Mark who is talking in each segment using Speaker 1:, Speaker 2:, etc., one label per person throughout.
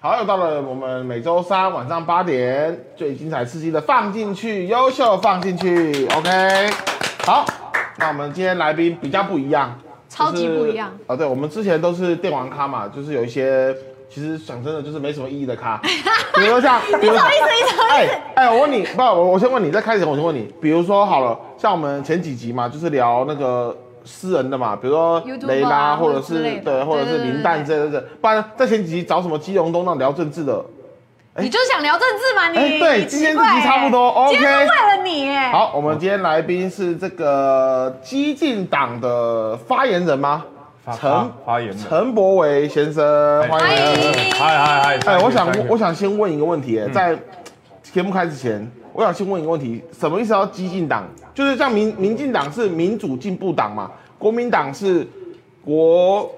Speaker 1: 好，又到了我们每周三晚上八点最精彩刺激的放进去，优秀放进去，OK。好，那我们今天来宾比较不一样，
Speaker 2: 超级
Speaker 1: 就是
Speaker 2: 不一样。
Speaker 1: 哦，对，我们之前都是电玩咖嘛，就是有一些其实讲真的就是没什么意义的 咖，比如说像，比如
Speaker 2: 不好意思，你怎么
Speaker 1: 哎哎，我问你，不，我我先问你，在开始前我先问你，比如说好了，像我们前几集嘛，就是聊那个私人的嘛，比如说
Speaker 2: YouTuber 啊
Speaker 1: 雷拉，
Speaker 2: 或
Speaker 1: 或
Speaker 2: 者
Speaker 1: 者
Speaker 2: 之
Speaker 1: 是
Speaker 2: 类的
Speaker 1: 对，或者
Speaker 2: 对
Speaker 1: 是
Speaker 2: 对对
Speaker 1: 林丹之类的，不然在前几集找什么基隆东那聊政治的，
Speaker 2: 你就想聊政治嘛？你、
Speaker 1: 哎对
Speaker 2: 你奇
Speaker 1: 今天
Speaker 2: 怪
Speaker 1: 这集
Speaker 2: 欸
Speaker 1: 差不多
Speaker 2: 今天
Speaker 1: OK
Speaker 2: 是为了你哎。
Speaker 1: 好，我们今天来宾是这个激进党的发言人吗？
Speaker 3: 发
Speaker 1: 陈
Speaker 3: 发发言人哎
Speaker 1: 陈柏维先生，欢
Speaker 2: 欢
Speaker 1: 迎。
Speaker 2: 迎
Speaker 3: 嗨嗨嗨！
Speaker 1: 哎，
Speaker 3: thank you，
Speaker 1: 我想
Speaker 3: thank you
Speaker 1: 我想先问一个问题，哎在节目开始前，我想先问一个问题，什么意思叫激进党？就是像民民进党是民主进步党嘛，国民党是国哦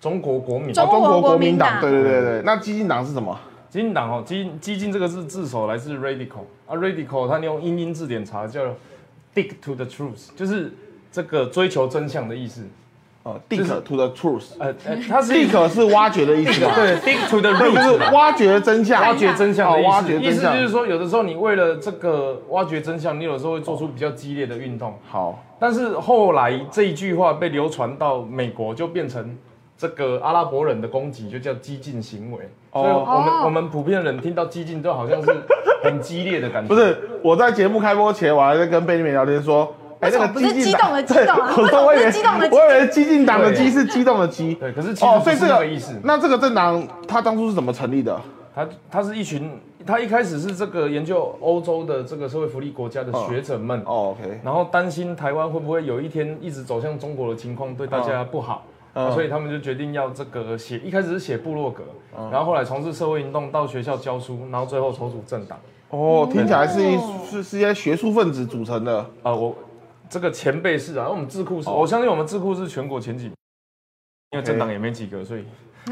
Speaker 3: 中国国民
Speaker 2: 中
Speaker 1: 中国国民
Speaker 2: 国民党
Speaker 1: 党，对对对对，那激进党是什么？
Speaker 3: 激进党哦，激激进这个字字首来自 radical 啊，radical 它用英英字典查叫 dig to the truth，就是这个追求真相的意思。
Speaker 1: 呃，dig to the truth，dig
Speaker 3: 呃，呃它是一个
Speaker 1: 是挖掘的意思嘛？
Speaker 3: 对 dig to the
Speaker 1: 对，就
Speaker 3: root
Speaker 1: 是
Speaker 3: 嘛。
Speaker 1: 挖掘真相，
Speaker 3: 挖掘真相的意
Speaker 1: 哦
Speaker 3: 思，
Speaker 1: 挖掘
Speaker 3: 意
Speaker 1: 真
Speaker 3: 思就是
Speaker 1: 相。
Speaker 3: 说，有的时候你为了这个挖掘真相，你有时候会做出比较激烈的运动。
Speaker 1: 好，
Speaker 3: 但是后来这一句话被流传到美国，就变成这个阿拉伯人的攻击，就叫激进行为。
Speaker 1: 哦
Speaker 3: 所以我们、
Speaker 2: 哦
Speaker 3: 我们普遍人听到激进都好像是很激烈的感觉。
Speaker 1: 不，是我在节目开播前，我还在跟贝利美聊天说。哎，那个
Speaker 2: 为什么不是
Speaker 1: 激进党
Speaker 2: 激动的激动啊
Speaker 1: 对我说我以
Speaker 2: 为什么不
Speaker 1: 为
Speaker 2: 是激动的激
Speaker 1: 我以为激进党的激
Speaker 3: 对
Speaker 1: 是激动的激，
Speaker 3: 对，可是其实
Speaker 1: 哦，
Speaker 3: 不
Speaker 1: 所以
Speaker 3: 是
Speaker 1: 这
Speaker 3: 那
Speaker 1: 个
Speaker 3: 个意思。
Speaker 1: 那这个政党它当初是怎么成立的？
Speaker 3: 他他是一群，他一开始是这个研究欧洲的这个社会福利国家的学者们，
Speaker 1: 哦，OK，
Speaker 3: 然后担心台湾会不会有一天一直走向中国的情况对大家不好，
Speaker 1: 嗯
Speaker 3: 啊所以他们就决定要这个写，一开始是写部落格，然后后来从事社会运动，到学校教书，然后最后筹组政党。
Speaker 1: 哦，听起来是一是是一些学术分子组成的。
Speaker 3: 啊，我这个前辈是啊，我们智库是，我相信我们智库是全国前几名，因为政党也没几个，所以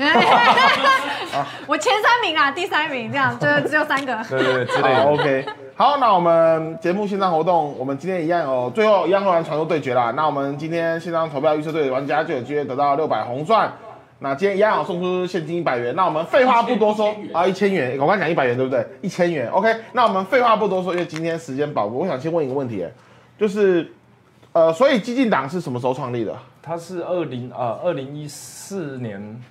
Speaker 2: 我前三名啊，第三名这样， 就是只有三个。
Speaker 3: 对对对之类
Speaker 1: 好
Speaker 3: 的。
Speaker 1: ，OK，好，那我们节目线上活动，我们今天一样哦，最后一样会玩传说对决啦。那我们今天线上投票预测对的玩家就有机会得到六百红钻。那今天一样有送出现金一百元。那我们废话不多说啊，一千元，我刚才讲一百元对不对？一千元，OK。那我们废话不多说，因为今天时间宝贵，我想先问一个问题，就是呃，所以激进党是什么时候创立的？
Speaker 3: 他是二零呃二零一四年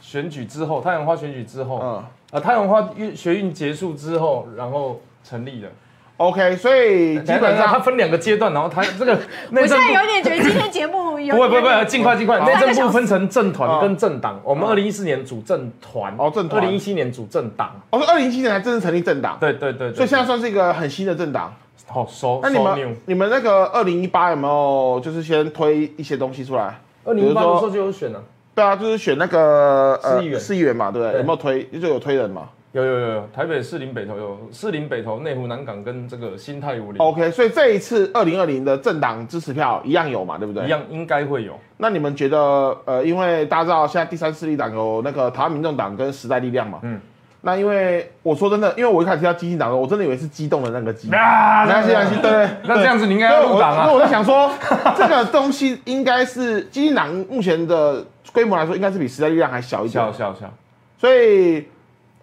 Speaker 3: 选举之后，太阳花选举之后，
Speaker 1: 嗯
Speaker 3: 啊、太阳花运学运结束之后，然后成立的。
Speaker 1: OK，所以基本
Speaker 3: 它
Speaker 1: 上
Speaker 3: 分两个阶段，然后它这个
Speaker 2: 我
Speaker 3: 内
Speaker 2: 现
Speaker 3: 政
Speaker 2: 在有
Speaker 3: 部
Speaker 2: 点觉得今天节目 有
Speaker 3: 不会不会不
Speaker 2: 有
Speaker 3: 会，
Speaker 2: 点
Speaker 3: 尽快尽快，内
Speaker 2: 三个
Speaker 3: 政
Speaker 2: 小时
Speaker 3: 部分成政
Speaker 1: 嗯
Speaker 3: 团跟政党，我们二零一四年组哦政团，
Speaker 1: 哦政团
Speaker 3: 二零一七年组政党，
Speaker 1: 我说哦二零一七年才正式成立政党，
Speaker 3: 对对对，对
Speaker 1: 所以现在算是一个很新的政党。
Speaker 3: 好收
Speaker 1: 那你
Speaker 3: 收牛
Speaker 1: 们。你们那个二零一八有没有就是先推一些东西出来？
Speaker 3: 二
Speaker 1: 比
Speaker 3: 零
Speaker 1: 如
Speaker 3: 一八的时候
Speaker 1: 说，
Speaker 3: 就有选了、
Speaker 1: 对啊，就是选那个呃
Speaker 3: 市议员
Speaker 1: 市议员嘛，对不对？
Speaker 3: 对
Speaker 1: 有没有推就有推人嘛
Speaker 3: 有有有有，台北士林北投有士林北投、内湖南港跟这个新泰五林、
Speaker 1: ？OK，所以这一次二零二零的政党支持票一样有嘛，对不对？
Speaker 3: 一。样，应该会有。
Speaker 1: 那你们觉得呃，因为大家知道现在第三势力党有那个台湾民众党跟时代力量嘛，嗯
Speaker 3: 嗯。
Speaker 1: 那因为我说真的，因为我一开始听到激进党的时候，我真的以为是激动的那个 激，没
Speaker 3: 啊
Speaker 1: 关系，没关系，对对。
Speaker 3: 那这样子你应该
Speaker 1: 对
Speaker 3: 要
Speaker 1: 我
Speaker 3: 入党
Speaker 1: 所以
Speaker 3: 啊。
Speaker 1: 我 在想说，这个东西应该是基金党目前的规模来说，应该是比时代力量还小一
Speaker 3: 笑
Speaker 1: 点。
Speaker 3: 笑笑，
Speaker 1: 所以，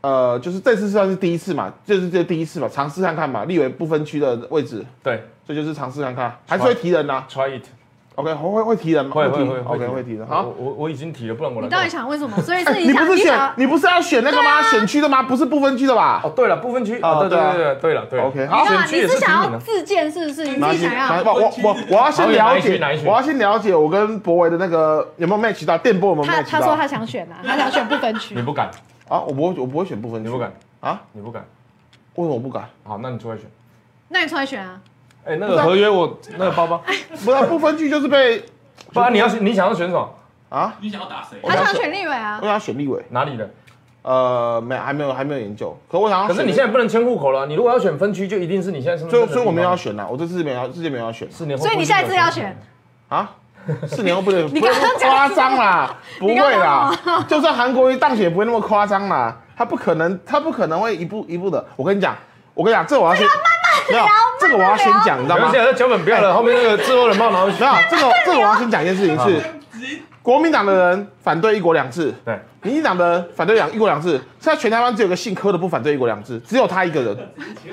Speaker 1: 呃，就是这次算是第一次嘛，就是这第一次嘛，尝试看看嘛，立委不分区的位置，
Speaker 3: 对
Speaker 1: 这就是尝试看看，还是会提人呐、啊
Speaker 3: ，try it，
Speaker 1: OK，会会会提人吗？
Speaker 3: 会会
Speaker 1: 提
Speaker 3: 会
Speaker 1: ，OK 会提人。好
Speaker 3: 好，我，我我已经提了，不然我来
Speaker 2: 你到
Speaker 3: 干嘛。
Speaker 2: 底想问什么？所以是
Speaker 1: 哎，
Speaker 2: 你
Speaker 1: 你不
Speaker 2: 想
Speaker 1: 是
Speaker 2: 你
Speaker 1: 选
Speaker 2: 想啊
Speaker 1: 你不是要选那个吗？选区的吗？不是不分区的吧
Speaker 3: 哦，对了，不分区
Speaker 1: 啊
Speaker 3: 啊，对对
Speaker 1: 对啊
Speaker 3: 对对对了对了。
Speaker 1: ？OK，好
Speaker 2: 你。
Speaker 3: 选
Speaker 2: 干嘛
Speaker 3: 区
Speaker 2: 你
Speaker 3: 也
Speaker 2: 是
Speaker 3: 是
Speaker 2: 想
Speaker 3: 提名
Speaker 2: 要
Speaker 3: 的
Speaker 2: 自荐是不是？你
Speaker 1: 拿
Speaker 2: 自己
Speaker 1: 去，
Speaker 2: 想
Speaker 1: 拿
Speaker 2: 要
Speaker 1: 去，我我我我要先了解
Speaker 3: 哪一区哪一，区
Speaker 1: 我要先了解我跟博维的那个有没有 match 到电波有没有
Speaker 2: 他
Speaker 1: match
Speaker 2: 他说
Speaker 1: 到
Speaker 2: 他想选啊，他想选不分
Speaker 3: 你
Speaker 2: 区。
Speaker 3: 不敢，
Speaker 1: 啊？我不会我不会选不分
Speaker 3: 你
Speaker 1: 区，
Speaker 3: 不敢
Speaker 1: 啊？
Speaker 3: 你不敢。
Speaker 1: 为什么我不敢？
Speaker 3: 好，那你出来选。
Speaker 2: 那你出来选啊？
Speaker 3: 哎，那
Speaker 1: 不是
Speaker 3: 个
Speaker 1: 啊
Speaker 3: 合约我那个包包，
Speaker 1: 不是不分区就是被
Speaker 3: 不啊然你要选，你想要选什么？
Speaker 1: 啊？
Speaker 4: 你想要打谁？
Speaker 1: 我
Speaker 2: 他
Speaker 1: 想
Speaker 2: 想选立委啊
Speaker 1: 我？想要选立委，
Speaker 3: 哪里的？
Speaker 1: 呃，没还没有还没有研究，可我想要
Speaker 3: 可
Speaker 1: 啊选。
Speaker 3: 是你现在不能迁户口了啊，你如果要选分区，就一定是你现在身份
Speaker 1: 所
Speaker 3: 证的
Speaker 1: 以
Speaker 3: 地方。
Speaker 1: 所以我们要选啊啦，我这次没有这次没有要选
Speaker 3: 四年后，
Speaker 2: 所以你下一次要选。
Speaker 1: 啊。四年后不能，
Speaker 2: 你刚刚
Speaker 1: 不会夸张啦，不会
Speaker 2: 你刚刚
Speaker 1: 啦，就算韩国瑜当选也不会那么夸张啦，他不可能，他不可能会一步一步的。我跟你讲，我跟你讲，这个我要先没有，这个我要先讲，你知道
Speaker 3: 然
Speaker 1: 吗
Speaker 3: 后现？在脚本不要了，后面那个自由人帮忙
Speaker 1: 没有，这个这个我要先讲一件事情是，
Speaker 4: 直接
Speaker 1: 国民党的人反对一国两制，
Speaker 3: 对，
Speaker 1: 民进党的人反对两一国两制。现在全台湾只有个姓柯的不反对一国两制，只有他一个人，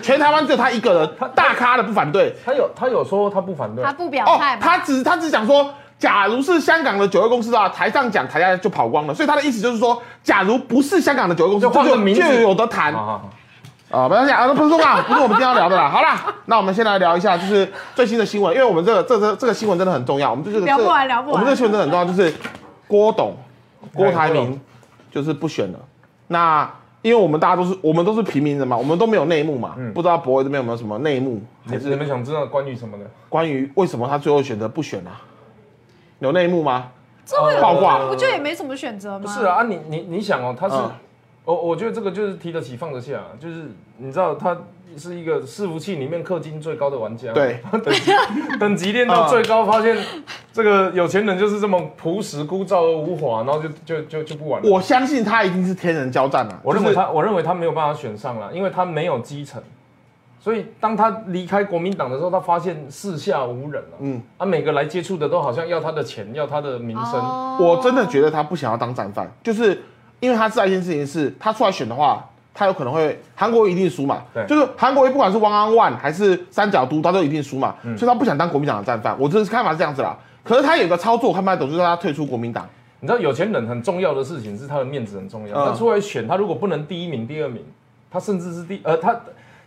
Speaker 1: 全台湾只有他一个人，大咖的不反对。
Speaker 3: 他有他有说他不反对
Speaker 2: 他，不表
Speaker 1: 哦
Speaker 2: 态，吧？
Speaker 1: 他只他只想说，假如是香港的九个公司的话，台上讲台下就跑光了，所以他的意思就是说，假如不是香港的九个公司，
Speaker 3: 就换个
Speaker 1: 这
Speaker 3: 名字哦
Speaker 1: 就有的谈
Speaker 3: 好
Speaker 1: 啊、
Speaker 3: 好好，
Speaker 1: 不要讲啊，那不是吧？不是我们今天要聊的啦。好啦，那我们先来聊一下，就是最新的新闻，因为我们这个这这这个新闻真的很重要，我们就是
Speaker 2: 聊不完聊不完
Speaker 1: 我们这个新闻真的很重要，就是郭董郭台
Speaker 3: 哎郭
Speaker 1: 铭
Speaker 3: 董
Speaker 1: 就是不选了。那因为我们大家都是我们都是平民人嘛，我们都没有内幕嘛，
Speaker 3: 嗯
Speaker 1: 不知道博威这边有没有什么内幕，
Speaker 3: 你你们想知道关于什么的？
Speaker 1: 关于为什么他最后选择不选啊？有内幕吗？
Speaker 2: 这会有
Speaker 1: 爆挂
Speaker 2: 不就也没什么选择吗？
Speaker 3: 不是啊，，啊你你你想哦，他是，
Speaker 1: 嗯
Speaker 3: 我、我觉得这个就是提得起放得下，啊就是你知道他是一个伺服器里面氪金最高的玩家，
Speaker 1: 对，
Speaker 3: 等级等级练到最高，发现这个有钱人就是这么朴实枯燥而无华，然后就就就就不玩了。
Speaker 1: 我相信他一定是天人交战了、啊。
Speaker 3: 我认
Speaker 1: 就
Speaker 3: 为
Speaker 1: 是
Speaker 3: 他，我认为他没有办法选上了，因为他没有基层，所以当他离开国民党的时候，他发现四下无人了、
Speaker 1: 嗯哦
Speaker 3: 嗯，啊，每个来接触的都好像要他的钱，要他的名声，
Speaker 2: 哦
Speaker 1: 我真的觉得他不想要当战犯，就是因为他知道一件事情是，他出来选的话，他有可能会韩国瑜一定输嘛。
Speaker 3: 对
Speaker 1: 就是韩国瑜不管是 one on one 还是三角都，他都一定输嘛。所以他不想当国民党的战犯。我这是看法是这样子啦。可是他有个操作，我看不太懂，就是他退出国民党。
Speaker 3: 你知道有钱人很重要的事情是他的面子很重要，
Speaker 1: 嗯
Speaker 3: 他出来选，他如果不能第一名、第二名，他甚至是第呃他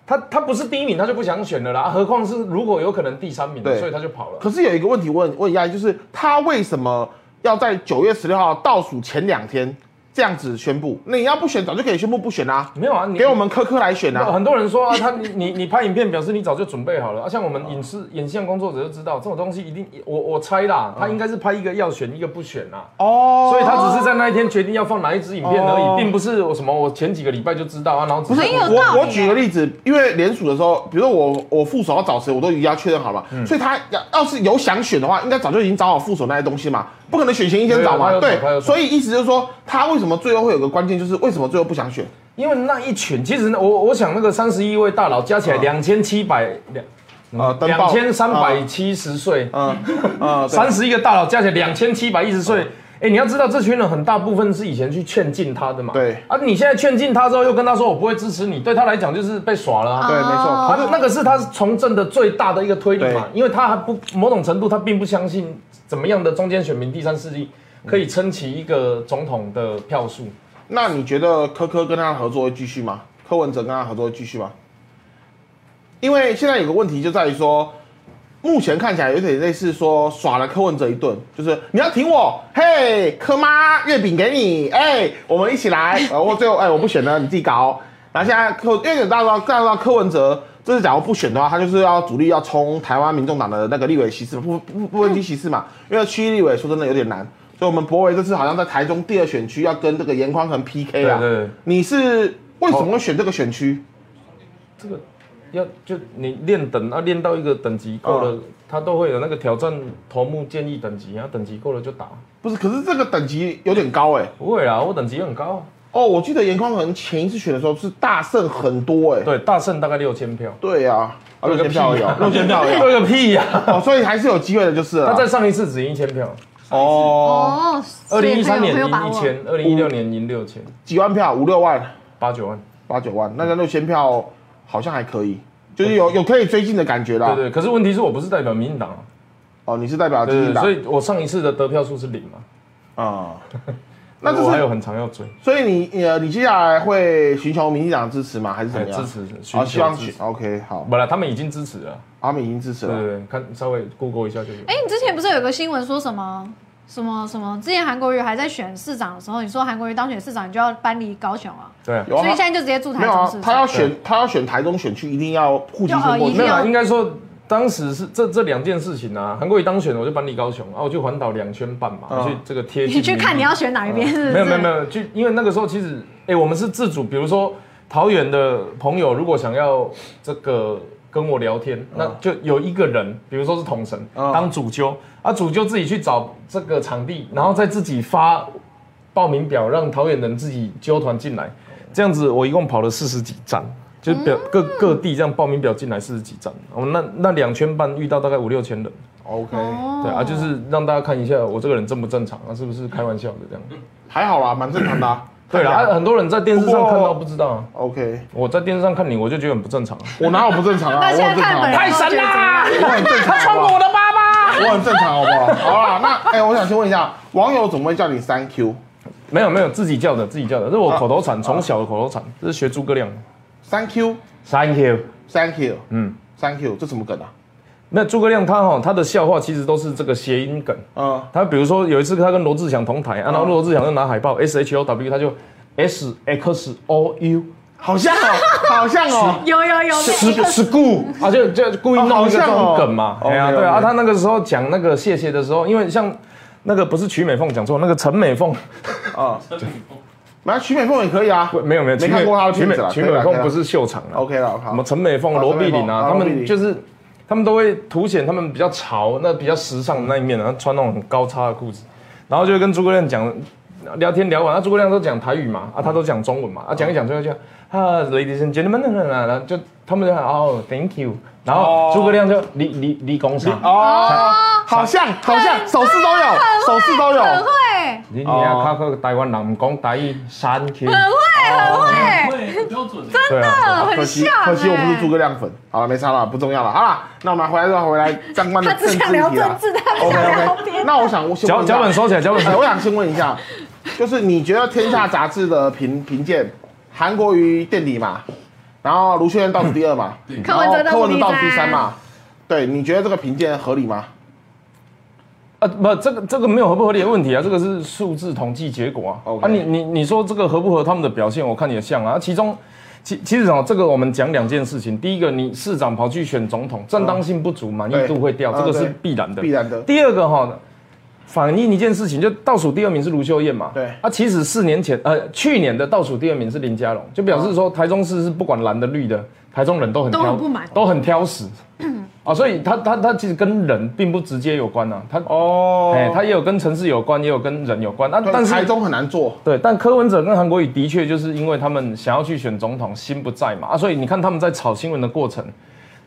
Speaker 3: 他他不是第一名，他就不想选了啦。啊何况是如果有可能第三名
Speaker 1: 对，
Speaker 3: 所以他就跑了。
Speaker 1: 可是有一个问题问问亚就是他为什么要在九月十六号倒数前两天这样子宣布？那你要不选，早就可以宣布不选啦、
Speaker 3: 没有啊，你
Speaker 1: 给我们科科来选啊。
Speaker 3: 很多人说啊，他你你你拍影片表示你早就准备好了啊，像我们影视影像工作者就知道这种东西一定，我我猜啦，他应该是拍一个要选一个不选啦，
Speaker 1: 啊哦，
Speaker 3: 所以他只是在那一天决定要放哪一支影片而
Speaker 1: 哦
Speaker 3: 已，并不是我什么我前几个礼拜就知道啊，然后只
Speaker 1: 不是
Speaker 2: 很有道理
Speaker 1: 我我
Speaker 2: 耶
Speaker 1: 举个例子，因为联署的时候，比如说我我副手要找谁，我都已经要确认好了，
Speaker 3: 嗯
Speaker 1: 所以他要要是有想选的话，应该早就已经找好副手那些东西嘛，不可能选前一天找嘛，
Speaker 3: 对
Speaker 1: 对
Speaker 3: 啊他有找他有，找
Speaker 1: 所以意思就是说他为什么最后会有个关键，就是为什么最后不想选？
Speaker 3: 因为那一群，其实呢我我想那个三十一位大佬加起来两千七百
Speaker 1: 呃
Speaker 3: 两
Speaker 1: 啊登报
Speaker 3: 嗯两千三百七十岁，
Speaker 1: 嗯嗯，对哦
Speaker 3: 三十一个大佬加起来两千七百一十岁。哎、你要知道，这群人很大部分是以前去劝进他的嘛。
Speaker 1: 对
Speaker 3: 啊，你现在劝进他之后，又跟他说我不会支持你，对他来讲就是被耍了、啊。
Speaker 1: 对，没
Speaker 2: 哦
Speaker 1: 错，
Speaker 3: 他那个是他从政的最大的一个推理嘛，因为他还不某种程度他并不相信怎么样的中间选民第三势力可以撑起一个总统的票数。
Speaker 1: 那你觉得科科跟他的合作会继续吗？柯文哲跟他的合作会继续吗？因为现在有个问题就在于说，目前看起来有点类似说耍了柯文哲一顿，就是你要挺我，嘿，柯妈月饼给你，哎、我们一起来，呃，我最后哎、我不选了，你自己搞。然后现在柯，因为大家知道，大家知道柯文哲，就是假如不选的话，他就是要主力要冲台湾民众党的那个立委席次，不不不分区席次嘛，因为区域立委说真的有点难。所以，我们博维这次好像在台中第二选区要跟这个严匡衡 PK 啊。
Speaker 3: 对对对
Speaker 1: 你是为什么会选这个选区？
Speaker 3: 这个要就你练等啊，练到一个等级够
Speaker 1: 啊
Speaker 3: 了，他都会有那个挑战头目建议等级，然后等级够了就打。
Speaker 1: 不是，可是这个等级有点高哎、
Speaker 3: 不会啊，我等级很高啊。
Speaker 1: 哦，我记得严匡衡前一次选的时候是大胜很多哎、
Speaker 3: 对，大胜大概六千票，
Speaker 1: 对呀、啊，啊六
Speaker 3: 有个
Speaker 1: 千票而已 哦，
Speaker 3: 屁
Speaker 1: 六千票而已哦。
Speaker 3: 对个屁呀、
Speaker 1: 哦，所以还是有机会的，就是了
Speaker 3: 他
Speaker 1: 啦。
Speaker 3: 在上一次只赢一千票，
Speaker 1: 哦，
Speaker 2: 哦，所
Speaker 3: 二零
Speaker 2: 以很
Speaker 3: 一三
Speaker 2: 有
Speaker 3: 年
Speaker 2: 很有
Speaker 3: 赢
Speaker 2: 把
Speaker 3: 一
Speaker 2: 握。
Speaker 3: 千，二零一六年赢六千，
Speaker 1: 几万票，五六万、
Speaker 3: 八九万。
Speaker 1: 八九万，那张六千票好像还可以，就是有有可以追进的感觉啦。
Speaker 3: 对对，可是问题是我不是代表民进党啊，
Speaker 1: 哦，你是代表基
Speaker 3: 对
Speaker 1: 进
Speaker 3: 对，
Speaker 1: 党，
Speaker 3: 所以我上一次的得票数是零嘛，
Speaker 1: 啊、那就
Speaker 3: 我还
Speaker 1: 是
Speaker 3: 有很长要追，
Speaker 1: 所以你你呃你接下来会寻求民进党支持吗？还是怎么样？
Speaker 3: 哎支持，寻
Speaker 1: 好，
Speaker 3: 求
Speaker 1: 希望啊
Speaker 3: 支
Speaker 1: 去
Speaker 3: 持。
Speaker 1: OK 好，
Speaker 3: 本来他们已经支持了，
Speaker 1: 阿美已经支持
Speaker 3: 对
Speaker 1: 了。
Speaker 3: 对对，看稍微 Google 一下就有。
Speaker 2: 哎，你之前不是有个新闻说什么什么什么？之前韩国瑜还在选市长的时候，你说韩国瑜当选市长，你就要搬离高雄啊，
Speaker 3: 对啊，
Speaker 1: 有
Speaker 2: 所以
Speaker 1: 啊
Speaker 2: 现，在就直接住
Speaker 1: 他
Speaker 2: 台
Speaker 1: 没有
Speaker 2: 中
Speaker 1: 啊
Speaker 2: 市，
Speaker 1: 他
Speaker 2: 长。
Speaker 1: 要选他要选台中选区，一定要户籍
Speaker 2: 要
Speaker 1: 迁过去
Speaker 2: 哦一
Speaker 3: 没
Speaker 2: 定
Speaker 3: 有
Speaker 2: 要
Speaker 3: 啊，应该说当时是这这两件事情啊，韩国瑜当选，我就搬离高雄，啊，我去环岛两圈半嘛，
Speaker 1: 嗯
Speaker 3: 去这个贴近
Speaker 2: 你去看你
Speaker 3: 民意
Speaker 2: 要选哪一边？是不是
Speaker 3: 没有没有没有，就因为那个时候其实，哎、我们是自主，比如说桃园的朋友如果想要这个跟我聊天，
Speaker 2: 嗯
Speaker 3: 那就有一个人，比如说是统神、
Speaker 1: 嗯
Speaker 3: 当主揪，啊主揪自己去找这个场地，然后再自己发报名表，让桃园人自己揪团进来，
Speaker 2: 嗯
Speaker 3: 这样子我一共跑了四十几站。就是表各各地这样报名表进来四十几站，我们那那两圈半遇到大概五六千人，
Speaker 1: OK，、
Speaker 2: 哦
Speaker 3: 对啊，就是让大家看一下我这个人正不正常，啊，是不是开玩笑的这样。
Speaker 1: 还好啦，蛮正常的、啊。
Speaker 3: 对啦，
Speaker 1: 看起
Speaker 3: 啊
Speaker 1: 来
Speaker 3: 很多人在电视上
Speaker 1: 不过
Speaker 3: 看到不知道啊，
Speaker 1: ，OK，
Speaker 3: 我在电视上看你，我就觉得很不正常啊。
Speaker 1: 我哪有不正常啊？
Speaker 2: 那现
Speaker 1: 我很
Speaker 2: 在
Speaker 1: 正
Speaker 2: 看
Speaker 1: 常
Speaker 2: 本
Speaker 1: 啊，
Speaker 2: 人都觉得怎
Speaker 1: 我很
Speaker 2: 么样，
Speaker 1: 正常。穿过我的妈妈，我很正常，好不好？好啦，那哎、我想先问一下，网友怎么会叫你三 Q？
Speaker 3: 没有没有，自己叫的，自己叫的，这是我口头禅，从小的口头禅，这是学诸葛亮的。
Speaker 1: 三 Q，
Speaker 3: 啊 Thank you。
Speaker 1: 三 Q，
Speaker 3: 嗯，
Speaker 1: 三 Q，这什么梗啊？
Speaker 3: 那诸葛亮他哈、他的笑话其实都是这个谐音梗。
Speaker 1: 嗯，
Speaker 3: 他比如说有一次他跟罗志祥同台，啊、然后罗志祥就拿海报 S H O W，他就 S X O U
Speaker 1: 好像哦，好像哦，
Speaker 2: 有有有，
Speaker 3: s
Speaker 2: 一个
Speaker 3: school 啊，就就故意弄一个这种梗嘛
Speaker 1: 哦。好像哦
Speaker 3: 哎呀，
Speaker 1: OK，OK
Speaker 3: 对啊，啊他那个时候讲那个谢谢的时候，因为像那个不是曲美凤讲错，那个陈美凤
Speaker 1: 啊，那曲美凤也可以啊
Speaker 3: 不，没有没有，
Speaker 1: 没
Speaker 3: 曲美
Speaker 1: 看过他的
Speaker 3: 曲
Speaker 1: 片
Speaker 3: 美
Speaker 1: 子啦
Speaker 3: 曲
Speaker 1: 可以
Speaker 3: 美
Speaker 1: 啦可以
Speaker 3: 凤
Speaker 1: 啦
Speaker 3: 不是秀场啊。
Speaker 1: ，OK 了，好
Speaker 3: 什么陈美凤、
Speaker 1: 啊
Speaker 3: 罗碧
Speaker 1: 陈
Speaker 3: 玲啊，
Speaker 1: 美凤啊
Speaker 3: 他
Speaker 1: 罗碧
Speaker 3: 们
Speaker 1: 玲
Speaker 3: 就是他们都会凸显他们比较潮、那比较时尚的那一面，然后穿那种很高叉的裤子，然后就会跟诸葛亮讲聊天聊完，那诸葛亮都讲台语嘛，啊，他都讲中文嘛，啊，讲一讲最后就啊，ladies and gentlemen，然后就他们就哦，thank you，然后
Speaker 1: 哦
Speaker 3: 诸葛亮就离离离工厂，
Speaker 1: 哦，好像好像手势都有，手势都有，
Speaker 2: 很会，
Speaker 3: 你你啊，靠靠台湾人讲台语，thank you，
Speaker 2: 很会，很会，
Speaker 4: 会很标准的，
Speaker 3: 对啊，
Speaker 2: 嗯，
Speaker 1: 可
Speaker 2: 很
Speaker 1: 惜
Speaker 2: 像欸。
Speaker 1: 可惜我不是诸葛亮粉。好了，没差了，不重要了。好了，那我们回来再回来相关的
Speaker 2: 他
Speaker 1: 政
Speaker 2: 只
Speaker 1: 治
Speaker 2: 想
Speaker 1: 议
Speaker 2: 聊
Speaker 1: 题啦
Speaker 2: 政。治，他不
Speaker 1: OK
Speaker 2: 想聊别
Speaker 1: OK，
Speaker 2: 的。
Speaker 1: 那我想我先
Speaker 3: 脚
Speaker 1: 问一下
Speaker 3: 脚本收起来，脚本收
Speaker 1: 哎
Speaker 3: 起
Speaker 1: 我
Speaker 3: 来。
Speaker 1: 想先问一下，就是你觉得《天下》杂志的评评鉴，韩国瑜垫底嘛，然后卢秀燕倒数第二嘛，
Speaker 4: 对
Speaker 2: 嗯柯
Speaker 1: 然
Speaker 2: 文
Speaker 1: 后
Speaker 2: 哲倒数
Speaker 1: 柯文哲
Speaker 2: 第
Speaker 1: 倒数第三
Speaker 2: 三
Speaker 1: 嘛，对，你觉得这个评鉴合理吗？
Speaker 3: 啊，不，这个这个没有合不合理的问题啊，这个是数字统计结果啊。
Speaker 1: OK
Speaker 3: 啊，你你你说这个合不合他们的表现，我看也像啊。其中，其其实哦，这个我们讲两件事情。第一个，你市长跑去选总统，正当性不足，满意度会掉，
Speaker 1: 哦对
Speaker 3: 这个是
Speaker 1: 啊
Speaker 3: 必然的。
Speaker 1: 必然的
Speaker 3: 第二个哈、反映一件事情，就倒数第二名是卢秀燕嘛。
Speaker 1: 对
Speaker 3: 啊，其实四年前，呃，去年的倒数第二名是林佳龙，就表
Speaker 1: 哦
Speaker 3: 示说台中市是不管蓝的绿的，台中人都很
Speaker 2: 都
Speaker 3: 挑，
Speaker 2: 很不满
Speaker 3: 都很 挑食。啊，所以他他他其实跟人并不直接有关啊，他
Speaker 1: 哦
Speaker 3: 哎、它也有跟城市有关，也有跟人有关。那、但
Speaker 1: 但
Speaker 3: 是
Speaker 1: 是台中很难做，
Speaker 3: 对，但柯文哲跟韩国瑜的确就是因为他们想要去选总统，心不在嘛啊，所以你看他们在炒新闻的过程。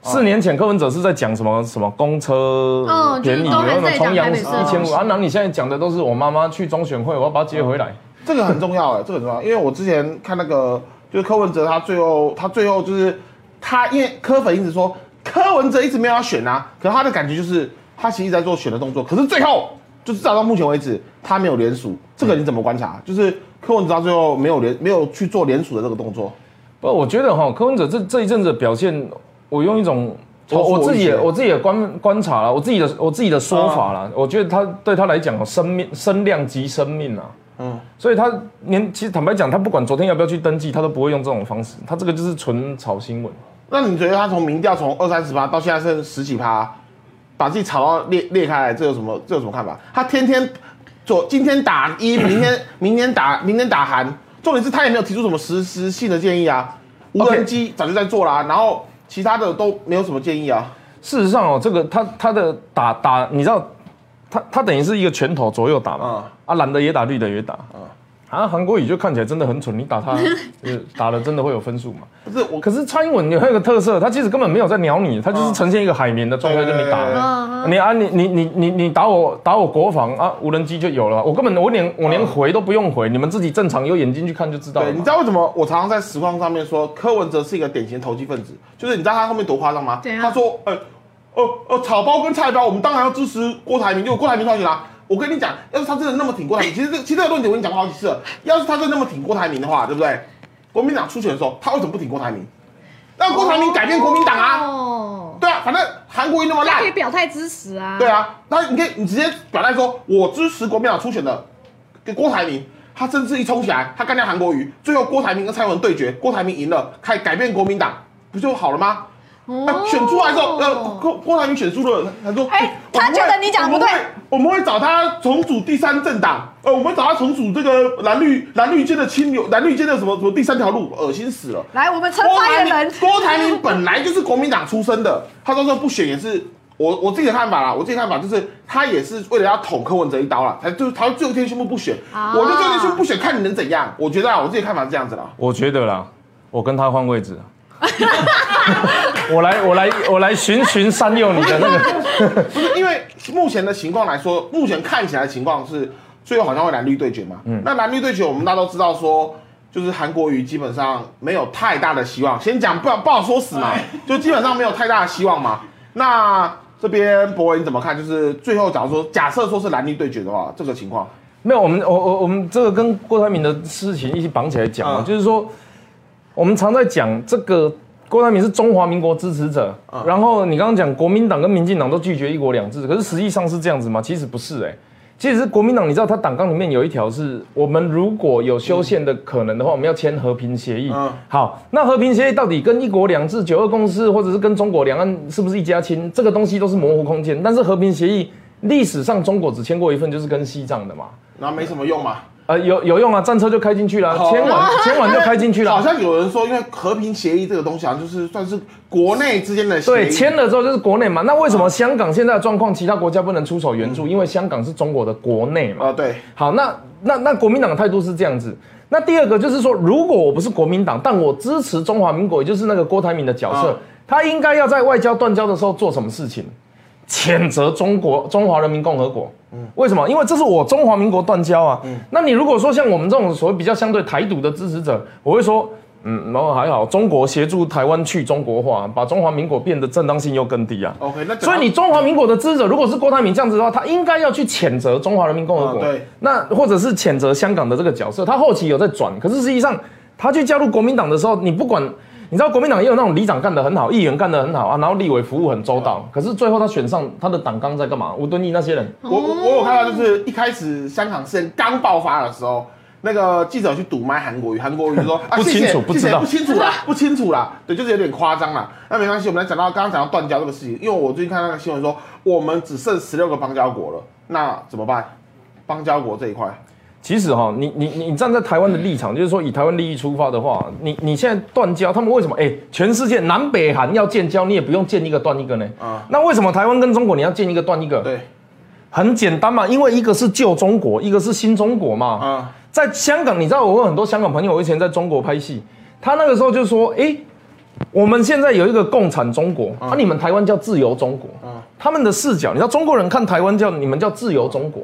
Speaker 3: 四年前柯文哲是在讲什么什么公车
Speaker 2: 嗯就是
Speaker 3: 便宜，
Speaker 2: 都还是在讲
Speaker 3: 重阳
Speaker 2: 台北市的
Speaker 3: 一千
Speaker 2: 东
Speaker 3: 五
Speaker 2: 西
Speaker 3: 啊，然后你现在讲的都是我妈妈去中选会，我要把她接回来。
Speaker 1: 这个很重要哎，这个很重要，因为我之前看那个就是柯文哲，他最后他最后就是他，因为柯粉一直说柯文哲一直没有要选啊，可是他的感觉就是他其实一直在做选的动作，可是最后就是到到目前为止他没有联署，这个你怎么观察？就是柯文哲他最后没有联没有去做联署的这个动作，
Speaker 3: 不，我觉得哈，柯文哲这这一阵子的表现，我用一种我
Speaker 1: 超出我
Speaker 3: 我自己也
Speaker 1: 预期啊
Speaker 3: 我自己也观观察了，我自己的我自己的说法啦，我觉得他对他来讲，生命声量及生命啊，
Speaker 1: 嗯，
Speaker 3: 所以他连其实坦白讲，他不管昨天要不要去登记，他都不会用这种方式，他这个就是纯炒新闻。
Speaker 1: 那你觉得他从民调从二三十趴到现在剩十几趴，把自己炒到裂裂开来，这有什么这有什么看法？他天天左今天打一，明天明天打明天打韩，重点是他也没有提出什么实质性的建议啊。无
Speaker 3: OK
Speaker 1: 人机早就在做啦、然后其他的都没有什么建议啊。
Speaker 3: 事实上哦，这个他他的打打，你知道，他他等于是一个拳头左右打嘛，啊蓝的也打，绿的也打，啊韩国语就看起来真的很蠢，你打他， 就是打了真的会有分数嘛？
Speaker 1: 不是我
Speaker 3: 可是蔡英文有一个特色，他其实根本没有在鸟你，他就是呈现一个海绵的状态跟你打
Speaker 1: 对对对对。
Speaker 2: 嗯，
Speaker 3: 你啊，你你你你你打我打我国防啊，无人机就有了。我根本我连我连回都不用回，你们自己正常有眼睛去看就知道了
Speaker 1: 对，
Speaker 3: 嘛。
Speaker 1: 你知道为什么我常常在实况上面说柯文哲是一个典型投机分子？就是你知道他后面多夸张吗
Speaker 2: 怎？样
Speaker 1: 他说，呃，呃呃，草包跟菜包，我们当然要支持郭台铭，结果郭台铭当选啦。我跟你讲，要是他真的那么挺郭台铭，其实这其实这个论点我已经讲过好几次了。要是他真的那么挺郭台铭的话，对不对？国民党初选的时候，他为什么不挺郭台铭？让郭台铭改变国民党啊！
Speaker 2: 哦，
Speaker 1: 对啊，反正韩国瑜那么
Speaker 2: 他
Speaker 1: 烂
Speaker 2: 可以，表态支持啊。
Speaker 1: 对啊，那你可以你直接表态说，我支持国民党初选的给郭台铭，他政治一冲起来，他干掉韩国瑜，最后郭台铭跟蔡英文对决，郭台铭赢了，开改变国民党，不就好了吗？哎
Speaker 2: 哦，
Speaker 1: 选出来之后，呃，郭郭台铭选输了，他说，
Speaker 2: 哎
Speaker 1: 我们
Speaker 2: 他
Speaker 1: 会
Speaker 2: 觉得你讲得不对
Speaker 1: 我们会，我们会找他重组第三政党，呃，我们找他重组这个蓝绿蓝绿间的清流，蓝绿间的什么什么第三条路，恶心死了。
Speaker 2: 来，我们陈
Speaker 1: 郭
Speaker 2: 发
Speaker 1: 台
Speaker 2: 言
Speaker 1: 铭
Speaker 2: 人，
Speaker 1: 郭台铭本来就是国民党出身的，他到时候不选也是我我自己的看法啦，我自己的看法就是他也是为了要捅柯文哲一刀啦，才就他最后一天宣布不选，
Speaker 2: 啊
Speaker 1: 我就最后一天宣布不选，看你能怎样？我觉得啊，我自己的看法是这样子啦。
Speaker 3: 我觉得啦，我跟他换位置。 我来，我来，我来寻寻山佑你的那个。
Speaker 1: 不是因为为目前的情况来说，目前看起来的情况是最后好像会蓝绿对决嘛。嗯，那蓝绿对决我们大家都知道说，就是韩国瑜基本上没有太大的希望。先讲不不好说死嘛，
Speaker 3: 哎
Speaker 1: 就基本上没有太大的希望嘛。那这边博文你怎么看？就是最后假如说假设说是蓝绿对决的话，这个情况，
Speaker 3: 没有，我们我我我们这个跟郭台铭的事情一起绑起来讲啊，
Speaker 1: 嗯
Speaker 3: 就是说，我们常在讲这个郭台铭是中华民国支持者，然后你刚刚讲国民党跟民进党都拒绝一国两制，可是实际上是这样子吗？其实不是哎、其实国民党，你知道他党纲里面有一条是，我们如果有修宪的可能的话，我们要签和平协议。
Speaker 1: 嗯
Speaker 3: 好，那和平协议到底跟一国两制、九二共识，或者是跟中国两岸是不是一家亲？这个东西都是模糊空间。但是和平协议历史上中国只签过一份，就是跟西藏的嘛。
Speaker 1: 那没什么用嘛。
Speaker 3: 呃，有有用啊，战车就开进去了，
Speaker 1: 哦
Speaker 3: 签完签完就开进去
Speaker 1: 好
Speaker 3: 了。
Speaker 1: 像有人说，因为和平协议这个东西好像就是算是国内之间的协议
Speaker 3: 对，签了之后就是国内嘛。那为什么香港现在的状况，其他国家不能出手援助？
Speaker 1: 嗯
Speaker 3: 因为香港是中国的国内嘛。
Speaker 1: 啊、对，
Speaker 3: 好，那那那国民党的态度是这样子。那第二个就是说，如果我不是国民党，但我支持中华民国，也就是那个郭台铭的角色，
Speaker 1: 嗯
Speaker 3: 他应该要在外交断交的时候做什么事情？谴责中国中华人民共和国。为什么？因为这是我中华民国断交啊。那你如果说像我们这种所谓比较相对台独的支持者，我会说。嗯，然后还好，中国协助台湾去中国化，把中华民国变得正当性又更低啊。
Speaker 1: OK，那讲到
Speaker 3: 所以你中华民国的支持者，如果是郭台铭这样子的话，他应该要去谴责中华人民共和
Speaker 1: 嗯
Speaker 3: 国，
Speaker 1: 对，
Speaker 3: 那或者是谴责香港的这个角色。他后期有在转，可是实际上他去加入国民党的时候，你不管，你知道国民党也有那种里长干得很好，议员干得很好啊，然后立委服务很周
Speaker 1: 啊
Speaker 3: 到，可是最后他选上他的党纲在干嘛？吴敦义那些人，
Speaker 1: 我我我有看到，就是一开始香港事件刚爆发的时候，那个记者去堵麦韩国瑜，韩国瑜就 说啊
Speaker 3: 不
Speaker 1: 谢
Speaker 3: 清
Speaker 1: 谢
Speaker 3: 楚不知道
Speaker 1: 谢谢不清楚 啦，不清楚啦，对，就是有点夸张啦。那没关系，我们来讲到刚刚讲到断交这个事情，因为我最近看那个新闻说，我们只剩十六个邦交国了，那怎么办？邦交国这一块，
Speaker 3: 其实哈、你你你站在台湾的立场，就是说以台湾利益出发的话，你你现在断交，他们为什么？哎、全世界南北韩要建交，你也不用建一个断一个呢。
Speaker 1: 啊
Speaker 3: 那为什么台湾跟中国你要建一个断一个？
Speaker 1: 对，
Speaker 3: 很简单嘛，因为一个是旧中国，一个是新中国嘛。
Speaker 1: 啊、
Speaker 3: 在香港，你知道我有很多香港朋友，我以前在中国拍戏，他那个时候就说：“诶，我们现在有一个共产中国，啊，你们台湾叫自由中国。
Speaker 1: 嗯
Speaker 3: 他们的视角，你知道中国人看台湾叫你们叫自由中国，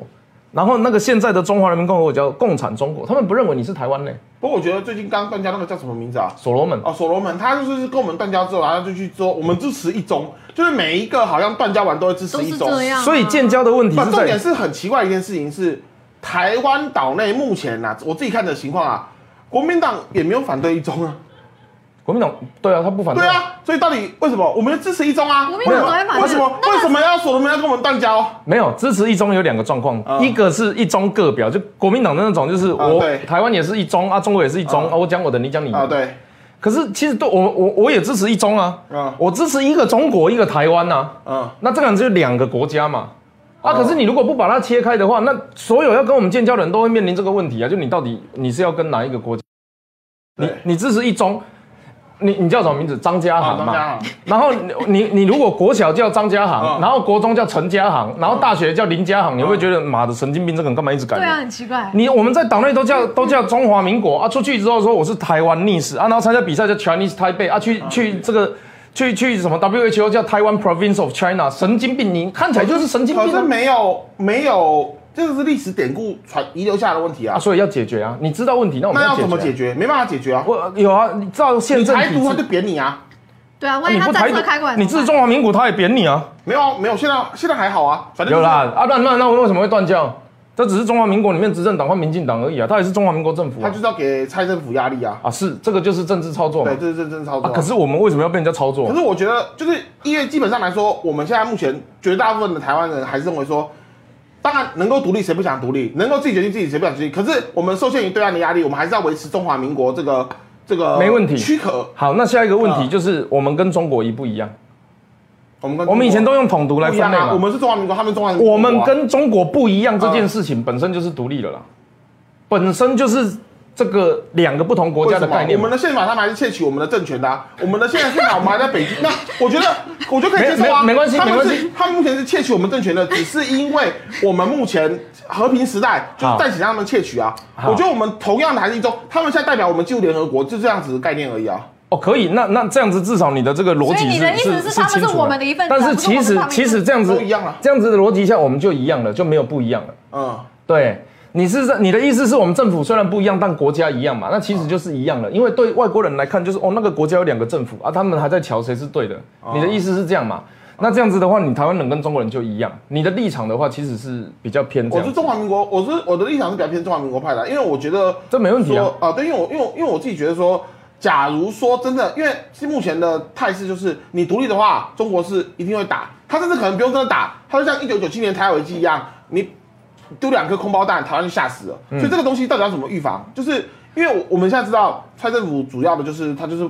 Speaker 3: 然后那个现在的中华人民共和国叫共产中国，他们不认为你是台湾呢。
Speaker 1: 不过我觉得最近刚断交那个叫什么名字啊？
Speaker 3: 所罗门，
Speaker 1: 哦，所罗门他就是跟我们断交之后，然后就去说我们支持一中，就是每一个好像断交完都会支持
Speaker 2: 都
Speaker 1: 一
Speaker 2: 是
Speaker 1: 中，
Speaker 2: 这样、啊。
Speaker 3: 所以建交的问题
Speaker 1: 不，
Speaker 3: 是
Speaker 1: 重点
Speaker 3: 在
Speaker 1: 是很奇怪的一件事情是，台湾岛内目前呐、啊，我自己看的情况啊，国民党也没有反对一中啊，
Speaker 3: 国民党对啊，他不反
Speaker 1: 对啊，所以到底为什么我们支持一中啊？
Speaker 2: 国民党怎么会反对
Speaker 1: 为什么为什么要所罗门要跟我们断交？
Speaker 3: 没有支持一中有两个状况，
Speaker 1: 嗯
Speaker 3: 一个是一中各表，就国民党的那种，就是我、
Speaker 1: 啊对
Speaker 3: 台湾也是一中啊，中国也是一中、
Speaker 1: 嗯
Speaker 3: 啊，我讲我的，你讲你的。
Speaker 1: 啊，对，
Speaker 3: 可是其实对我我我也支持一中啊，
Speaker 1: 嗯
Speaker 3: 我支持一个中国一个台湾呐、啊，
Speaker 1: 嗯，
Speaker 3: 那这个人就两个国家嘛。啊，
Speaker 1: 哦
Speaker 3: 可是你如果不把它切开的话，那所有要跟我们建交的人都会面临这个问题啊，就你到底你是要跟哪一个国家？你
Speaker 1: 对，
Speaker 3: 你支持一中，你你叫什么名字？张家
Speaker 1: 啊，
Speaker 3: 航
Speaker 1: 张
Speaker 3: 嘛。
Speaker 1: 家好，
Speaker 3: 然后你你你如果国小叫张家航，
Speaker 1: 嗯
Speaker 3: 然后国中叫陈家航，然后大学叫林家航，你会不会觉得妈的神经病，这个人干嘛一直改
Speaker 2: 对
Speaker 3: 名？
Speaker 2: 啊，很奇怪。
Speaker 3: 你我们在岛内都叫都叫中华民国啊，出去之后说我是台湾 Nice 啊，然后参加比赛叫 Chinese Taipei 啊，
Speaker 1: 嗯
Speaker 3: 去去这个去去什么 WHO 叫 Taiwan Province of China，神经病，你看起来就是神经
Speaker 1: 可
Speaker 3: 病
Speaker 1: 是
Speaker 3: 啊
Speaker 1: 没有没有，这个是历史典故传遗留下来的问题
Speaker 3: 啊，
Speaker 1: 啊，
Speaker 3: 所以要解决啊，你知道问题，那我们
Speaker 1: 那
Speaker 3: 要
Speaker 1: 要怎么
Speaker 3: 解
Speaker 1: 解
Speaker 3: 决啊？
Speaker 1: 决？没办法解决啊，
Speaker 3: 我有啊，你照
Speaker 1: 你
Speaker 3: 宪政
Speaker 1: 台
Speaker 3: 体
Speaker 1: 独他就
Speaker 3: 制，
Speaker 1: 扁你啊。
Speaker 2: 对啊，
Speaker 3: 啊
Speaker 2: 万一
Speaker 3: 你
Speaker 2: 他
Speaker 3: 不
Speaker 2: 战
Speaker 3: 台
Speaker 2: 车开过来
Speaker 3: 独，
Speaker 2: 怎么办，
Speaker 3: 你支持中华民国，他也扁你啊。
Speaker 1: 没有啊，没有，现在现在还好啊，反正
Speaker 3: 有
Speaker 1: 就是
Speaker 3: 啦，啊那那那为什么会断交？这只是中华民国里面执政党换民进党而已啊，他也是中华民国政府
Speaker 1: 他
Speaker 3: 啊
Speaker 1: 就是要给蔡政府压力啊，
Speaker 3: 啊是这个就是政治操作嘛
Speaker 1: 对，。这是真正操作
Speaker 3: 啊
Speaker 1: 啊、
Speaker 3: 可是我们为什么要被人家操作啊
Speaker 1: 可？是我觉得，就是因为基本上来说，我们现在目前绝大部分的台湾人还是认为说，当然能够独立谁不想独立，能够自己决定自己谁不想决定。可是我们受限于对岸的压力，我们还是要维持中华民国这个这个
Speaker 3: 没问题
Speaker 1: 躯壳。
Speaker 3: 好，那下一个问题
Speaker 1: 啊
Speaker 3: 就是我们跟中国一不一样？
Speaker 1: 我们跟
Speaker 3: 我们以前都用统独
Speaker 1: 不
Speaker 3: 来
Speaker 1: 一
Speaker 3: 分
Speaker 1: 样
Speaker 3: 类
Speaker 1: 啊，我
Speaker 3: 嘛。
Speaker 1: 们是中华民国，他们中华民国啊、啊
Speaker 3: 我们跟中国不一样这件事情本身就是独立了啦，本身就是这个两个不同国
Speaker 1: 为
Speaker 3: 家
Speaker 1: 什
Speaker 3: 的
Speaker 1: 么啊
Speaker 3: 概
Speaker 1: 我
Speaker 3: 念嘛
Speaker 1: 们。的宪法他们还是窃取我们的政权的、啊，我们的现在宪法我们还在北京。那我觉得，我觉得可以接受啊，
Speaker 3: 没没没关系
Speaker 1: 他们
Speaker 3: 没关
Speaker 1: 是他们目前是窃取我们政权的，只是因为我们目前和平时代就是
Speaker 3: 好
Speaker 1: 暂且让他们窃取啊。
Speaker 3: 好
Speaker 1: 我觉得我们同样的还是一中，他们现在代表我们进入联合国，就这样子的概念而已啊。
Speaker 3: 哦，可以，那那这样子至少你的这个逻
Speaker 2: 所
Speaker 3: 辑
Speaker 2: 以你的
Speaker 3: 是
Speaker 2: 意思是
Speaker 3: 是
Speaker 2: 他们
Speaker 3: 清
Speaker 2: 是
Speaker 3: 楚
Speaker 2: 我们的一份子
Speaker 3: 但
Speaker 2: 啊
Speaker 3: 是
Speaker 2: 不是我们
Speaker 3: 其
Speaker 2: 是
Speaker 3: 实
Speaker 2: 他们一
Speaker 3: 其
Speaker 2: 份
Speaker 3: 实这样子
Speaker 1: 都一样啊
Speaker 3: 这样子的逻辑下我们就一样了，就没有不一样了。
Speaker 1: 嗯，
Speaker 3: 对，你是在你的意思是我们政府虽然不一样，但国家一样嘛？那其实就是一样的，因为对外国人来看，就是哦，那个国家有两个政府啊，他们还在瞧谁是对的。你的意思是这样嘛？那这样子的话，你台湾人跟中国人就一样，你的立场的话其实是比较偏这
Speaker 1: 我
Speaker 3: 样
Speaker 1: 是。中华民国，我是我的立场是比较偏中华民国派的，啊因为我觉得
Speaker 3: 这没问题啊
Speaker 1: 说啊、对，因为我因为我因为我自己觉得说，假如说真的，因为目前的态势就是你独立的话，中国是一定会打，他甚至可能不用真的打，他就像一九九七年台海危机一样，你丢两颗空包弹，台湾就吓死了。
Speaker 3: 嗯
Speaker 1: 所以这个东西到底要怎么预防？就是因为我我们现在知道蔡政府主要的就是他就是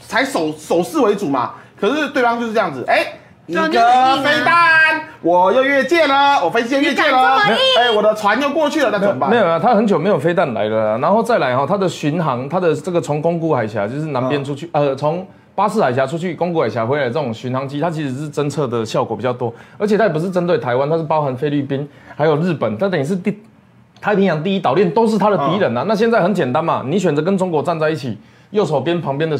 Speaker 1: 才守守势为主嘛，可是对方就是这样子，哎、一
Speaker 2: 就
Speaker 1: 个
Speaker 2: 你很硬啊
Speaker 1: 飞弹，我又越界了，我飞机又越界了，
Speaker 2: 你敢这么
Speaker 1: 哎，我的船又过去了，那怎么办？
Speaker 3: 没有啊，他很久没有飞弹来了啦，然后再来哈、它的巡航，它的这个从宫古海峡就是南边出去，呃，从巴士海峡出去，宫古海峡回来这种巡航机，它其实是侦测的效果比较多，而且它也不是针对台湾，它是包含菲律宾还有日本，它等于是第太平洋第一岛链都是它的敌人啊。那现在很简单嘛，你选择跟中国站在一起。右手边旁边的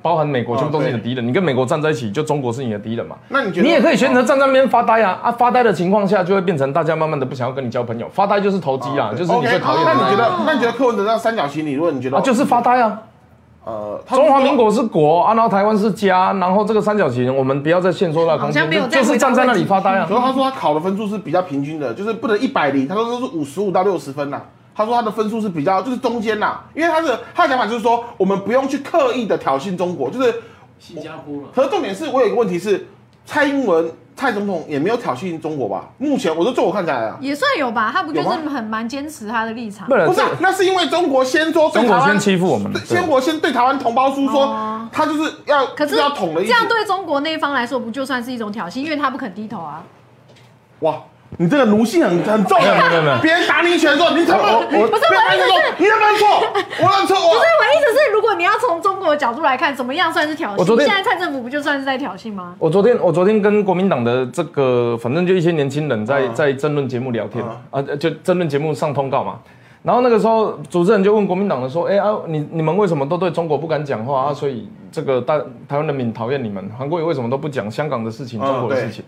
Speaker 3: 包含美国，全部都是你的敌人。你跟美国站在一起，就中国是你的敌人嘛？
Speaker 1: 那你觉得
Speaker 3: 你也可以选择站在那边发呆啊啊！发呆的情况下，就会变成大家慢慢的不想要跟你交朋友。发呆就是投机啦，就是你
Speaker 1: 哦 OK，
Speaker 3: 最讨厌的
Speaker 1: 那
Speaker 3: 一个
Speaker 1: 你觉
Speaker 3: 人。
Speaker 1: 得，那你觉得柯文哲那三角形理论，你觉得
Speaker 3: 啊，就是发呆啊！
Speaker 1: 呃，他们
Speaker 3: 中华民
Speaker 1: 说
Speaker 3: 国是国啊，然后台湾是家，然后这个三角形，我们不要再限缩到空
Speaker 2: 好像
Speaker 3: 间
Speaker 2: 没有，
Speaker 3: 就
Speaker 2: 在
Speaker 3: 是
Speaker 2: 回答
Speaker 3: 站在那
Speaker 2: 问
Speaker 3: 里
Speaker 2: 题
Speaker 3: 发呆啊
Speaker 1: 可。是他说他考的分数是比较平均的，就是不能一百零，他说都是五十五到六十分呐、他说他的分数是比较就是中间呐、因为他的他的想法就是说，我们不用去刻意的挑衅中国，就是。
Speaker 4: 新加坡了，
Speaker 1: 可是重点是我有一个问题是，蔡英文蔡总统也没有挑衅中国吧？目前我就就我看起来啊，
Speaker 2: 也算有吧，他不就是
Speaker 1: 有吗
Speaker 2: 很蛮坚持他的立场
Speaker 3: 不？是
Speaker 1: 不是啊、
Speaker 3: 这
Speaker 1: 那是因为中国先说对
Speaker 3: 呃中
Speaker 1: 台
Speaker 3: 国
Speaker 1: 湾
Speaker 3: 先欺负我们
Speaker 1: 对，
Speaker 3: 对
Speaker 1: 先国先对台湾同胞书说，
Speaker 2: 哦
Speaker 1: 他就是要
Speaker 2: 可是
Speaker 1: 要捅了一
Speaker 2: 这样
Speaker 1: 刀
Speaker 2: 对中国那一方来说，不就算是一种挑衅？因为他不肯低头啊。
Speaker 1: 哇，你这个奴性很很重啊！
Speaker 3: 没有没有没有
Speaker 1: 别人打你一拳说你他妈，
Speaker 3: 我我
Speaker 2: 不是
Speaker 1: 别人
Speaker 2: 我的意思
Speaker 1: 说你有没有错？我认错，
Speaker 2: 不是
Speaker 1: 我
Speaker 2: 我的意思是，如果你要从中国的角度来看，怎么样算是挑
Speaker 3: 我昨
Speaker 2: 衅？
Speaker 3: 天
Speaker 2: 现在蔡政府不就算是在挑衅吗？
Speaker 3: 我昨天我昨天跟国民党的这个，反正就一些年轻人在、
Speaker 1: 嗯
Speaker 3: 在争论节目聊天、啊，就争论节目上通告嘛。然后那个时候主持人就问国民党的说：“哎啊，你你们为什么都对中国不敢讲话啊？所以这个大台湾人民讨厌你们，韩国瑜为什么都不讲香港的事情、
Speaker 1: 嗯
Speaker 3: 中国的事情？”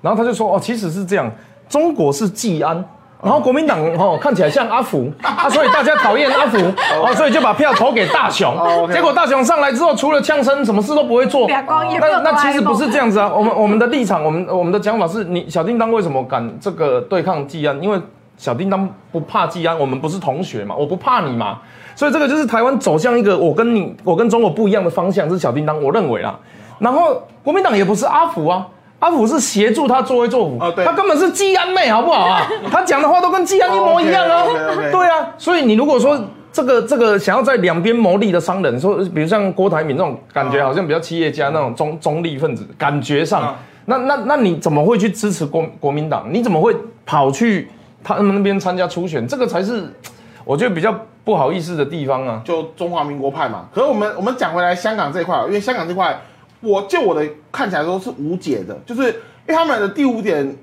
Speaker 3: 然后他就说：“哦，其实是这样，中国是季安。”然后国民党哦看起来像阿福啊，所以大家讨厌阿福哦，所以就把票投给大雄
Speaker 1: 哦。，OK
Speaker 3: 结果大雄上来之后，除了呛声，什么事都不会做。
Speaker 2: 两光也没有哆
Speaker 3: 那哦那
Speaker 2: 啦
Speaker 3: 其
Speaker 2: A
Speaker 3: 实
Speaker 2: 梦
Speaker 3: 不是这样子啊，我们我们的立场，我们我们的讲法是你小叮当为什么敢这个对抗季安？因为小叮当不怕季安，我们不是同学嘛，我不怕你嘛，所以这个就是台湾走向一个我跟你我跟中国不一样的方向，是小叮当，我认为啦。然后国民党也不是阿福啊。阿福是协助他作威作福，
Speaker 1: 啊对
Speaker 3: 他根本是季安妹，好不好啊？他讲的话都跟季安一模一样啊，
Speaker 1: 哦，OK，OK，OK
Speaker 3: 对啊。所以你如果说这个这个想要在两边谋利的商人，说比如像郭台铭这种感觉，好像比较企业家那种中中立分子，感觉上，那那那你怎么会去支持国国民党？你怎么会跑去他们那边参加初选？这个才是我觉得比较不好意思的地方啊。
Speaker 1: 就中华民国派嘛。可是我们我们讲回来香港这一块，因为香港这块，我就我的看起来说是无解的，就是因为他们的第五点，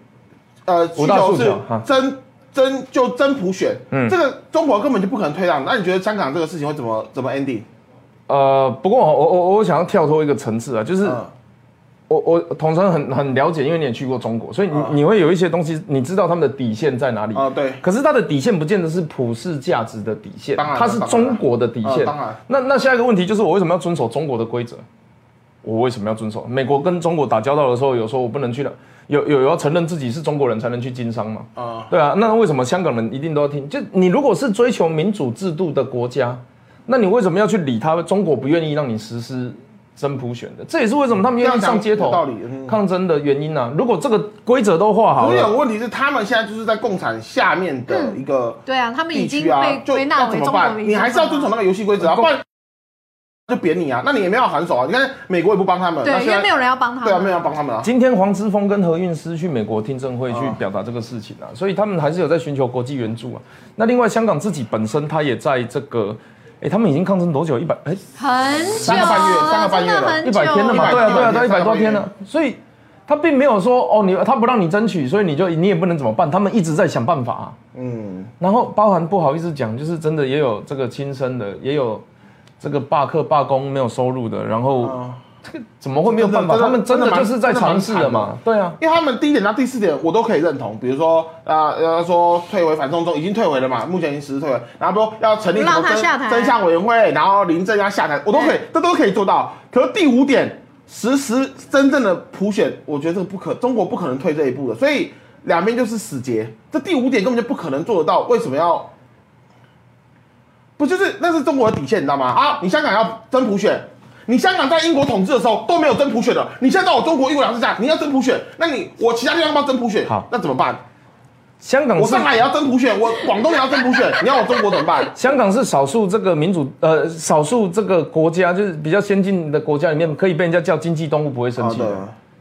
Speaker 1: 呃，需
Speaker 3: 五大
Speaker 1: 求
Speaker 3: 诉求
Speaker 1: 是
Speaker 3: 哈
Speaker 1: 真真就真普选，
Speaker 3: 嗯
Speaker 1: 这个中国根本就不可能推让。那你觉得香港这个事情会怎么怎么 ending？
Speaker 3: 呃，不过我我我想要跳脱一个层次啊，就是。
Speaker 1: 嗯
Speaker 3: 我我统称很很了解，因为你也去过中国，所以你、
Speaker 1: 嗯
Speaker 3: 你会有一些东西，你知道他们的底线在哪里。
Speaker 1: 啊，对，
Speaker 3: 可是它的底线不见得是普世价值的底线，
Speaker 1: 当然了
Speaker 3: 它是中国的底线。
Speaker 1: 当然了
Speaker 3: 那那下一个问题就是，我为什么要遵守中国的规则？我为什么要遵守？美国跟中国打交道的时候，有时候我不能去了，有有有要承认自己是中国人才能去经商嘛？
Speaker 1: 啊，
Speaker 3: 对啊，那为什么香港人一定都要听？就你如果是追求民主制度的国家，那你为什么要去理他？中国不愿意让你实施真普选的，这也是为什么他们愿意上街
Speaker 1: 这样
Speaker 3: 头
Speaker 1: 讲有道理嗯啊
Speaker 3: 抗争的原因啊。如果这个规则都画好
Speaker 1: 可是有
Speaker 3: 了，
Speaker 1: 个问题是，他们现在就是在共产下面的一个
Speaker 2: 对啊，他们已
Speaker 1: 地
Speaker 2: 经
Speaker 1: 区啊
Speaker 2: 被，
Speaker 1: 就
Speaker 2: 归纳
Speaker 1: 那
Speaker 2: 为
Speaker 1: 怎
Speaker 2: 中
Speaker 1: 么
Speaker 2: 国的一
Speaker 1: 办？
Speaker 2: 部分啊
Speaker 1: 你还是要遵守那个游戏规则啊，不然就扁你啊。那你也没有还手啊。你看美国也不帮他们，那现
Speaker 2: 对，因
Speaker 1: 在
Speaker 2: 为没有人要帮他。
Speaker 1: 对啊，没有人帮他们啊。
Speaker 3: 今天黄之锋跟何韵诗去美国听证会去
Speaker 1: 啊
Speaker 3: 表达这个事情啊，所以他们还是有在寻求国际援助啊。那另外香港自己本身，他也在这个，哎，他们已经抗争多久？一百哎
Speaker 2: 很久了，啊
Speaker 1: 三个半月三个半月
Speaker 2: 真的
Speaker 1: 了
Speaker 2: 很
Speaker 3: 一
Speaker 2: 久
Speaker 3: 百天了嘛？
Speaker 1: 100
Speaker 3: 对啊，对啊，
Speaker 1: 天
Speaker 3: 对，一百多天
Speaker 1: 差
Speaker 3: 了。所以他并没有说哦，你他不让你争取，所以你就你也不能怎么办。他们一直在想办法、啊。
Speaker 1: 嗯，
Speaker 3: 然后包含不好意思讲，就是真的也有这个亲生的，也有这个罢课罢工没有收入的，然后、
Speaker 1: 嗯
Speaker 3: 这个怎么会没有办法？
Speaker 1: 真的
Speaker 3: 他们真的
Speaker 1: 真的
Speaker 3: 就是在
Speaker 1: 真的蛮
Speaker 3: 尝试的嘛，对啊，
Speaker 1: 因为他们第一点到第四点我都可以认同，比如说啊，呃要说退回反送中已经退回了嘛，目前已经实施退回，然后说要成立什么
Speaker 2: 让他
Speaker 1: 真
Speaker 2: 下台
Speaker 1: 真相委员会，然后林正要下台，我都可以
Speaker 2: 对，
Speaker 1: 这都可以做到。可是第五点，实施真正的普选，我觉得这个不可，中国不可能退这一步的，所以两边就是死结。这第五点根本就不可能做得到，为什么要？不就是那是中国的底线，你知道吗？啊，你香港要真普选，你香港在英国统治的时候都没有真普选的，你现在到我中国一国两制下，你要真普选，那你我其他地方要不要真普选？
Speaker 3: 好
Speaker 1: 那怎么办？
Speaker 3: 香港
Speaker 1: 我
Speaker 3: 是
Speaker 1: 上海也要真普选，我广东也要真普选，你要我中国怎么办？
Speaker 3: 香港是少数这个民主呃少数这个国家，就是比较先进的国家里面可以被人家叫经济动物不会生气的。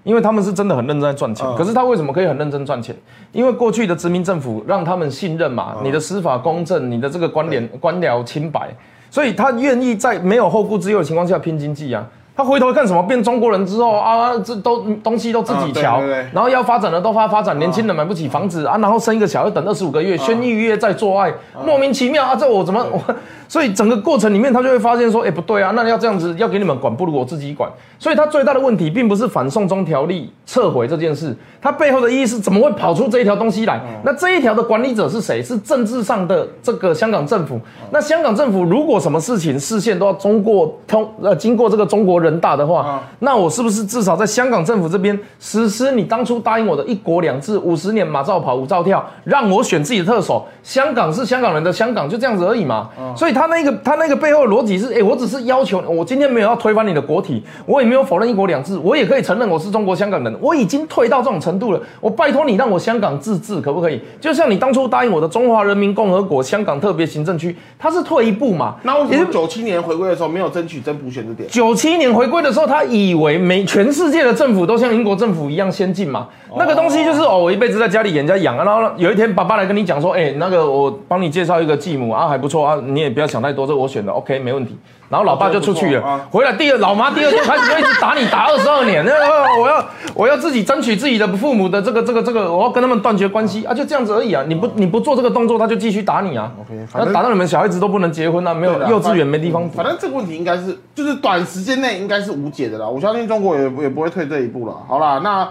Speaker 3: 因为他们是真的很认真在赚钱，
Speaker 1: 嗯
Speaker 3: 可是他为什么可以很认真赚钱？因为过去的殖民政府让他们信任嘛，
Speaker 1: 嗯
Speaker 3: 你的司法公正，你的这个官僚官僚清白，所以他愿意在没有后顾之忧的情况下拼经济啊。他回头看什么？变中国人之后啊，这都东西都自己
Speaker 1: 嗯对
Speaker 3: 瞧，
Speaker 1: 对对
Speaker 3: 然后要发展的都发发展，年轻人买不起房子啊，然后生一个小孩等二十五个月，先预约再做爱，莫名其妙啊，这我怎么我？ 所以整个过程里面，他就会发现说，哎、不对啊，那要这样子，要给你们管，不如我自己管。所以他最大的问题，并不是反送中条例撤回这件事，他背后的意义是怎么会跑出这一条东西来？那这一条的管理者是谁？是政治上的这个香港政府。那香港政府如果什么事情视线都要通过通呃经过这个中国人大的话，那我是不是至少在香港政府这边实施你当初答应我的一国两制五十年马照跑五照跳，让我选自己的特首？香港是香港人的香港，就这样子而已嘛。所以他那个他那个背后的逻辑是，哎、我只是要求我今天没有要推翻你的国体，我也没有否认一国两制，我也可以承认我是中国香港人，我已经退到这种程度了。我拜托你让我香港自治，可不可以？就像你当初答应我的中华人民共和国香港特别行政区，它是退一步嘛？
Speaker 1: 那为
Speaker 3: 也
Speaker 1: 什
Speaker 3: 就
Speaker 1: 么九七年回归的时候没有争取真普选这点？
Speaker 3: 九七年回归的时候，他以为每全世界的政府都像英国政府一样先进嘛？那个东西就是哦，我一辈子在家里给人家养啊，然后有一天爸爸来跟你讲说，哎、那个我帮你介绍一个继母啊，还不错啊，你也不要想太多，这我选的，OK，没问题。然后老爸就出去
Speaker 1: 哦这个不
Speaker 3: 了
Speaker 1: 错啊，
Speaker 3: 回来第二老妈第二天开始就一直打你，打二十二年，那 个我要我要自己争取自己的父母的这个这个这个，我要跟他们断绝关系啊，就这样子而已啊，你不你不做这个动作，他就继续打你啊
Speaker 1: OK，，反
Speaker 3: 那
Speaker 1: 正
Speaker 3: 打到你们小孩子都不能结婚啊，没有
Speaker 1: 对啦
Speaker 3: 幼稚园没地方补
Speaker 1: 反。正这个问题应该是，就是短时间内应该是无解的啦。我相信中国也也不会退这一步了。好啦，那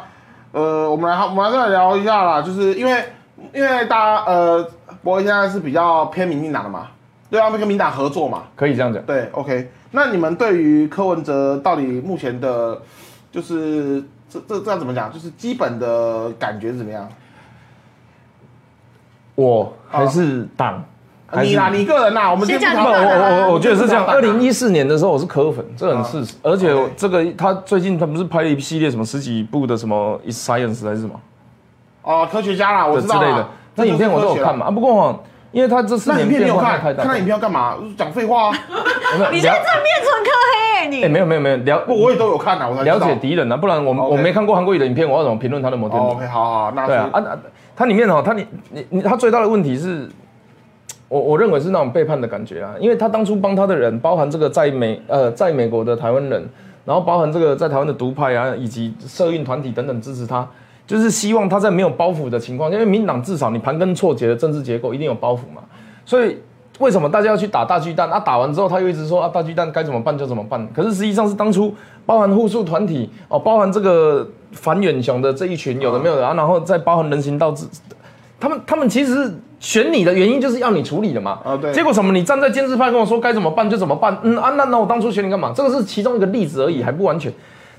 Speaker 1: 呃，我们来我们来再聊一下啦，就是因为因为大家呃，博文现在是比较偏民进党的嘛，对啊，跟民党合作嘛，
Speaker 3: 可以这样讲，
Speaker 1: 对，OK。那你们对于柯文哲到底目前的，就是这这这要怎么讲，就是基本的感觉是怎么样？
Speaker 3: 我
Speaker 1: 哦
Speaker 3: 还是党，还是
Speaker 1: 你啦，你个人啦，哎我们
Speaker 2: 先
Speaker 1: 今天
Speaker 2: 讲
Speaker 1: 不
Speaker 3: 我
Speaker 1: 讨
Speaker 2: 你
Speaker 1: 论
Speaker 2: 个人
Speaker 1: 啦
Speaker 3: 我我我觉得是这样。二零
Speaker 1: 一
Speaker 3: 一四年的时候，我是科粉，这很事实。而且我
Speaker 1: 啊 OK
Speaker 3: 这个他最近他不是拍了一系列什么十几部的什么 Is Science 还是什么
Speaker 1: 哦，科学家啦，我
Speaker 3: 这
Speaker 1: 知
Speaker 3: 之
Speaker 1: 道啦
Speaker 3: 类的，那
Speaker 1: 这就是
Speaker 3: 影片我都
Speaker 1: 科学
Speaker 3: 有
Speaker 1: 啦
Speaker 3: 看嘛。啊，不过哦，因为他这四
Speaker 1: 那
Speaker 3: 年
Speaker 1: 影片没
Speaker 3: 变
Speaker 1: 有
Speaker 3: 化
Speaker 1: 看，
Speaker 3: 太大
Speaker 1: 看，那影片要干嘛？讲废 话啊！
Speaker 3: 我没有
Speaker 2: 你在
Speaker 3: 了
Speaker 2: 正面纯科黑、欸、你。
Speaker 3: 哎，没有没有没有了
Speaker 1: 不，我也都有看啊，我才知道
Speaker 3: 了解敌人啊，不然我
Speaker 1: OK
Speaker 3: 我没看过韩国语的影片，我要怎么评论他的摩天
Speaker 1: 哦
Speaker 3: 轮？
Speaker 1: OK，好好，那
Speaker 3: 对啊，啊，啊它里面哦，它你你你，它最大的问题是，我我认为是那种背叛的感觉啊，因为他当初帮他的人，包含这个在美呃在美国的台湾人，然后包含这个在台湾的独派啊，以及社运团体等等支持他，就是希望他在没有包袱的情况下，因为民进党至少你盘根错节的政治结构一定有包袱嘛，所以。为什么大家要去打大巨蛋？啊，打完之后他又一直说啊，大巨蛋该怎么办就怎么办。可是实际上是当初包含互助团体哦，包含这个反远雄的这一群有的没有的啊，然后再包含人行道制他们他们其实是选你的原因就是要你处理的嘛。
Speaker 1: 啊对
Speaker 3: 结果什么？你站在监视派跟我说该怎么办就怎么办。嗯啊，那那我当初选你干嘛？这个是其中一个例子而已，还不完全。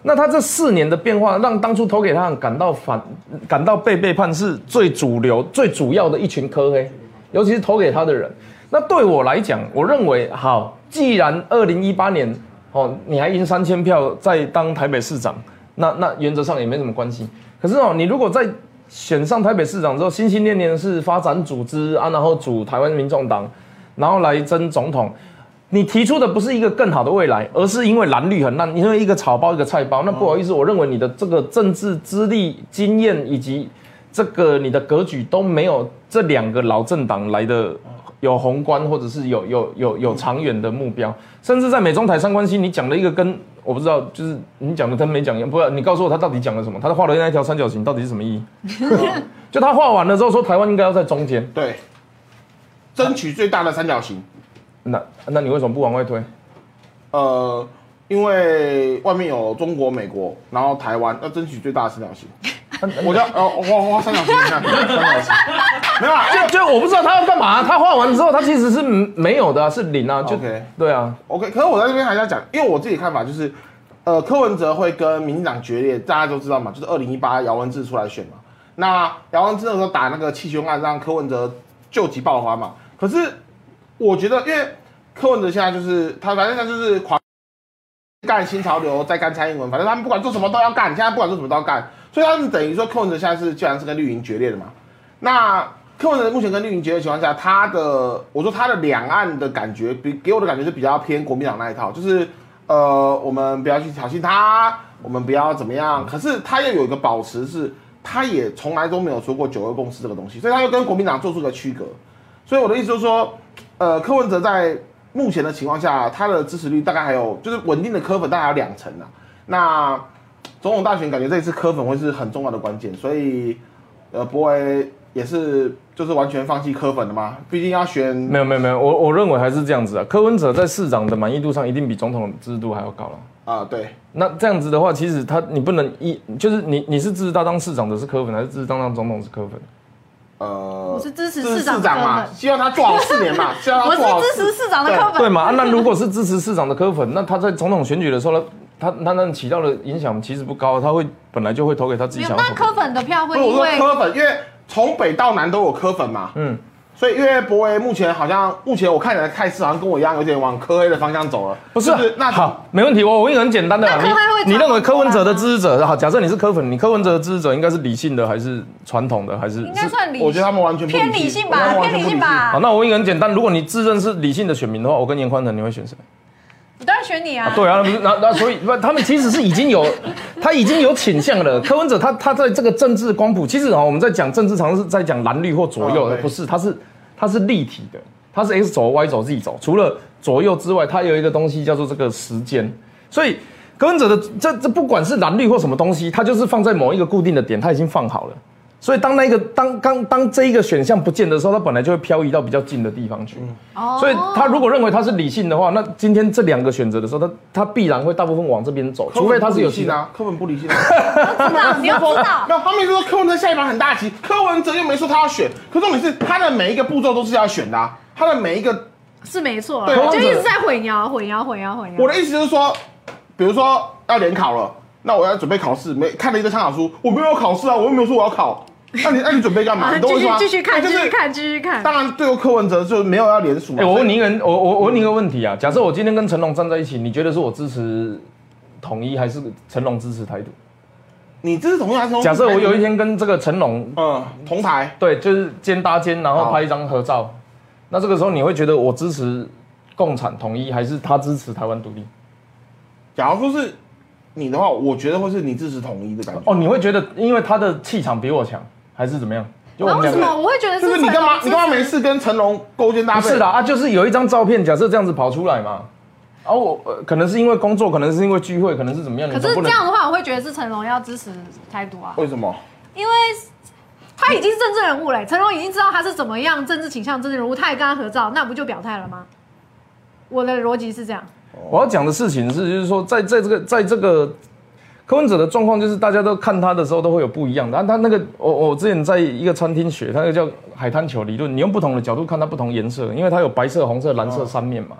Speaker 3: 那他这四年的变化，让当初投给他很感到反，感到被背叛，是最主流、最主要的一群科黑，尤其是投给他的人。那对我来讲，我认为好，既然二零一八年哦，你还赢三千票在当台北市长，那那原则上也没什么关系。可是哦，你如果在选上台北市长之后，心心念念的是发展组织啊，然后组台湾民众党，然后来争总统。你提出的不是一个更好的未来，而是因为蓝绿很烂，因为一个草包一个菜包。那不好意思，我认为你的这个政治资历、经验以及这个你的格局都没有这两个老政党来的有宏观，或者是有有有有长远的目标。甚至在美中台三关系，你讲了一个跟我不知道，就是你讲的跟没讲一样。不是，你告诉我他到底讲了什么？他画的那一条三角形到底是什么意义？就他画完了之后说台湾应该要在中间，
Speaker 1: 对，争取最大的三角形。
Speaker 3: 那那你为什么不往外推？
Speaker 1: 呃，因为外面有中国、美国，然后台湾要争取最大的三角 形。
Speaker 3: 啊
Speaker 1: 我叫呃花花三角形，你看三角 形，没有啊，
Speaker 3: 就就我不知道他要干嘛、他画完之后，他其实是没有的啊、是零啊，就
Speaker 1: OK
Speaker 3: 对啊，
Speaker 1: OK，可是我在这边还是要讲，因为我自己看法就是，呃，柯文哲会跟民进党决裂，大家都知道嘛，就是二零一八姚文智出来选嘛。那姚文智那时候打那个弃权案，让柯文哲救急爆发嘛。可是我觉得，因为柯文哲现在就是他，反正他就是狂干新潮流，再干蔡英文，反正他们不管做什么都要干，现在不管做什么都要干，所以他们等于说柯文哲现在是既然是跟绿营决裂的嘛。那柯文哲目前跟绿营结合的情况下，他的我说他的两岸的感觉，比给我的感觉是比较偏国民党那一套，就是呃，我们不要去挑衅他，我们不要怎么样。可是他又有一个保持是，他也从来都没有说过九二共识这个东西，所以他又跟国民党做出个区隔。所以我的意思就是说，呃，柯文哲在目前的情况下，他的支持率大概还有就是稳定的柯粉大概还有两成啊。那总统大选感觉这一次柯粉会是很重要的关键，所以呃，博威也是就是完全放弃柯粉了吗？毕竟要选
Speaker 3: 没有没有没有，我我认为还是这样子啊。柯文哲在市长的满意度上一定比总统制度还要高了。
Speaker 1: 啊、对，
Speaker 3: 那这样子的话，其实他你不能一就是你你是支持他当市长的是柯粉，还是支持他当总统是柯粉？
Speaker 1: 呃，
Speaker 2: 我是支持
Speaker 1: 这是
Speaker 2: 市长的
Speaker 1: 嘛
Speaker 2: 柯，粉
Speaker 1: 希望他做好四年嘛，希望
Speaker 2: 我
Speaker 1: 他
Speaker 2: 是
Speaker 1: 做好
Speaker 2: 支
Speaker 1: 四
Speaker 2: 持市长的课
Speaker 3: 对
Speaker 2: 本，
Speaker 3: 嘛？啊那如果是支持市长的柯粉，那他在总统选举的时候，他他他能起到的影响其实不高，他会本来就会投给他自
Speaker 2: 没
Speaker 3: 己
Speaker 2: 有
Speaker 3: 想要
Speaker 2: 那
Speaker 3: 投的。
Speaker 2: 柯粉的票
Speaker 1: 不
Speaker 2: 会
Speaker 1: 是
Speaker 2: 因
Speaker 1: 我
Speaker 2: 为
Speaker 1: 说柯粉，因为从北到南都有柯粉嘛，
Speaker 3: 嗯，
Speaker 1: 所以因为博威目前好像目前我看起来态势好像跟我一样，有点往柯黑的方向走了，
Speaker 3: 不是啊，
Speaker 1: 就是那
Speaker 3: 好，没问题。我我问一个很简单的啦，
Speaker 2: 那柯黑会
Speaker 3: 你你认为柯文哲的
Speaker 2: 传统吗
Speaker 3: 支持者，好，假设你是柯粉，你柯文哲的支持者应该是理性的还是传统的还是？
Speaker 2: 应该算理性，
Speaker 1: 我觉得他们完啊全不
Speaker 2: 偏
Speaker 1: 理
Speaker 2: 理
Speaker 1: 性
Speaker 2: 性吧，
Speaker 1: 我觉得他们完
Speaker 2: 偏
Speaker 1: 全不
Speaker 2: 理性
Speaker 3: 好，
Speaker 2: 吧。
Speaker 3: 那我问一个很简单，如果你自认是理性的选民的话，我跟严宽仁你会选谁？
Speaker 2: 我当然选你啊，
Speaker 3: 对啊，那不是那那所以不，他们其实是已经 有，他已经有倾向了。柯文哲他他在这个政治光谱，其实啊，我们在讲政治，常常是在讲蓝绿或左右，
Speaker 1: 哦
Speaker 3: 而
Speaker 1: 对
Speaker 3: 不是，它是它是立体的，它是 X 轴、Y 轴、Z 轴，除了左右之外，它有一个东西叫做这个时间，所以。柯文哲的这这不管是蓝绿或什么东西，它就是放在某一个固定的点，它已经放好了。所以当那个当当当这一个选项不见的时候，它本来就会漂移到比较近的地方
Speaker 1: 嗯
Speaker 3: 去。
Speaker 2: 哦
Speaker 3: 所以他如果认为他是理性的话，那今天这两个选择的时候，他他必然会大部分往这边走，
Speaker 1: 柯粉
Speaker 3: 除非他是有
Speaker 1: 不理
Speaker 3: 其
Speaker 1: 性
Speaker 3: 他。
Speaker 1: 啊，柯粉不理性啊。
Speaker 2: 知道你要知道
Speaker 1: 没。有，他们一直说柯文哲下一盘很大棋，柯文哲又没说他要选，可重点是他的每一个步骤都是要选的、啊，他的每一个，
Speaker 3: 嗯
Speaker 2: 是没错啦，
Speaker 1: 对
Speaker 2: 我就
Speaker 3: 王者
Speaker 2: 一直在混淆、混淆、混淆、混淆。
Speaker 1: 我的意思就是说，比如说要联考了，那我要准备考试，没看了一堆参考书，我没有考试啊，我又没有说我要考，那你那你准备干嘛？
Speaker 2: 啊，
Speaker 1: 你懂我
Speaker 2: 继
Speaker 1: 意思
Speaker 2: 续
Speaker 1: 吗？哎
Speaker 2: 继续看，
Speaker 1: 就
Speaker 2: 继
Speaker 1: 是
Speaker 2: 续。看，继续看。
Speaker 1: 当然，对于柯文哲就没有要联署嘛。
Speaker 3: 哎、我问
Speaker 1: 所以
Speaker 3: 你一个人，我我我问你一个问题啊，假设我今天跟成龙站在一起，你觉得是我支持统一还是成龙支持台独？
Speaker 1: 你这是同样还是同
Speaker 3: 假设我有一天跟这个成龙，
Speaker 1: 嗯同台，
Speaker 3: 对，就是肩搭肩，然后
Speaker 1: 好
Speaker 3: 拍一张合照，那这个时候你会觉得我支持共产统一，还是他支持台湾独立？
Speaker 1: 假如说是你的话，我觉得会是你支持统一的感觉。
Speaker 3: 哦，你会觉得因为他的气场比我强，还是怎么样？就
Speaker 2: 啊然后为什
Speaker 3: 个
Speaker 2: 么我会觉得
Speaker 1: 就是你
Speaker 2: 成
Speaker 1: 干嘛
Speaker 2: 龙？
Speaker 1: 你干嘛
Speaker 2: 支持
Speaker 1: 没事跟成龙勾肩搭
Speaker 3: 不
Speaker 1: 背？
Speaker 3: 是啦，啊，就是有一张照片，假设这样子跑出来嘛，啊，我、呃、可能是因为工作，可能是因为聚会，可能是怎么样，你
Speaker 2: 可
Speaker 3: 总
Speaker 2: 是
Speaker 3: 不
Speaker 2: 这
Speaker 3: 能
Speaker 2: 样的话，我会觉得是成龙要支持台独啊，
Speaker 1: 为什么？
Speaker 2: 因为他已经是政治人物嘞，成龙已经知道他是怎么样政治倾向、政治人物，他也跟他合照，那不就表态了吗？我的逻辑是这样，
Speaker 3: 我要讲的事情是，就是说，在在这个在这个柯文哲的状况，就是大家都看他的时候都会有不一样的。啊、他那个，我我之前在一个餐厅学，他那个叫海滩球理论，你用不同的角度看它不同颜色，因为它有白色、红色、蓝色三面嘛。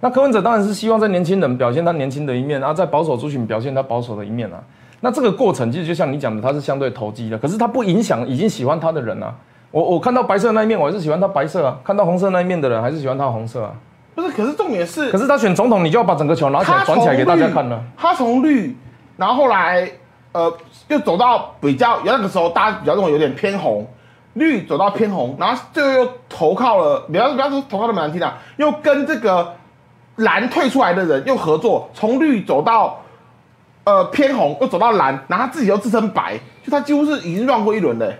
Speaker 3: 那柯文哲当然是希望在年轻人表现他年轻的一面，然啊后在保守族群表现他保守的一面啊。那这个过程其实就像你讲的，他是相对投机的，可是他不影响已经喜欢他的人啊。我我看到白色那一面，我还是喜欢他白色啊；看到红色那一面的人，还是喜欢他红色啊。
Speaker 1: 不是，可是重点是
Speaker 3: 可是他选总统，你就要把整个球拿起来
Speaker 1: 他
Speaker 3: 转起来给大家看了。
Speaker 1: 他从绿，然后后来呃又走到比较那个时候大家比较认为有点偏红，绿走到偏红，然后最后又投靠了，不要不要说投靠那么难听啦，又跟这个蓝退出来的人又合作，从绿走到。呃，偏红又走到蓝，然后他自己又自称白，就他几乎是已经乱过一轮了、欸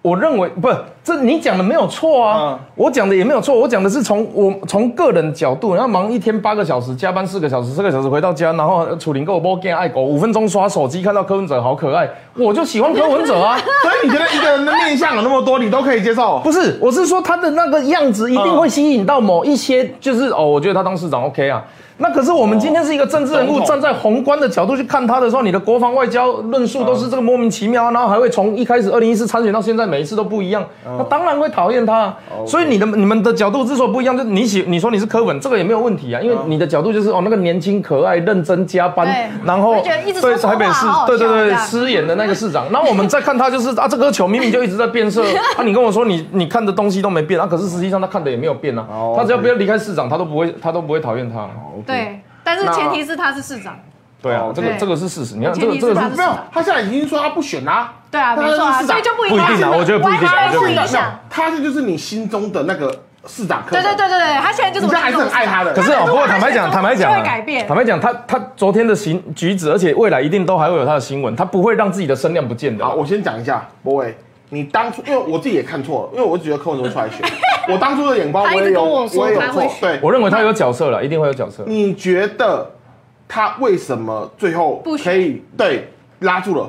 Speaker 3: 我认为不，这你讲的没有错啊，
Speaker 1: 嗯
Speaker 3: 我讲的也没有错，我讲的是从我从个人角度，然后忙一天八个小时，加班四个小时，四个小时回到家，然后楚林跟我播 game 爱狗，五分钟刷手机，看到柯文哲好可爱，我就喜欢柯文哲啊。
Speaker 1: 所以你觉得一个人的面相有那么多，你都可以接受？
Speaker 3: 不是，我是说他的那个样子一定会吸引到某一些，就是哦，我觉得他当市长 OK 啊。那可是我们今天是一个政治人
Speaker 1: 哦总
Speaker 3: 物，
Speaker 1: 统
Speaker 3: 站在宏观的角度去看他的时候，你的国防外交论述都是这个莫名其妙啊，然后还会从一开始二零一四参选到现在，每一次都不一样，
Speaker 1: 哦
Speaker 3: 那当然会讨厌他啊。所以你的你们的角度之所以不一样，就是你喜你说你是柯粉，这个也没有问题啊，因为你的角度就是哦那个年轻可爱、认真加班
Speaker 2: 对，
Speaker 3: 然后
Speaker 2: 会觉得一直说
Speaker 3: 对
Speaker 2: 谎话
Speaker 3: 台北市
Speaker 2: 好好
Speaker 3: 对对
Speaker 2: 笑这
Speaker 3: 对
Speaker 2: 样
Speaker 3: 失言的那个市长，那我们再看他就是啊这个球明明就一直在变 色啊，你跟我说你你看的东西都没变啊，可是实际上他看的也没有变啊
Speaker 1: 哦，
Speaker 3: 他只要不要离开市长，他都不会他都不会讨厌他。
Speaker 1: OK
Speaker 2: 对，但是前提是他是市长，
Speaker 3: 对啊
Speaker 1: 哦，
Speaker 3: 这个
Speaker 2: 对
Speaker 3: 这个是事实。你看这
Speaker 2: 前
Speaker 3: 个
Speaker 2: 提
Speaker 3: 这
Speaker 2: 是
Speaker 3: 个
Speaker 2: 他
Speaker 3: 是
Speaker 2: 是市
Speaker 1: 没有
Speaker 2: 长，，
Speaker 1: 他现在已经说他不选啦。
Speaker 2: 对啊，没错
Speaker 1: 他
Speaker 2: 啊，
Speaker 1: 是市长
Speaker 2: 所以就不
Speaker 3: 不一定啊，我觉得不一定啊，
Speaker 2: 完
Speaker 3: 我
Speaker 2: 全
Speaker 3: 觉得不
Speaker 2: 不
Speaker 3: 一
Speaker 2: 一
Speaker 3: 定
Speaker 2: 样
Speaker 3: 啊。
Speaker 2: 是啊
Speaker 1: 他是就是你心中的那个市长柯
Speaker 2: 对
Speaker 1: 粉。
Speaker 2: 对对对对，他现在就是
Speaker 1: 你现
Speaker 2: 我
Speaker 1: 在还
Speaker 2: 心
Speaker 1: 是
Speaker 2: 中
Speaker 1: 很爱他的。
Speaker 3: 可是哦，不过坦白讲，坦白讲
Speaker 2: 就
Speaker 3: 啊，
Speaker 2: 会改变
Speaker 3: 坦白讲，他他昨天的行举止，而且未来一定都还会有他的新闻，他不会让自己的声量不见的
Speaker 1: 好，。我先讲一下，博伟，你当初因为我自己也看错了，因为我只觉得柯文哲会出来选，我当初的眼光
Speaker 2: 他一
Speaker 1: 我
Speaker 2: 直
Speaker 1: 也有，
Speaker 2: 跟我说
Speaker 1: 也有
Speaker 2: 他会
Speaker 1: 错
Speaker 2: 选。
Speaker 1: 对，
Speaker 3: 我认为他有角色了，一定会有角色。
Speaker 1: 你觉得他为什么最后
Speaker 2: 不选
Speaker 1: 可以对拉住了，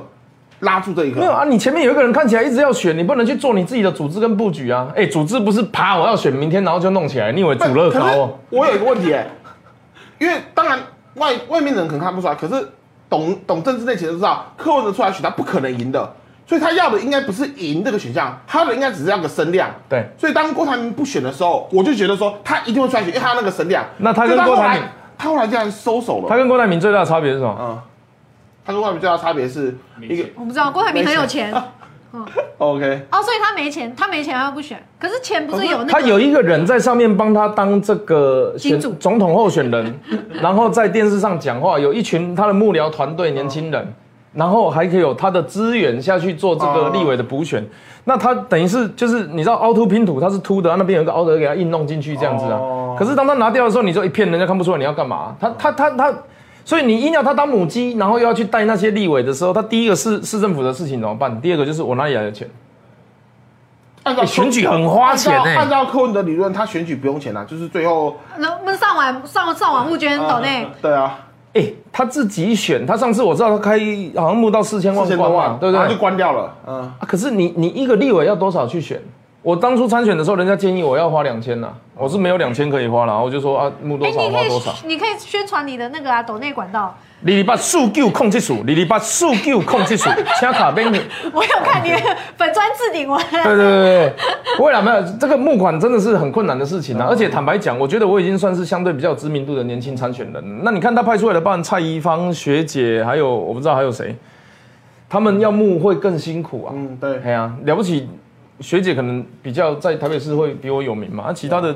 Speaker 1: 拉住这一刻？
Speaker 3: 没有啊，你前面有一个人看起来一直要选，你不能去做你自己的组织跟布局啊。哎，组织不是啪，我要选明天，然后就弄起来，你以为
Speaker 1: 不
Speaker 3: 煮乐高
Speaker 1: 可是
Speaker 3: 哦？
Speaker 1: 我有一个问题、欸，因为当然外外面的人可能看不出来，可是懂懂政治内情的都知道，柯文哲出来选他不可能赢的，所以他要的应该不是赢这个选项，他要的应该只是要个声量。
Speaker 3: 对，
Speaker 1: 所以当郭台铭不选的时候，我就觉得说他一定会出来选，因为他那个声量。
Speaker 3: 那他跟
Speaker 1: 就
Speaker 3: 郭
Speaker 1: 后
Speaker 3: 台
Speaker 1: 来
Speaker 3: 铭，
Speaker 1: 他后来竟然收手
Speaker 3: 他
Speaker 1: 了。
Speaker 3: 跟郭台铭最大的差别是
Speaker 2: 哦
Speaker 3: 什么？
Speaker 1: 嗯，他跟郭台铭最大的差别是一个
Speaker 2: 我不知道郭台铭很有钱
Speaker 1: OK，
Speaker 2: 哦，所以他没钱，他没钱他不选。可是钱不是有那个？
Speaker 3: 哦他有一个人在上面帮他当这个选
Speaker 2: 金主
Speaker 3: 总统候选 人，然后在电视上讲话，有一群他的幕僚团队年轻
Speaker 2: 哦
Speaker 3: 人，然后还可以有他的资源下去做这个
Speaker 1: 哦
Speaker 3: 立委的补选。那他等于是就是你知道凹凸拼图，他是凸的，他那边有一个凹的给他硬弄进去这样子啊
Speaker 1: 哦。
Speaker 3: 可是当他拿掉的时候，你就一片人家看不出来你要干嘛。他他他他，所以你硬要他当母鸡，然后又要去带那些立委的时候，他第一个是市政府的事情怎么办？第二个就是我哪里来的钱？
Speaker 1: 按照
Speaker 3: 欸选举很花钱欸
Speaker 1: 按照按照柯文哲理论，他选举不用钱啊，就是最后
Speaker 2: 能不能上网上上网物捐抖内？
Speaker 1: 对啊，
Speaker 3: 哎、他自己选，他上次我知道他开好像募到四千万
Speaker 1: 四千
Speaker 3: 观
Speaker 1: 多
Speaker 3: 嘛
Speaker 1: 万，，
Speaker 3: 对不
Speaker 1: 然后
Speaker 3: 对
Speaker 1: 就？关掉了。嗯。
Speaker 3: 啊可是你你一个立委要多少去选？我当初参选的时候，人家建议我要花两千呐，我是没有两千可以花了，我就说啊，募多
Speaker 2: 哎，
Speaker 3: 少
Speaker 2: 你可
Speaker 3: 花多
Speaker 2: 以
Speaker 3: 少。
Speaker 2: 你可以宣传你的那个啊抖内管道。
Speaker 3: 你礼拜数据控制署，你礼拜数据控制署，请卡边你。
Speaker 2: 我有看你的粉砖置顶文，
Speaker 3: 对对对对，未来没有这个募款真的是很困难的事情啊。而且坦白讲，我觉得我已经算是相对比较有知名度的年轻参选人了。那你看他派出来的，包含蔡依芳学姐，还有我不知道还有谁，他们要募会更辛苦啊。
Speaker 1: 嗯，对，
Speaker 3: 哎呀、了不起，学姐可能比较在台北市会比我有名嘛，啊，其他的。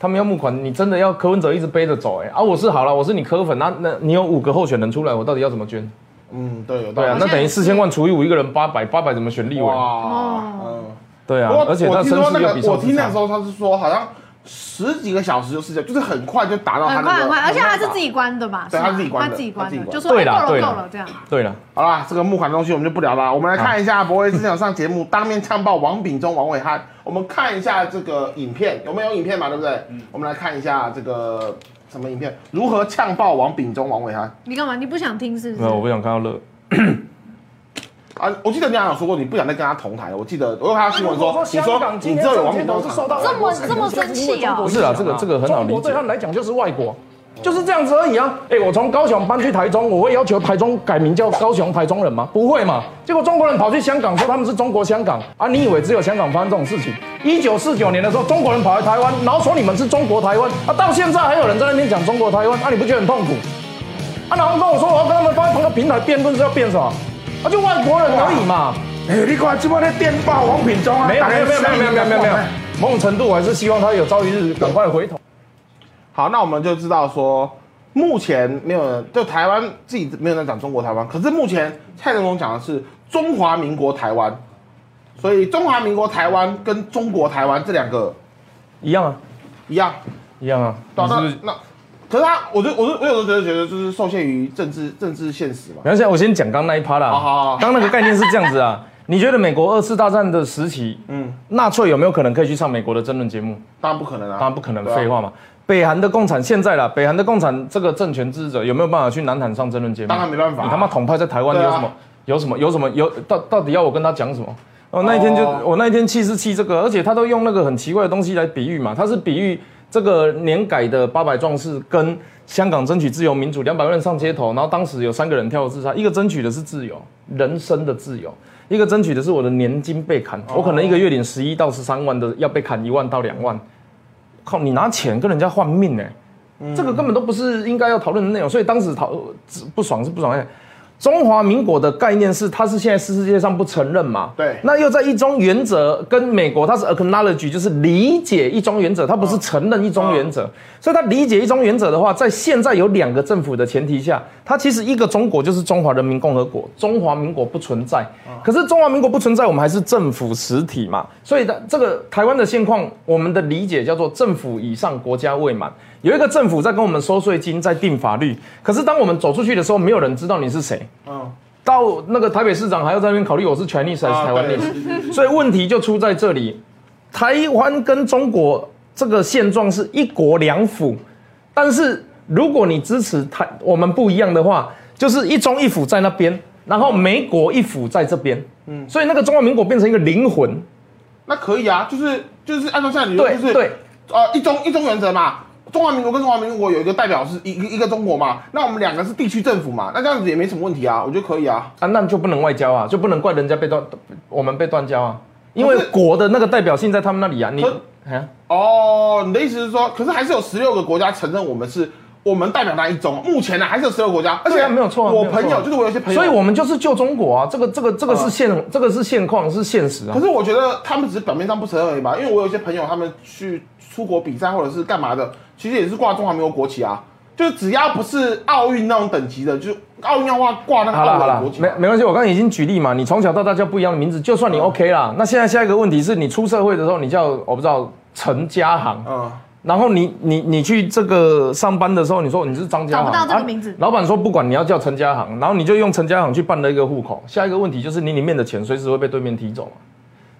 Speaker 3: 他们要募款，你真的要柯文哲一直背着走哎、啊！我是好了，我是你柯粉，啊那那你有五个候选人出来，我到底要怎么捐？
Speaker 1: 嗯，对，有道
Speaker 3: 对
Speaker 1: 理。
Speaker 3: 啊，那等于四千万除以五，一个人八百，八百怎么选立委？
Speaker 1: 哇
Speaker 2: 哦，
Speaker 1: 嗯，
Speaker 3: 对啊
Speaker 1: 不过，
Speaker 3: 而且他
Speaker 1: 我听
Speaker 3: 身
Speaker 1: 说
Speaker 3: 世
Speaker 1: 那
Speaker 3: 又比
Speaker 1: 个，
Speaker 3: 上
Speaker 1: 我听
Speaker 3: 次
Speaker 1: 那
Speaker 3: 差
Speaker 1: 时。候他是说好像十几个小时就是这样，就是很快就达哦到他
Speaker 2: 很
Speaker 1: 那
Speaker 2: 快
Speaker 1: 个，
Speaker 2: 很快，而且他
Speaker 1: 很
Speaker 2: 是
Speaker 1: 快
Speaker 2: 自己关的吧？
Speaker 1: 对
Speaker 2: 是吗
Speaker 1: 他自己关的
Speaker 2: 他自己
Speaker 1: 他
Speaker 2: 关
Speaker 1: 自己
Speaker 2: 的，
Speaker 1: 关
Speaker 2: 就说
Speaker 3: 对
Speaker 2: 哎
Speaker 3: 啦
Speaker 2: 够了
Speaker 3: 对啦
Speaker 2: 够了这样。
Speaker 3: 对了，
Speaker 1: 好啦，这个募款的东西我们就不聊了。我们来看一下博威之前有上节目，当面呛爆王炳忠、王伟汉。我们看一下这个影片，有没有影片嘛？对不对？我们来看一下这个什么影片，如何呛爆王炳忠、王伟汉
Speaker 2: 你干嘛？你不想听是不
Speaker 3: 没有，我
Speaker 2: 是？
Speaker 3: 不想看到乐。
Speaker 1: 啊？我记得你好像有说过你不想再跟他同台了。我记得我有看到新闻说，你说你知道有王炳忠场
Speaker 2: 这么这么生气啊
Speaker 3: 不是啦，这个这个很好理解。对他们来讲就是外国，就是这样子而已啊。哎、我从高雄搬去台中，我会要求台中改名叫高雄台中人吗？不会嘛。结果中国人跑去香港说他们是中国香港啊，你以为只有香港发生这种事情？一九四九年的时候，中国人跑来台湾，然后说你们是中国台湾啊，到现在还有人在那边讲中国台湾，啊，你不觉得很痛苦？啊，然后跟我说我要跟他们发同一个平台辩论是要辩什么？啊，就外国人而已嘛。
Speaker 4: 哎、你看这帮在电报王品忠啊，
Speaker 3: 没有
Speaker 4: 大
Speaker 3: 没
Speaker 4: 家
Speaker 3: 有没有没有没有没有没有
Speaker 4: 哎，
Speaker 3: 某种程度我还是希望他有朝一日赶快回头。
Speaker 1: 好，那我们就知道说，目前没有人，就台湾自己没有人讲中国台湾，可是目前蔡总统讲的是中华民国台湾，所以中华民国台湾跟中国台湾这两个
Speaker 3: 一样啊，
Speaker 1: 一样，
Speaker 3: 一样啊。
Speaker 1: 对啊
Speaker 3: 你是不是？
Speaker 1: 那那，可是他，我就我就我有时候觉得觉得就是受限于政治政治现实嘛，
Speaker 3: 没关系啊，我先讲刚那一趴啦。
Speaker 1: 好好好
Speaker 3: 刚那个概念是这样子啊，你觉得美国二次大战的时期，
Speaker 1: 嗯
Speaker 3: 嗯，纳粹有没有可能可以去上美国的争论节目？
Speaker 1: 当然不可能啊，
Speaker 3: 当然不可能，
Speaker 1: 对啊
Speaker 3: 废，话嘛。北韩的共产现在啦，北韩的共产这个政权支持者有没有办法去南韩上争论节目？
Speaker 1: 当然没办法啊
Speaker 3: 你他妈统派在台湾有
Speaker 1: 对啊
Speaker 3: 什么？有什么？有什么？有到到底要我跟他讲什么？哦，那一天就、
Speaker 1: 哦
Speaker 3: 我那一天气是气这个，而且他都用那个很奇怪的东西来比喻嘛，他是比喻这个年改的八百壮士跟香港争取自由民主，两百万人上街头，然后当时有三个人跳楼自杀，一个争取的是自由，人生的自由；一个争取的是我的年金被砍，我可能一个月领十一到十三万的，要被砍一万到两万。靠，你拿钱跟人家换命呢、这个根本都不是应该要讨论的内容。所以当时讨呃不爽是不爽哎。中华民国的概念是，它是现在是世界上不承认嘛？
Speaker 1: 对
Speaker 3: 那又在一中原则跟美国，它是 acknowledge，就是理解一中原则，它不是承认一中原则。所以它理解一中原则的话，在现在有两个政府的前提下，它其实一个中国就是中华人民共和国，中华民国不存在。可是中华民国不存在，我们还是政府实体嘛。所以的这个台湾的现况，我们的理解叫做政府以上，国家未满。有一个政府在跟我们收税金，在定法律。可是当我们走出去的时候，没有人知道你是谁。
Speaker 1: 嗯，
Speaker 3: 到那个台北市长还要在那边考虑我是 Chinese 还是台湾
Speaker 1: 啊对
Speaker 3: n e 所以问题就出在这里，台湾跟中国这个现状是一国两府，但是如果你支持台我们不一样的话，就是一中一府在那边，然后美国一府在这边，嗯，所以那个中华民国变成一个灵魂，
Speaker 1: 那可以啊，就是就是按照现在理
Speaker 3: 对
Speaker 1: 论，就是
Speaker 3: 对
Speaker 1: 呃一中一中原则嘛。中华民国跟中华民国有一个代表是一一一个中国嘛，那我们两个是地区政府嘛，那这样子也没什么问题啊，我觉得可以啊。
Speaker 3: 啊，那就不能外交啊，就不能怪人家被断，我们被断交啊，因为
Speaker 1: 可是
Speaker 3: 国的那个代表性在他们那里啊，你
Speaker 1: 可
Speaker 3: 哎呀。
Speaker 1: 哦，你的意思是说，可是还是有十六个国家承认我们是我们代表那一中，目前呢还是有十六个国家，而
Speaker 3: 对
Speaker 1: 且
Speaker 3: 啊没有错啊
Speaker 1: 我
Speaker 3: 没有错啊
Speaker 1: 朋友就是我有些朋友，
Speaker 3: 所以我们就是救中国啊，这个这个这个是现、这个是现况是现实啊
Speaker 1: 可。是我觉得他们只是表面上不承认而已吧，因为我有一些朋友他们去出国比赛或者是干嘛的，其实也是挂中华民国国旗啊，就是只要不是奥运那种等级的，就是奥运要挂挂那个
Speaker 3: 好了好
Speaker 1: 奥运
Speaker 3: 了
Speaker 1: 国，旗
Speaker 3: 没
Speaker 2: 啊
Speaker 1: 嘛。
Speaker 3: 没关系，我刚刚已经举例嘛，你从小到大叫不一样的名字，就
Speaker 2: 嗯
Speaker 3: 算你 OK 啦。那现在下一个问题是你出社会的时候，你叫我不知道陈家航，
Speaker 1: 嗯，
Speaker 3: 然后你你你去这个上班的时候，你说你是张家
Speaker 2: 找
Speaker 3: 航，
Speaker 2: 不到这个名字
Speaker 3: 啊老板说不管你要叫陈家航，然后你就用陈家航去办了一个户口。下一个问题就是你里面的钱随时会被对面提走嘛，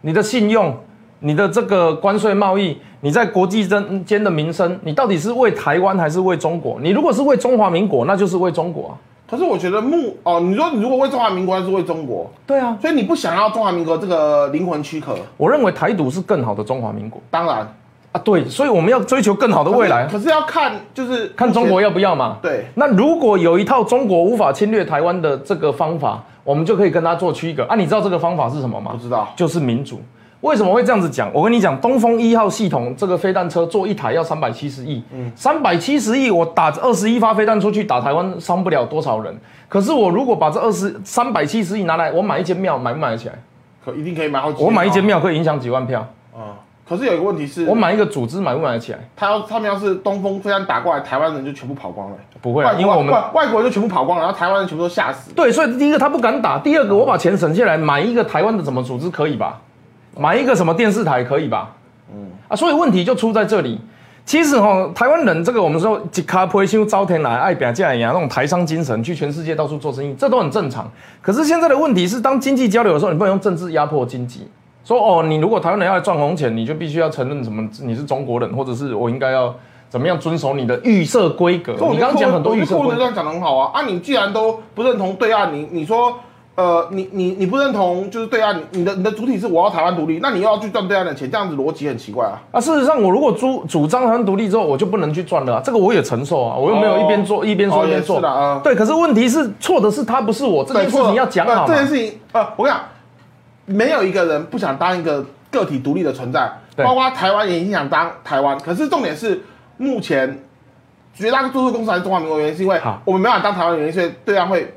Speaker 3: 你的信用。你的这个关税贸易，你在国际间间的名声，你到底是为台湾还是为中国？你如果是为中华民国，那就是为中国啊。
Speaker 1: 可是我觉得目哦，你说你如果为中华民国还是为中国，
Speaker 3: 对啊，
Speaker 1: 所以你不想要中华民国这个灵魂躯壳，
Speaker 3: 我认为台独是更好的中华民国
Speaker 1: 当然
Speaker 3: 啊，对，所以我们要追求更好的
Speaker 1: 可是
Speaker 3: 未来，
Speaker 1: 可是要看就是
Speaker 3: 看中国
Speaker 1: 要
Speaker 3: 要不要嘛。
Speaker 1: 对
Speaker 3: 那如果有一套中国无法侵略台湾的这个方法，我们就可以跟它做区隔啊。你知道这个方法是什么吗？
Speaker 1: 不知道
Speaker 3: 就是民主。为什么会这样子讲？我跟你讲，东风一号系统这个飞弹车做一台要三百七十亿，嗯，三百七十亿，我打二十一发飞弹出去打台湾，伤不了多少人。可是我如果把这二十三百七十亿拿来，我买一间庙，买不买得起来？
Speaker 1: 可一定可以买好几，啊
Speaker 3: 我买一间，庙可以影响几万票，
Speaker 1: 嗯，可是有一个问题是，
Speaker 3: 我买一个组织买不买得起来？
Speaker 1: 他要他们要是东风飞弹打过来，台湾人就全部跑光了、
Speaker 3: 不会
Speaker 1: 外
Speaker 3: 啊，
Speaker 1: 国
Speaker 3: 因为我们
Speaker 1: 外外国人就全部跑光了，然后台湾人全部都吓死。
Speaker 3: 对，所以第一个他不敢打，第二个我把钱省下来买一个台湾的什么组织可以吧？买一个什么电视台可以吧？嗯啊，所以问题就出在这里。其实哈、台湾人这个我们说一卡皮修招天来，哎爱表价呀，那种台商精神去全世界到处做生意，这都很正常。可是现在的问题是，当经济交流的时候，你不能用政治压迫经济。说哦，你如果台湾人要来赚红钱，你就必须要承认什么你是中国人，或者是我应该要怎么样遵守你的预设规格。
Speaker 1: 所以我
Speaker 3: 你
Speaker 1: 觉
Speaker 3: 刚
Speaker 1: 得
Speaker 3: 刚讲很多
Speaker 1: 我觉
Speaker 3: 预
Speaker 1: 得
Speaker 3: 设
Speaker 1: 柯
Speaker 3: 规
Speaker 1: 文哲这。
Speaker 3: 格
Speaker 1: 样讲的很好啊！啊，你既然都不认同对岸，你你说，呃，你你你不认同就是对岸，你你的你的主体是我要台湾独立，那你又要去赚对岸的钱，这样子逻辑很奇怪啊。
Speaker 3: 啊，事实上，我如果主主张台湾独立之后，我就不能去赚了、啊，这个我也承受啊，我又没有一边做、一边说
Speaker 1: 哦
Speaker 3: 一边
Speaker 1: 也
Speaker 3: 做
Speaker 1: 是的啊
Speaker 3: 对，可是问题是错的是他，不是我，这件事情要讲好
Speaker 1: 呃
Speaker 3: 嘛
Speaker 1: 这件事情，呃，我跟你讲，没有一个人不想当一个个体独立的存在，
Speaker 3: 对
Speaker 1: 包括台湾也很想当台湾。可是重点是，目前绝大多数公司还是中华民国的原因，是因为
Speaker 3: 好
Speaker 1: 我们没办法当台湾的原因，所以对岸会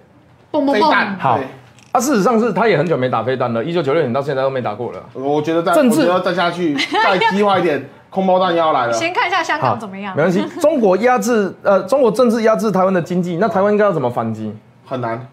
Speaker 2: 蹦蹦
Speaker 1: 飞弹。
Speaker 2: 蹦，
Speaker 3: 好
Speaker 1: 对
Speaker 3: 啊，事实上是他也很久没打飞弹了，一九九六年到现在都没打过了啊。
Speaker 1: 我觉得再
Speaker 3: 政治
Speaker 1: 我觉得再下去再激化一点，空包弹又要来 了。
Speaker 2: 先看一下香港怎么样
Speaker 3: 没。 关系。中国压制呃，中国政治压制台湾的经济，那台湾应该要怎么反击？
Speaker 1: 很难，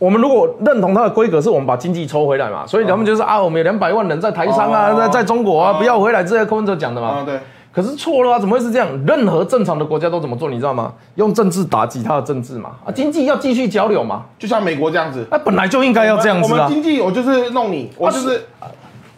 Speaker 3: 我们如果认同它的规格，是我们把经济抽回来嘛，所以他们就是啊，我们有两百万人在台商啊，
Speaker 1: 哦
Speaker 3: 在在中国啊，
Speaker 1: 哦
Speaker 3: 不要回来，这些柯文哲讲的嘛。
Speaker 1: 啊、对，
Speaker 3: 可是错了啊，怎么会是这样？任何正常的国家都怎么做，你知道吗？用政治打击他的政治嘛，啊，经济要继续交流嘛，啊
Speaker 1: 就像美国这样子，
Speaker 3: 那、本来就应该要这样
Speaker 1: 我
Speaker 3: 子
Speaker 1: 们
Speaker 3: 啊。
Speaker 1: 经济我就是弄你，我就是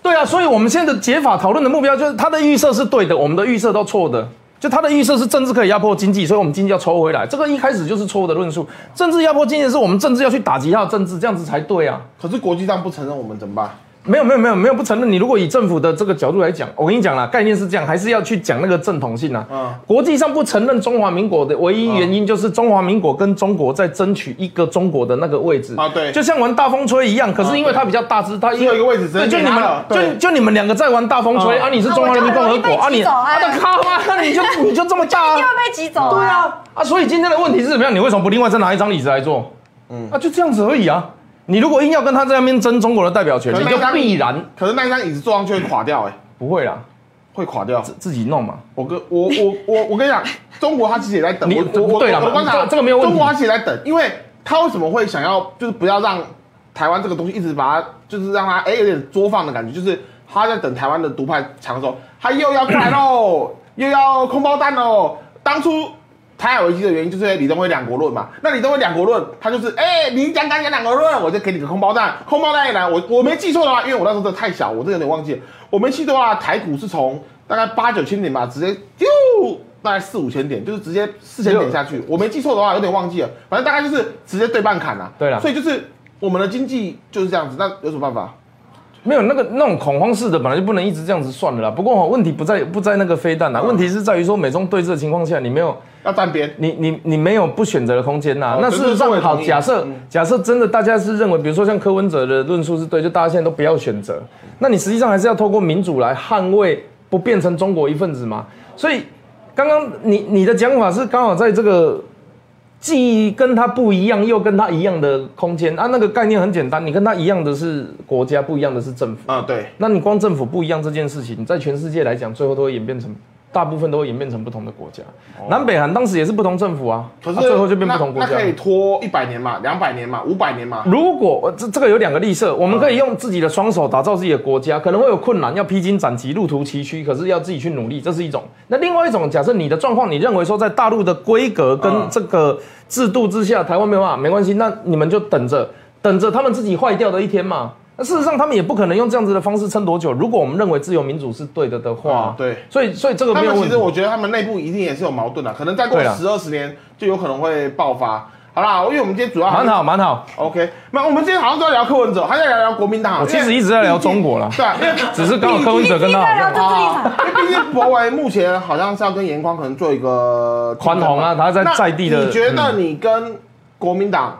Speaker 3: 对啊，所以我们现在的解法讨论的目标就是他的预设是对的，我们的预设都错的。就他的预设是政治可以压迫经济，所以我们经济要抽回来。这个一开始就是错误的论述。政治压迫经济是我们政治要去打击他的政治，这样子才对啊。
Speaker 1: 可是国际上不承认我们怎么办？
Speaker 3: 没有没有没有没有不承认。你如果以政府的这个角度来讲，我跟你讲啦，概念是这样，还是要去讲那个正统性啊。
Speaker 1: 嗯
Speaker 3: 国际上不承认中华民国的唯一原因就是中华民国跟中国在争取一个中国的那个位置
Speaker 1: 啊对
Speaker 3: 就像玩大风吹一样。可是因为它比较大只，它
Speaker 1: 只有一个位置只
Speaker 3: 对，
Speaker 1: 能
Speaker 3: 就
Speaker 1: 给
Speaker 3: 你
Speaker 1: 他
Speaker 3: 们
Speaker 1: 了对
Speaker 3: 就就你们两个在玩大风吹
Speaker 1: 嗯
Speaker 3: 啊，你是中华人民共和国
Speaker 2: 啊
Speaker 3: 啊，
Speaker 2: 我就很容易被
Speaker 3: 你
Speaker 2: 挤走哎
Speaker 3: 啊，那靠啊，你就你就这 么大啊
Speaker 2: 一定。会被挤走、
Speaker 3: 对，啊，啊，所以今天的问题是怎么样？你为什么不另外再拿一张椅子来坐？嗯，啊，就这样子而已啊。你如果硬要跟他在那边争中国的代表权，
Speaker 1: 可是啊
Speaker 3: 你
Speaker 1: 那
Speaker 3: 就
Speaker 1: 张
Speaker 3: 必然
Speaker 1: 可是那一张椅子坐上去会垮掉、哎，
Speaker 3: 不会啦，
Speaker 1: 会垮掉。
Speaker 3: 自自己弄嘛。
Speaker 1: 我跟我我我我跟你讲，中国他其实也在等。
Speaker 3: 你
Speaker 1: 我我我
Speaker 3: 对啦
Speaker 1: 我我观察
Speaker 3: 这这个没有问题
Speaker 1: 中国他其实也在等，因为他为什么会想要就是不要让台湾这个东西一直把它就是让它哎有点作放的感觉，就是他在等台湾的独派强的时候，他又要过来喽，又要空包弹喽。当初台海危机的原因就是哎李登辉两国论嘛，那李登辉两国论，他就是哎、你讲敢讲两国论，我就给你个空包弹，空包弹一来，我我没记错的话，因为我那时候真的太小，我这有点忘记了，我没记错的话，台股是从大概八九千点吧，直接丢大概四五千点，就是直接四千点下去，我没记错的话，有点忘记了，反正大概就是直接对半砍啊。
Speaker 3: 对啦
Speaker 1: 所以就是我们的经济就是这样子，那有什么办法？
Speaker 3: 没有那个那种恐慌式的，本来就不能一直这样子算了啦。不过、哦、问题不在不在那个飞弹啦，问题是在于说美中对峙的情况下，你没有
Speaker 1: 要站边，
Speaker 3: 你你你没有不选择的空间呐、
Speaker 1: 哦
Speaker 3: 那事实上，
Speaker 1: 这是我
Speaker 3: 好
Speaker 1: 同意
Speaker 3: 假设
Speaker 1: 嗯
Speaker 3: 假设真的大家是认为，比如说像柯文哲的论述是对，就大家现在都不要选择，那你实际上还是要透过民主来捍卫，不变成中国一份子嘛。所以刚刚你你的讲法是刚好在这个既跟他不一样又跟他一样的空间啊，那个概念很简单，你跟他一样的是国家，不一样的是政府。
Speaker 1: 嗯，对，
Speaker 3: 那你光政府不一样这件事情，在全世界来讲，最后都会演变成大部分都会演变成不同的国家。南北韩当时也是不同政府啊，
Speaker 1: 哦可是、
Speaker 3: 啊最后就变不同国
Speaker 1: 那
Speaker 3: 家
Speaker 1: 那可。以拖一百年嘛，两百年嘛，五百年嘛，
Speaker 3: 如果呃这这个有两个例社，我们可以用自己的双手打造自己的国家，可能会有困难，要披荆斩棘，路途崎岖，可是要自己去努力，这是一种。那另外一种，假设你的状况，你认为说在大陆的规格跟
Speaker 1: 嗯
Speaker 3: 这个制度之下，台湾没有办法，没关系，那你们就等着，等着他们自己坏掉的一天嘛。那事实上，他们也不可能用这样子的方式撑多久。如果我们认为自由民主是对的的话
Speaker 1: 嗯，对
Speaker 3: 所以所以这个
Speaker 1: 他
Speaker 3: 没有
Speaker 1: 们
Speaker 3: 问
Speaker 1: 其
Speaker 3: 题。
Speaker 1: 实我觉得他们内部一定也是有矛盾啊的，可能再过
Speaker 3: 对啦
Speaker 1: 十二十年就有可能会爆发。好啦，因为我们今天主要还
Speaker 3: 蛮
Speaker 1: 是
Speaker 3: 好蛮好，
Speaker 1: OK，那我们今天好像都在聊柯文哲，还在聊聊国民党。
Speaker 3: 我其实一
Speaker 1: 直
Speaker 3: 直在聊中国啦，
Speaker 1: 对啊，因为
Speaker 3: 只是刚好柯文哲跟他好
Speaker 2: 你你在聊
Speaker 3: 像
Speaker 2: 政治立场
Speaker 1: 啊，因为毕竟博文目前好像是要跟严宽可能做一个
Speaker 3: 宽宏啊他在
Speaker 1: 那
Speaker 3: 在地的嗯
Speaker 1: 你觉得你跟国民党，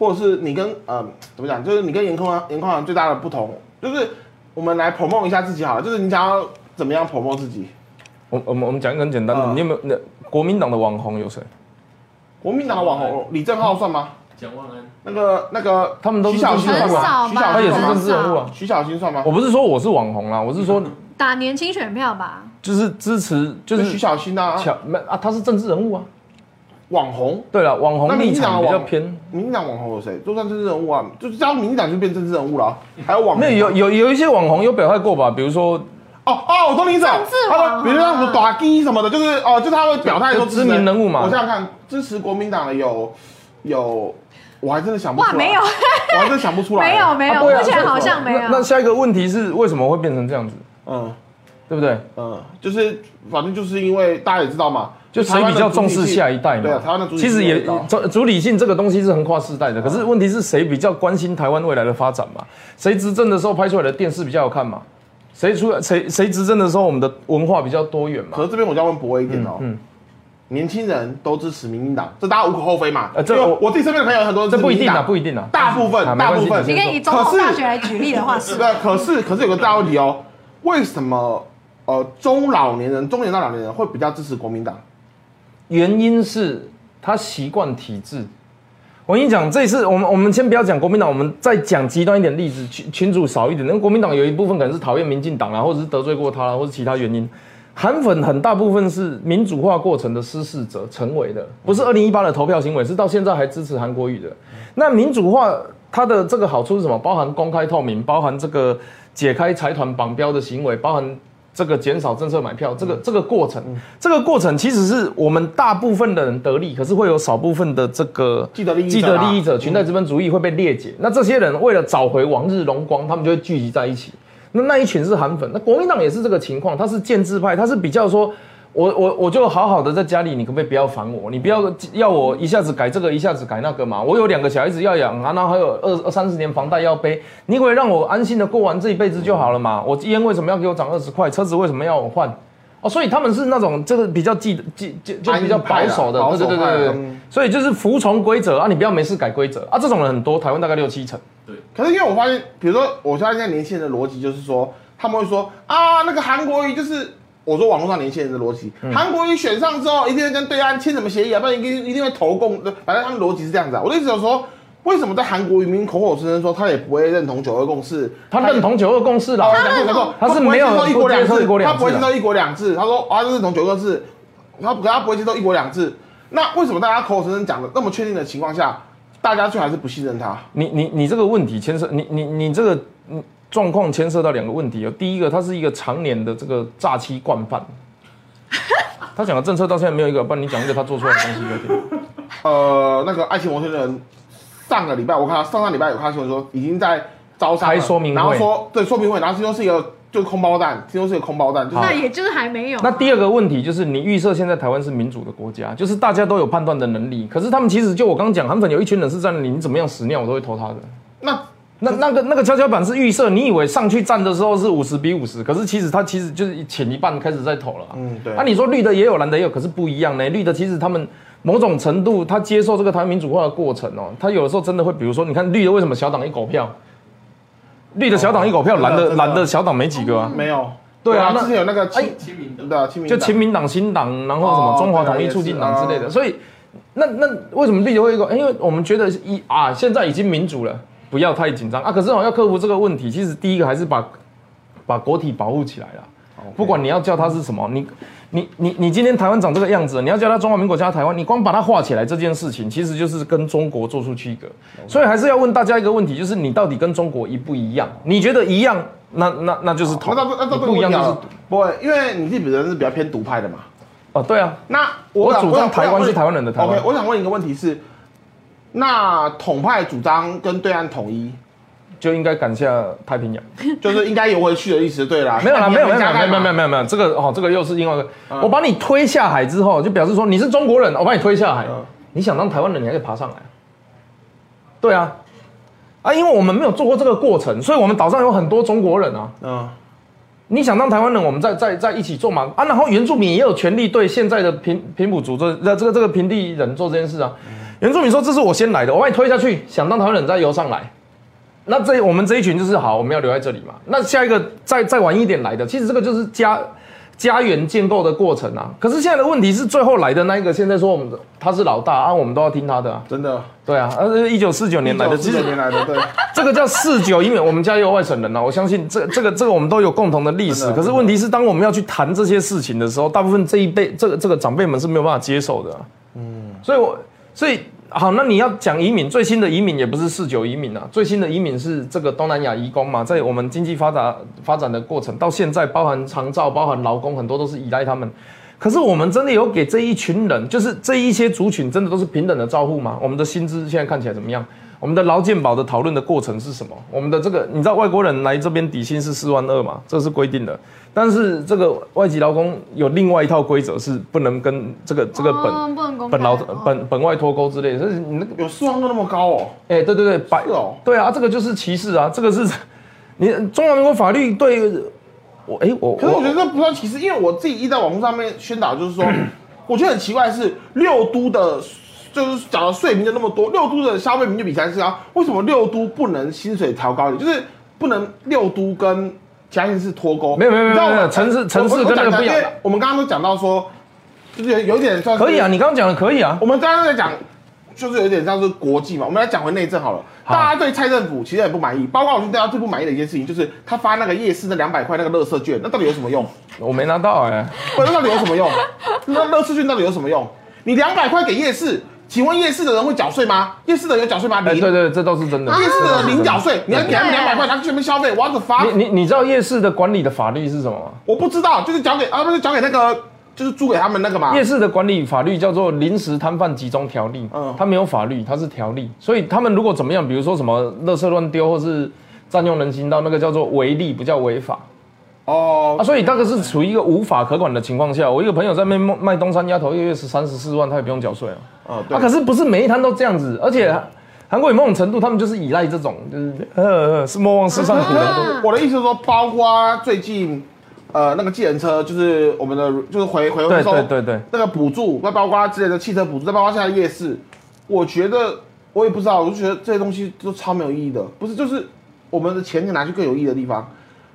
Speaker 1: 或者是你跟呃怎么讲，就是你跟严宽严宽宏最大的不同，就是我们来 promote 一下自己好了，就是你想要怎么样 promote 自己？
Speaker 3: 我我们我们讲一个很简单的，
Speaker 1: 嗯
Speaker 3: 你有没有那国民党的网红有谁？
Speaker 1: 国民党的网红李正浩算吗？
Speaker 5: 蒋万安，
Speaker 1: 那个那个，
Speaker 3: 哦他们都是
Speaker 1: 徐小新算
Speaker 2: 很少
Speaker 1: 吗？徐小
Speaker 2: 吧
Speaker 3: 他
Speaker 1: 新
Speaker 3: 也是
Speaker 1: 算
Speaker 3: 政
Speaker 1: 吗？
Speaker 3: 治人物啊。
Speaker 1: 徐小新算吗
Speaker 3: 我？不是说我是网红啦，我是说
Speaker 2: 打年轻选票吧。
Speaker 3: 就是支持就
Speaker 1: 就是徐
Speaker 3: 是
Speaker 1: 小新啊，
Speaker 3: 巧没啊，他是政治人物啊。
Speaker 1: 网红。
Speaker 3: 对了，网
Speaker 1: 那
Speaker 3: 红
Speaker 1: 民
Speaker 3: 立
Speaker 1: 进党
Speaker 3: 场
Speaker 1: 的
Speaker 3: 比较
Speaker 1: 网
Speaker 3: 偏，
Speaker 1: 民进党网红有谁？都算政治人物啊，就是只要民进党就变政治人物了啊。还有网红
Speaker 3: 没有有有有一些网红有表态过吧，比如说
Speaker 1: 哦哦，我懂你意思了
Speaker 2: 政治。
Speaker 1: 他
Speaker 2: 网红啊
Speaker 1: 说，比如像什么打鸡什么的，就是哦，就是他会表态说
Speaker 3: 就知名人物嘛
Speaker 1: 我想想看，支持国民党的有有，我还真的想不出
Speaker 2: 哇，
Speaker 1: 来。
Speaker 2: 没有，，
Speaker 1: 我还真的想不出来。
Speaker 2: 没有，没有，
Speaker 3: 啊对啊
Speaker 2: 目前好像没有
Speaker 3: 那。那下一个问题是啊为什么会变成这样子，
Speaker 1: 嗯
Speaker 3: 对不对？
Speaker 1: 嗯，就是反正就是因为大家也知道嘛，
Speaker 3: 就谁比较重视下一代嘛？
Speaker 1: 对啊，台湾的主体
Speaker 3: 其实
Speaker 1: 性
Speaker 3: 也
Speaker 1: 很高嗯
Speaker 3: 主主理性这个东西是横跨世代的，可是问题是谁比较关心台湾未来的发展嘛？谁执政的时候拍出来的电视比较好看嘛？谁出来谁谁执政的时候我们的文化比较多元嘛
Speaker 1: 可？是这边我就要问博威一点哦，
Speaker 3: 嗯嗯
Speaker 1: 年轻人都支持民进党，这大家无可厚非嘛。
Speaker 3: 呃这
Speaker 1: 因为
Speaker 3: 我
Speaker 1: 我自己身边的朋友有很多人
Speaker 3: 这
Speaker 1: 支持
Speaker 3: 不一
Speaker 1: 民进
Speaker 3: 定啊，
Speaker 1: 党，
Speaker 3: 不一定啊。
Speaker 1: 大部分
Speaker 3: 啊没
Speaker 1: 大
Speaker 3: 关系
Speaker 1: 部分
Speaker 3: 没
Speaker 2: 你
Speaker 3: 关
Speaker 2: 可
Speaker 3: 系
Speaker 2: 以以总
Speaker 1: 可是
Speaker 2: 统大学来举例的话，是
Speaker 1: 对，可是可是有个大问题哦，为什么呃中老年人、中年到老年人会比较支持国民党？
Speaker 3: 原因是他习惯体制。我跟你讲，这次我们我们先不要讲国民党，我们再讲极端一点例子，群群主少一点。那国民党有一部分可能是讨厌民进党啊啦，或者是得罪过他啦，或者是其他原因。韩粉很大部分是民主化过程的施事者成为的，不是二零一八的投票行为，是到现在还支持韩国瑜的。那民主化它的这个好处是什么？包含公开透明，包含这个解开财团绑标的行为，包含这个减少政策买票，这
Speaker 1: 嗯
Speaker 3: 个这个过程，这个过程其实是我们大部分的人得利，可是会有少部分的这个
Speaker 1: 既得利益者嗯
Speaker 3: 既得利益者
Speaker 1: 啊
Speaker 3: 群在资本主义会被裂解。那这些人为了找回往日荣光，他们就会聚集在一起。那那一群是韩粉，那国民党也是这个情况，他是建制派，他是比较说。我我我就好好的在家里，你可不可以不要烦我？你不要要我一下子改这个，一下子改那个嘛。我有两个小孩子要养啊，然后还有二二三十年房贷要背，你可不可以让我安心的过完这一辈子就好了嘛。我烟为什么要给我涨二十块？车子为什么要我换？哦，所以他们是那种这个比较记记就就比较保守的，
Speaker 1: 安逸派的保守
Speaker 3: 对对对
Speaker 1: 派
Speaker 3: 对
Speaker 1: 的
Speaker 3: 对对。所以就是服从规则啊，你不要没事改规则啊。这种人很多，台湾大概六七成。
Speaker 1: 可是因为我发现，比如说我现在年轻人的逻辑就是说，他们会说啊，那个韩国瑜就是。我说网络上年轻人的逻辑，
Speaker 3: 嗯
Speaker 1: 韩国瑜选上之后一定会跟对岸签什么协议啊，不然一定一定会投共，反正他们逻辑是这样子啊。我的意思就是说，为什么在韩国瑜明明口口声声说他也不会认同九二共识，
Speaker 3: 他认
Speaker 1: 哎
Speaker 3: 同九二共识啦，
Speaker 1: 讲错错，
Speaker 3: 他是没有
Speaker 1: 不会接受一国两
Speaker 3: 不
Speaker 1: 制，他不会
Speaker 3: 接受一国两制啊
Speaker 1: 接受一国两制。他说啊，这是从九个字，他可他不会接受一国两制。那为什么大家口口声声讲的那么确定的情况下，大家却还是不信任他？
Speaker 3: 你你你这个问题牵涉你你你这个嗯状况牵涉到两个问题哦。第一个，它是一个常年的这个诈欺惯犯。他讲的政策到现在没有一个，不然你讲一个他做出来的东西给我听。
Speaker 1: 呃，那个爱情摩天轮上个礼拜我看他上上礼拜有看到新闻说已经在招商了
Speaker 3: 开说明会
Speaker 1: 然后说对说明会，然后听说是一个就是空包蛋，听说是一个空包蛋，就是
Speaker 2: 那也就是还没有。啊
Speaker 3: 那第二个问题就是，你预设现在台湾是民主的国家，就是大家都有判断的能力。可是他们其实就我刚讲，韩粉有一群人是站在你，你怎么样屎尿我都会投他的。
Speaker 1: 那
Speaker 3: 那那个那个跷跷板是预设，你以为上去站的时候是五十比五十，可是其实他其实就是前一半开始在投了、啊。
Speaker 1: 嗯对
Speaker 3: 那、你说绿的也有，蓝的也有，可是不一样呢。绿的其实他们某种程度，他接受这个台湾民主化的过程哦，他有的时候真的会，比如说，你看绿的为什么小党一狗票，绿的小党一狗票，
Speaker 1: 哦真的啊
Speaker 3: 蓝的
Speaker 1: 真的
Speaker 3: 蓝的小党没几个啊。
Speaker 1: 没有。
Speaker 3: 对啊那
Speaker 1: 之前有那个
Speaker 3: 哎
Speaker 1: 亲亲民的，对啊，亲民
Speaker 3: 就
Speaker 1: 党
Speaker 3: 亲民党、新党，然后什
Speaker 1: 哦
Speaker 3: 么中华统
Speaker 1: 对
Speaker 3: 一
Speaker 1: 啊
Speaker 3: 促进党
Speaker 1: 也是
Speaker 3: 之类的，
Speaker 1: 哦
Speaker 3: 所以那那为什么绿的会有一个？哎因为我们觉得一啊，现在已经民主了，不要太紧张啊。可是哦，要克服这个问题，其实第一个还是把把国体保护起来了。
Speaker 1: 哦
Speaker 3: 不管你要叫它是什么，你你你你今天台湾长这个样子，你要叫它中华民国加台湾，你光把它画起来这件事情，其实就是跟中国做出区隔。所以还是要问大家一个问题，就是你到底跟中国一不一样？你觉得一样，那那那就是同；
Speaker 1: 那那那那
Speaker 3: 你不一样就是
Speaker 1: 啊不会，因为你自己本身是比较偏独派的嘛。
Speaker 3: 哦，对啊，
Speaker 1: 那
Speaker 3: 我
Speaker 1: 想
Speaker 3: 主张台湾是台湾人的台湾
Speaker 1: OK，我想问一个问题是，那统派主张跟对岸统一，
Speaker 3: 就应该赶下太平洋。
Speaker 1: 就是应该游回去的意思，对啦？
Speaker 3: 没有啦，
Speaker 1: 那你
Speaker 3: 没有没有没
Speaker 1: 加
Speaker 3: 有
Speaker 1: 盖
Speaker 3: 没有没
Speaker 1: 嘛
Speaker 3: 有
Speaker 1: 嗯
Speaker 3: 没有没有，这个哦，这个又是另外一个。我把你推下海之后，就表示说你是中国人，我把你推下海
Speaker 1: 嗯。
Speaker 3: 你想当台湾人，你还可以爬上来。对啊，啊，因为我们没有做过这个过程，所以我们岛上有很多中国人啊。
Speaker 1: 嗯，
Speaker 3: 你想当台湾人，我们再再再一起做嘛啊，然后原住民也有权利对现在的平平埔族这这这个这个平地人做这件事啊。原住民说这是我先来的，我把你推下去，想当台湾人再游上来。那这我们这一群就是好，我们要留在这里嘛。那下一个再再晚一点来的，其实这个就是家家园建构的过程啊。可是现在的问题是，最后来的那一个现在说我们他是老大啊，我们都要听他的、啊。
Speaker 1: 真的，
Speaker 3: 对啊，呃，一九四九年来的，其
Speaker 1: 四
Speaker 3: 实
Speaker 1: 九年来的，对，
Speaker 3: 这个叫四九因为我们家也有外省人啊，我相信这这个这个我们都有共同的历
Speaker 1: 真
Speaker 3: 史。
Speaker 1: 的
Speaker 3: 可是问题是，当我们要去谈这些事情的时候，大部分这一辈这个这个长辈们是没有办法接受的啊、所以我所以好，那你要讲移民，最新的移民也不是四九移民啊，最新的移民是这个东南亚移工嘛，在我们经济发达发展的过程到现在，包含长照、包含劳工，很多都是依赖他们。可是我们真的有给这一群人，就是这一些族群，真的都是平等的照护吗？我们的薪资现在看起来怎么样？我们的劳健保的讨论的过程是什么？我们的这个，你知道外国人来这边底薪是四万二嘛，这是规定的。但是这个外籍劳工有另外一套规则，是不能跟这个这个本、
Speaker 2: 哦不能公开
Speaker 3: 本劳
Speaker 2: 哦
Speaker 3: 本本外脱钩之类的，就是你那个，
Speaker 1: 有四万个那么高哦，
Speaker 3: 哎、对对对，白
Speaker 1: 是哦
Speaker 3: 对啊，这个就是歧视啊，这个是你中华民国法律对我，哎、我，
Speaker 1: 可是我觉得这不算歧视，因为我自己一在网络上面宣导，就是 说，我觉得很奇怪的是六都的。就是缴的税民就那么多，六都的消费民就比三市高，为什么六都不能薪水调高一点？就是不能六都跟其他县市脱钩？
Speaker 3: 没有没有没
Speaker 1: 你
Speaker 3: 有
Speaker 1: 知道吗
Speaker 3: 没有城市
Speaker 1: 我
Speaker 3: 城市
Speaker 1: 我
Speaker 3: 跟那个
Speaker 1: 我讲
Speaker 3: 不一样
Speaker 1: 因为我们刚刚都讲到说，就是有有点算是
Speaker 3: 可以啊，你刚刚讲的可以啊，
Speaker 1: 我们刚刚在讲，就是有点像是国际嘛。我们来讲回内政好了。
Speaker 3: 好
Speaker 1: 大家对蔡政府其实很不满意，包括我对大家最不满意的一件事情，就是他发那个夜市那两百块那个乐色券，那到底有什么用？
Speaker 3: 我没拿到哎、
Speaker 1: 不，那到底有什么用？那乐色券到底有什么用？你两百块给夜市，请问夜市的人会缴税吗？夜市的人有缴税吗？
Speaker 3: 哎、
Speaker 1: 零。
Speaker 3: 对对，这都是真的。
Speaker 1: 夜市的
Speaker 3: 这都是真
Speaker 1: 人
Speaker 3: 的
Speaker 1: 零缴税，你要给他们两百块，他去那边消费，我要怎么发？
Speaker 3: 你你你知道夜市的管理的法律是什么吗？
Speaker 1: 我不知道，就是缴给啊，不是缴给那个，就是租给他们那个嘛。
Speaker 3: 夜市的管理法律叫做《临时摊贩集中条例》，
Speaker 1: 嗯
Speaker 3: 它没有法律，它是条例，所以他们如果怎么样，比如说什么垃圾乱丢或是占用人行道，那个叫做违例，不叫违法。
Speaker 1: 哦
Speaker 3: 啊，，所以大概是处于一个无法可管的情况下。我一个朋友在卖卖东山鸭头，一个月是三十四万，他也不用缴税啊。
Speaker 1: 哦，对
Speaker 3: 啊，可，是不是每一摊都这样子，而且韩国有某种程度，他们就是依赖这种，就是呃呃，是莫忘世上苦人。
Speaker 1: 我我的意思是说，包括最近，呃，那个计程车，就是我们的，就是回回
Speaker 3: 对
Speaker 1: 回收，
Speaker 3: 对对对，
Speaker 1: 那个补助，那包括之前的汽车补助，再包括现在夜市，我觉得我也不知道，我就觉得这些东西都超没有意义的，不是就是我们的钱可以拿去更有意义的地方，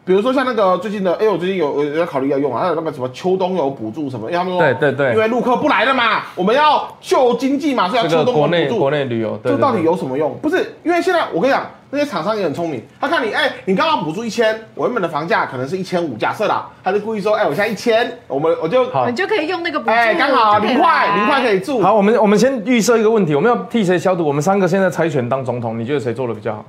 Speaker 1: 比如说像那个最近的，哎、我最近有有在考虑要用啊，还有那个什么秋冬有补助什么，因为他们说
Speaker 3: 对对对
Speaker 1: 因为陆客不来了嘛，我们要救经济嘛，所以要秋
Speaker 3: 这个
Speaker 1: 冬
Speaker 3: 国
Speaker 1: 有
Speaker 3: 内
Speaker 1: 补助，
Speaker 3: 国内旅游，对
Speaker 1: 这
Speaker 3: 对
Speaker 1: 到底
Speaker 3: 对
Speaker 1: 有什么用？不是，因为现在我跟你讲，那些厂商也很聪明，他看你，哎、你刚刚补助一千，我原本的房价可能是一千五，假设啦，他就故意说，哎、我现在一千，我们我就，
Speaker 3: 好
Speaker 2: 你就可以用那个补助，
Speaker 1: 哎、刚好
Speaker 2: 就可以
Speaker 1: 零块，
Speaker 2: 来
Speaker 1: 零块可以住。
Speaker 3: 好，我们我们先预设一个问题，我们要替谁消毒？我们三个现在猜拳当总统，你觉得谁做的比较好？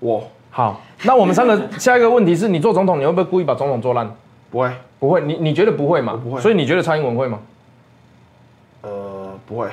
Speaker 1: 我
Speaker 3: 好，那我们三个下一个问题是你做总统，你会不会故意把总统做烂？
Speaker 1: 不会，
Speaker 3: 不会，你你觉得不会嘛？
Speaker 1: 不会
Speaker 3: 所以你觉得蔡英文会吗？
Speaker 1: 呃，不会，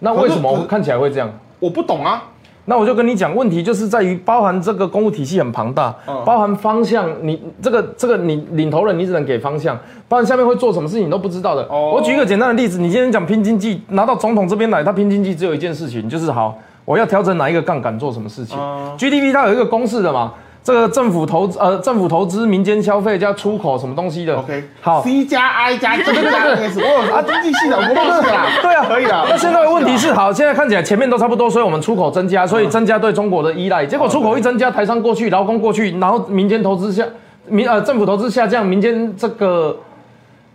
Speaker 3: 那为什么
Speaker 1: 可是
Speaker 3: 我看起来会这样？
Speaker 1: 我不懂啊。
Speaker 3: 那我就跟你讲，问题就是在于包含这个公务体系很庞大，
Speaker 1: 嗯
Speaker 3: 包含方向，你这个这个你领头人你只能给方向，包含下面会做什么事情你都不知道的。
Speaker 1: 哦
Speaker 3: 我举一个简单的例子，你今天讲拼经济，拿到总统这边来，他拼经济只有一件事情，就是好，我要调整哪一个杠杆做什么事情。
Speaker 1: 嗯
Speaker 3: GDP 它有一个公式的嘛，这个政府投资呃政府投资、民间消费加出口什么东西的。
Speaker 1: OK，
Speaker 3: 好，
Speaker 1: ，C 加 I 加这 个加 S，我有啊，经济系的，我忘记了啦。
Speaker 3: 对啊，
Speaker 1: 可以啦
Speaker 3: 那现在的问题是，好，现在看起来前面都差不多，所以我们出口增加，所以增加对中国的
Speaker 1: 哦
Speaker 3: 依赖。结果出口一增加，台商过去，劳工过去，然后民间投资下，民呃政府投资下降，民间这个。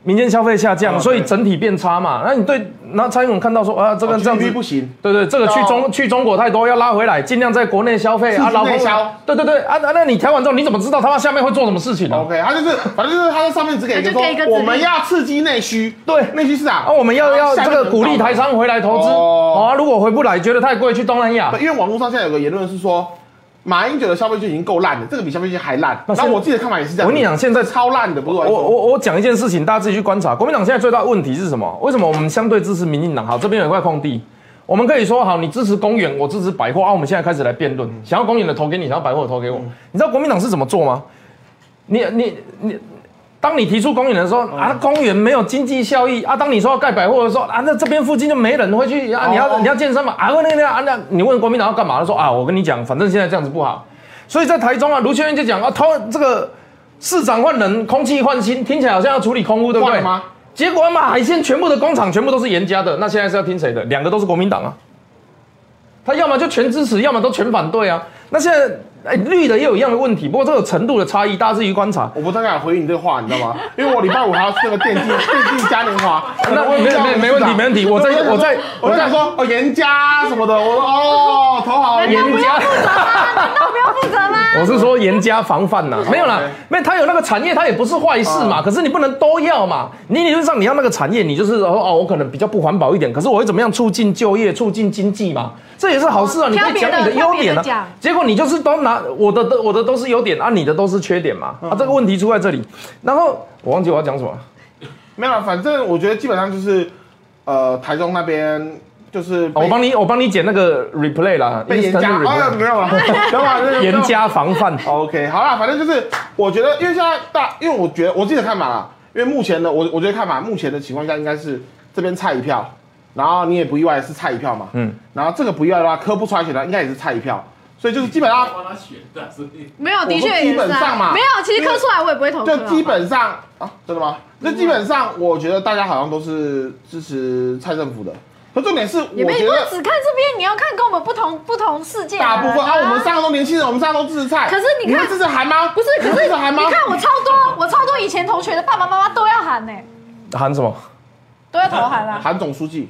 Speaker 3: 民间消费下降，
Speaker 1: 嗯
Speaker 3: 所以
Speaker 1: 对
Speaker 3: 整体变差嘛。那你对，那蔡英文看到说啊，这个这样子
Speaker 1: GDP 哦不行，
Speaker 3: 对对，这个去
Speaker 1: 哦
Speaker 3: 中去中国太多，要拉回来，尽量在国内消费啊
Speaker 1: 刺激
Speaker 3: 劳工
Speaker 1: 内销
Speaker 3: 对对对啊，那那你调完之后，你怎么知道他妈下面会做什么事情呢、
Speaker 1: OK，他就是，反正就是他在上面只给一个
Speaker 2: 他就给一个指
Speaker 1: 说，
Speaker 2: 令
Speaker 1: 我们要刺激内需，
Speaker 3: 对
Speaker 1: 内需市场。
Speaker 3: 啊，我们要要
Speaker 1: 下
Speaker 3: 这
Speaker 1: 面
Speaker 3: 个鼓励台商回来投资。
Speaker 1: 哦
Speaker 3: 哦，啊如果回不来，觉得太贵，去东南亚
Speaker 1: 对。因为网络上现在有个言论是说，马英九的消费券已经够烂了，这个比消费券还烂。
Speaker 3: 那
Speaker 1: 然
Speaker 3: 是
Speaker 1: 后我自己的看法也是这样。
Speaker 3: 我跟你讲现在
Speaker 1: 超烂的，不是
Speaker 3: 我
Speaker 1: 我
Speaker 3: 我我讲一件事情，大家自己去观察。国民党现在最大的问题是什么？为什么我们相对支持民进党？好，这边有一块空地，我们可以说好，你支持公园，我支持百货啊。我们现在开始来辩
Speaker 1: 嗯
Speaker 3: 论，想要公园的投给你，想要百货的投给我。你知道国民党是怎么做吗？你你你。当你提出公园的时候
Speaker 1: 嗯
Speaker 3: 啊，公园没有经济效益啊。当你说要盖百货的时候啊，那这边附近就没人会去啊。你要、
Speaker 1: 哦
Speaker 3: 你要健身嘛啊，那那啊那，你问国民党要干嘛？他说啊，我跟你讲，反正现在这样子不好。所以在台中啊，卢秀燕就讲啊，他这个市长换人，空气换新，听起来好像要处理空污，对不
Speaker 1: 换
Speaker 3: 对
Speaker 1: 了吗？
Speaker 3: 结果他妈海鲜全部的工厂全部都是严家的，那现在是要听谁的？两个都是国民党啊，他要么就全支持，要么都全反对啊。那现在哎，绿的也有一样的问题，不过这个程度的差异，大家自己去观察。
Speaker 1: 我不太敢回应你这个话，你知道吗？ 因为我礼拜五还要去那个电竞 电竞嘉年华，
Speaker 3: 那
Speaker 1: 我
Speaker 3: 没没没问题没问题我在我在
Speaker 1: 我在想说哦严家什么的，我说哦头好
Speaker 2: 难道
Speaker 1: 严
Speaker 2: 哎不要负责吗？难道不要负责吗？
Speaker 3: 我是说严加防范呐、没有啦
Speaker 1: 哦 OK，哦
Speaker 3: 没有他有那个产业，他也不是坏事嘛。可是你不能都要嘛，你理论上你要那个产业，你就是说哦，我可能比较不环保一点，可是我会怎么样促进就业、促进经济嘛，这也是好事啊。
Speaker 2: 哦
Speaker 3: 你可以讲你的
Speaker 2: 挑
Speaker 3: 优
Speaker 2: 别的挑别
Speaker 3: 点
Speaker 2: 的
Speaker 3: 啊
Speaker 2: 讲，
Speaker 3: 结果你就是都拿我的的我的都是优点啊，你的都是缺点嘛。
Speaker 1: 嗯
Speaker 3: 啊，这个问题出在这里，然后我忘记我要讲什么了。
Speaker 1: 没有啦，反正我觉得基本上就是呃台中那边就是被
Speaker 3: 哦我帮你我帮你剪那个 replay 啦，
Speaker 1: 被严家
Speaker 3: instant
Speaker 1: 啊
Speaker 3: replay
Speaker 1: 没有了，啊等会儿
Speaker 3: 严加防范。
Speaker 1: OK，好啦，反正就是我觉得，因为现在大，因为我觉得我自己的看法啦，因为目前的我我觉得看法，目前的情况下应该是这边菜一票，然后你也不意外是菜一票嘛，嗯，然后这个不意外的话，科不出来选的应该也是菜一票，所以就是基本上
Speaker 5: 帮他选的，所以
Speaker 2: 没有，的
Speaker 1: 我说
Speaker 2: 确也是啊
Speaker 1: 基本上嘛
Speaker 2: 没有，其实磕出来我也不会投
Speaker 1: 就
Speaker 2: 科啊
Speaker 1: 基本上啊，真的吗？
Speaker 2: 嗯
Speaker 1: 就基本上我觉得大家好像都是支持蔡政府的，可重点是
Speaker 2: 也
Speaker 1: 我
Speaker 2: 没，你啊
Speaker 1: 觉
Speaker 2: 不能
Speaker 1: 得
Speaker 2: 只看这边，你要看跟我们不同不同世界的人
Speaker 1: 大部分啊，我们三个都年轻人，我们三个都支持蔡，
Speaker 2: 可是你看
Speaker 1: 们支持韩吗？
Speaker 2: 不是，
Speaker 1: 你
Speaker 2: 可
Speaker 1: 们
Speaker 2: 是
Speaker 1: 支
Speaker 2: 你
Speaker 1: 持韩吗？
Speaker 2: 看我超多，我超多以前同学的爸爸妈妈都要喊呢、
Speaker 3: 哦喊什么？
Speaker 2: 都要投啊喊啦、
Speaker 1: 韩总书记，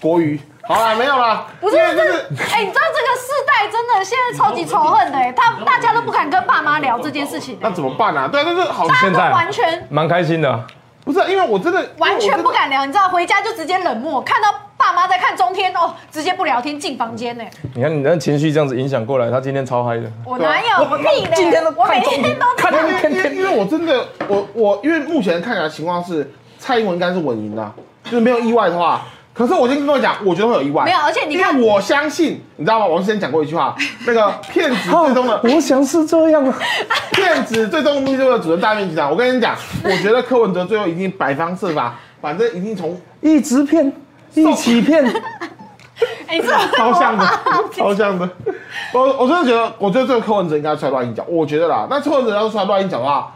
Speaker 1: 国语。好啦，没有啦，
Speaker 2: 不是
Speaker 1: 因为
Speaker 2: 这
Speaker 1: 就是，
Speaker 2: 哎、你知道这个世代真的现在超级仇恨的、欸，他大家都不敢跟爸妈聊这件事情、
Speaker 1: 那
Speaker 2: 欸，
Speaker 1: 怎么办啊？对啊，就是好，
Speaker 2: 大家
Speaker 3: 现
Speaker 2: 都
Speaker 3: 在
Speaker 2: 完全
Speaker 3: 蛮开心的。啊
Speaker 1: 不是啊因为我真的
Speaker 2: 完全不，
Speaker 1: 因为我真的
Speaker 2: 敢聊，你知道，回家就直接冷漠，看到爸妈在看中天哦，直接不聊天进房间呢、
Speaker 3: 你看你那情绪这样子影响过来，他今天超嗨的。
Speaker 2: 我哪
Speaker 1: 啊
Speaker 2: 有屁嘞？
Speaker 3: 今天都
Speaker 2: 我每
Speaker 3: 看中
Speaker 2: 天都
Speaker 3: 看
Speaker 1: 因为
Speaker 3: 中天
Speaker 1: 因为
Speaker 3: 天
Speaker 1: 因为我真的我我因为目前看起来情况是蔡英文应该是稳赢的，啊就是没有意外的话。可是我先跟各位讲，我觉得会有意外。
Speaker 2: 没有而且你看
Speaker 1: 因为我相 信，你知道吗？我之前讲过一句话，那个骗子最终的
Speaker 3: 我想是这样啊，
Speaker 1: 电子最终目的就是主人大面积长。我跟你讲，我觉得柯文哲最后一定百方设法，反正一定从
Speaker 3: 一直骗，一起骗，
Speaker 2: 哎，这
Speaker 1: 超像 的，超像的。我我真的觉得，我觉得这个柯文哲应该出来乱一脚，我觉得啦。那柯文哲要是出来乱一脚的话，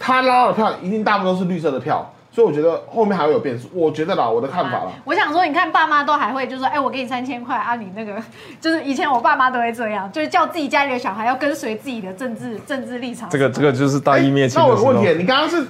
Speaker 1: 他拉到的票一定大部分都是绿色的票，所以我觉得后面还会有变数。我觉得啦，我的看法啦。
Speaker 2: 我想说，你看爸妈都还会就说，哎、我给你三千块啊，你那个 就是以前我爸妈都会这样，就是叫自己家里的小孩要跟随自己的政治政治立场。
Speaker 3: 这个这个就是大义灭亲
Speaker 1: 哎那我
Speaker 3: 的
Speaker 1: 有
Speaker 3: 时
Speaker 1: 个
Speaker 3: 候
Speaker 1: 问。题，你刚刚是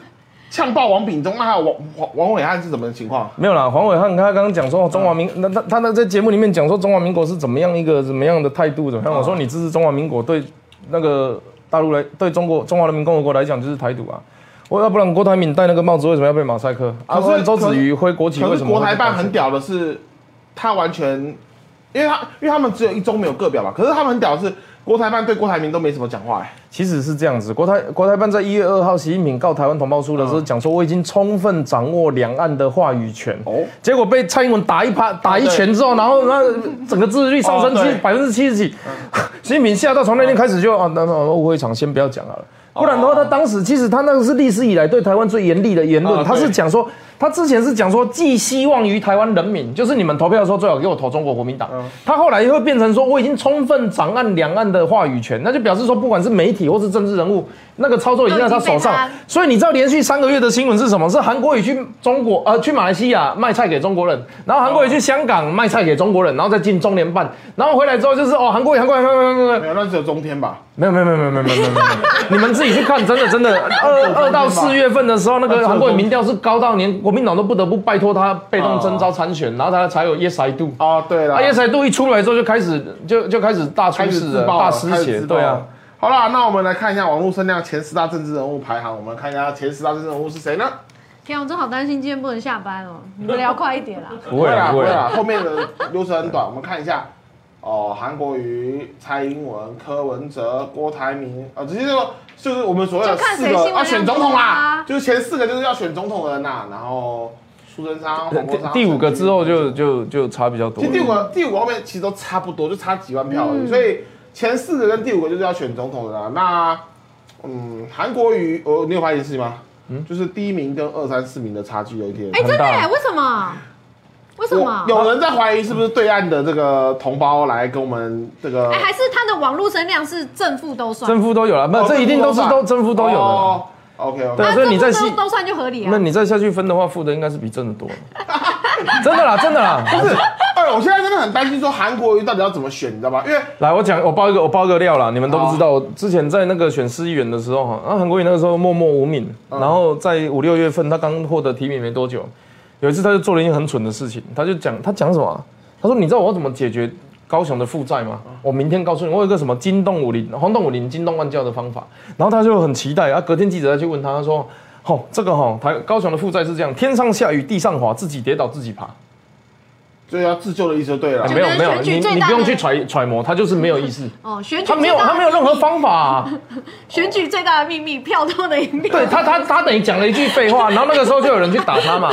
Speaker 1: 呛爆王炳忠，那还有王王王伟汉是什么情况？
Speaker 3: 没有啦，黄伟汉他刚刚讲说哦中华民，那他他那在节目里面讲说中华民国是怎么样一个怎么样的态度，怎么样？我说你支持中华民国对那个大陆来对中国中华人民共和国来讲就是台独啊。我要不然郭台铭戴那个帽子为什么要被马赛克？
Speaker 1: 可
Speaker 3: 啊，
Speaker 1: 是
Speaker 3: 不然周子瑜挥国旗为
Speaker 1: 可是
Speaker 3: 什么会被
Speaker 1: 国台办
Speaker 3: 马赛克
Speaker 1: 很屌的是，他完全，因为他因为他们只有一中没有各表嘛，可是他们很屌的是国台办对郭台铭都没什么讲话哎、
Speaker 3: 其实是这样子，国台国台办在一月二号，习近平告台湾同胞书的时候讲说，我已经充分掌握两岸的话语权。
Speaker 1: 哦
Speaker 3: 哦，结果被蔡英文打一趴打一拳之后，然后那整个自治率上升
Speaker 1: 哦
Speaker 3: 至
Speaker 1: 对嗯
Speaker 3: 百分之七十几，习近平吓到从那天开始就啊，那那那误会一场，先不要讲好了。
Speaker 1: 哦
Speaker 3: 不然的话，他当时其实他那个是历史以来对台湾最严厉的言
Speaker 1: 啊
Speaker 3: 论，他
Speaker 1: 对
Speaker 3: 是讲说，他之前是讲说寄希望于台湾人民，就是你们投票的时候最好给我投中国国民党。
Speaker 1: 嗯
Speaker 3: 他后来又会变成说我已经充分掌握两岸的话语权，那就表示说不管是媒体或是政治人物，那个操作已经在他
Speaker 2: 都
Speaker 3: 手上
Speaker 2: 已经被他。
Speaker 3: 所以你知道连续三个月的新闻是什么？是韩国瑜去中国呃去马来西亚卖菜给中国人，然后韩国瑜去香港卖菜给中国人，然后再进中联办，然后回来之后就是哦韩国瑜韩国瑜韩国瑜韩国瑜。韩国瑜
Speaker 1: 没有，那只有中天吧？
Speaker 3: 没有没有没有没有没有没有没有没有，你们自己去看，真的真的，二二到四月份的时候，那个韩国的民调是高到连国民党都不得不拜托他被动征召参选，然后他才有 Yes I Do。
Speaker 1: 哦，对了，
Speaker 3: 啊，Yes I Do 一出来之后就开始就就开始大出
Speaker 1: 开始
Speaker 3: 事
Speaker 1: 自
Speaker 3: 了，
Speaker 1: 爆了，
Speaker 3: 大失
Speaker 1: 开始
Speaker 3: 血，
Speaker 1: 自爆
Speaker 3: 对
Speaker 1: 了
Speaker 3: 啊。。
Speaker 1: 好啦，那我们来看一下网络声量前十大政治人物排行。我们看一下前十大政治人物是谁呢？
Speaker 2: 天啊，我真好担心今天不能下班 哦，你们聊快一点啦。
Speaker 3: 不
Speaker 1: 啦，不会啦，，啊后面的流程很短。我们看一下，哦，韩国瑜、蔡英文、柯文哲、郭台铭，啊，直接就就是我们所谓的
Speaker 2: 就看
Speaker 1: 四
Speaker 2: 谁
Speaker 1: 个
Speaker 2: 新闻
Speaker 1: 要选总统
Speaker 2: 量多
Speaker 1: 啦
Speaker 2: 啊，
Speaker 1: 就是前四个就是要选总统的人呐。然后苏贞昌、黄国
Speaker 3: 第
Speaker 1: 昌，
Speaker 3: 第五个之后就就就差比较多
Speaker 1: 其。实第五个第五个后面其实都差不多，就差几万票
Speaker 2: 嗯
Speaker 1: 而已。所以前四个跟第五个就是要选总统的啦。那嗯，韩国瑜，哦，你有发现事情吗？嗯，就是第一名跟二三四名的差距有一点。
Speaker 2: 哎、真的
Speaker 3: 很
Speaker 2: 耶
Speaker 3: 大
Speaker 2: 为什么？为什
Speaker 1: 我
Speaker 2: 么？
Speaker 1: 有人在怀疑是不是对岸的这个同胞来跟我们这个
Speaker 2: 哎、还是他的网络声量是正负都算，
Speaker 3: 正负都有了，没有
Speaker 1: 哦
Speaker 3: 这一定都是
Speaker 1: 吧
Speaker 3: 都正负都有的。
Speaker 1: 哦 OK
Speaker 3: 对
Speaker 1: OK，
Speaker 2: 啊
Speaker 3: 所以你在
Speaker 2: 正负都
Speaker 3: 细
Speaker 2: 都算就合理啊
Speaker 3: 那。你再下去分的话，负的应该是比正的多。 真的啦，真的啦，
Speaker 1: 不是，哎，我现在真的很担心说韩国瑜到底要怎么选，你知道吧？因为
Speaker 3: 来，我讲，我爆一个，我爆一个料啦，你们都不知道。我之前在那个选市议员的时候，哈，那韩国瑜那个时候默默无名，然后在五六月份，他刚获得提名没多久，有一次他就做了一件很蠢的事情，他就讲，他讲什么啊、他说：“你知道我要怎么解决高雄的负债吗？我明天告诉你，我有一个什么惊动武林、轰动武林、惊动万教的方法。”然后他就很期待，啊，隔天记者再去问他，他说：“吼、这个吼、台高雄的负债是这样，天上下雨地上滑，自己跌倒自己爬。”
Speaker 1: 就要自救的意思就对了
Speaker 3: 啊，。没有
Speaker 2: 觉得
Speaker 3: 没有，
Speaker 2: 选举
Speaker 3: 你
Speaker 2: 最
Speaker 3: 你
Speaker 2: 大
Speaker 3: 不用
Speaker 2: 的
Speaker 3: 去揣揣摩，他就是没有意思。
Speaker 2: 哦，选举
Speaker 3: 他没有，
Speaker 2: 最大的
Speaker 3: 他没有任何方法、啊。
Speaker 2: 选举最大的秘密，票多的赢票。
Speaker 3: 对他，他他等于讲了一句废话，然后那个时候就有人去 打他嘛。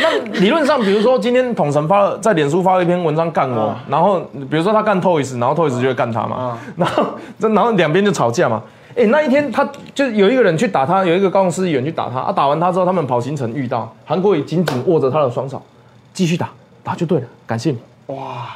Speaker 3: 那理论上，比如说今天统神发了在脸书发了一篇文章干我，
Speaker 2: 啊
Speaker 3: 然后比如说他干 Toys，然后 Toys 就会干他嘛，然后这然后两边就吵架嘛。哎、那一天他就有一个人去打他，有一个高雄市议员去打他啊，打完他之后，他们跑行程遇到韩国瑜紧紧握着他的双手，继续打，打就对了，感谢你。
Speaker 1: 哇，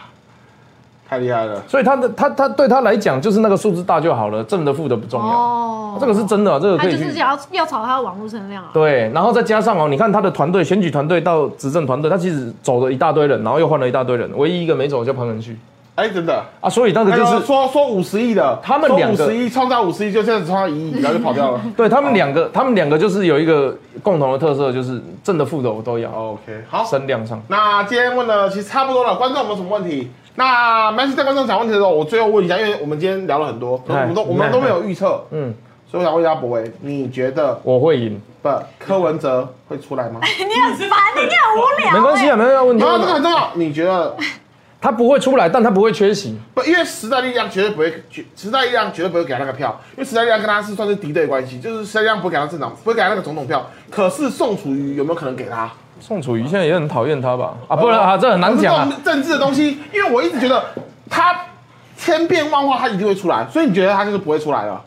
Speaker 1: 太厉害了。
Speaker 3: 所以他的他他对他来讲就是那个数字大就好了，正的负的不重要。
Speaker 2: 哦
Speaker 3: 这个是真的，啊这个
Speaker 2: 他
Speaker 3: 可以
Speaker 2: 就
Speaker 3: 去。
Speaker 2: 是想要要炒他的网络声量啊。
Speaker 3: 对，然后再加上哦，你看他的团队，选举团队到执政团队，他其实走了一大堆人，然后又换了一大堆人，唯一一个没走的叫潘文旭
Speaker 1: 哎，真的，
Speaker 3: 啊，所以那个
Speaker 1: 那
Speaker 3: 就
Speaker 1: 个
Speaker 3: 是
Speaker 1: 哎说说五十亿的，
Speaker 3: 他们两
Speaker 1: 五
Speaker 3: 个
Speaker 1: 十亿创造五十亿，就现在只创造 一亿，然后就跑掉了。
Speaker 3: 对他们两个，他们两个就是有一个共同的特色，就是正的负的我都要，哦
Speaker 1: OK，好，
Speaker 3: 声量上。
Speaker 1: 那今天问的其实差不多了，观众有没有什么问题？那没关系，在观众讲问题的时候，我最后问一下，因为我们今天聊了很多，可是我们都
Speaker 3: 哎
Speaker 1: 我们都没有预测，
Speaker 3: 嗯，
Speaker 1: 所以我想问一下博维，你觉得
Speaker 3: 我会赢，
Speaker 1: 不柯文哲会出 来吗？
Speaker 2: 你很烦，你很无聊。
Speaker 3: 没关系啊，没有问题
Speaker 1: 没。有，这个很重要。你觉得
Speaker 3: 他不会出来，但他不会缺席。
Speaker 1: 不？因为时代力量绝对不会，绝时代力量绝对不会给他那个票，因为时代力量跟他是算是敌对关系，就是时代力量不会给他政党，不会给他那个总统票。可是宋楚瑜有没有可能给他？
Speaker 3: 宋楚瑜现在也很讨厌他吧？啊，不然啊，这很难讲
Speaker 1: 可
Speaker 3: 啊
Speaker 1: 是。这种政治的东西，因为我一直觉得他千变万化，他一定会出来，所以你觉得他就是不会出来了？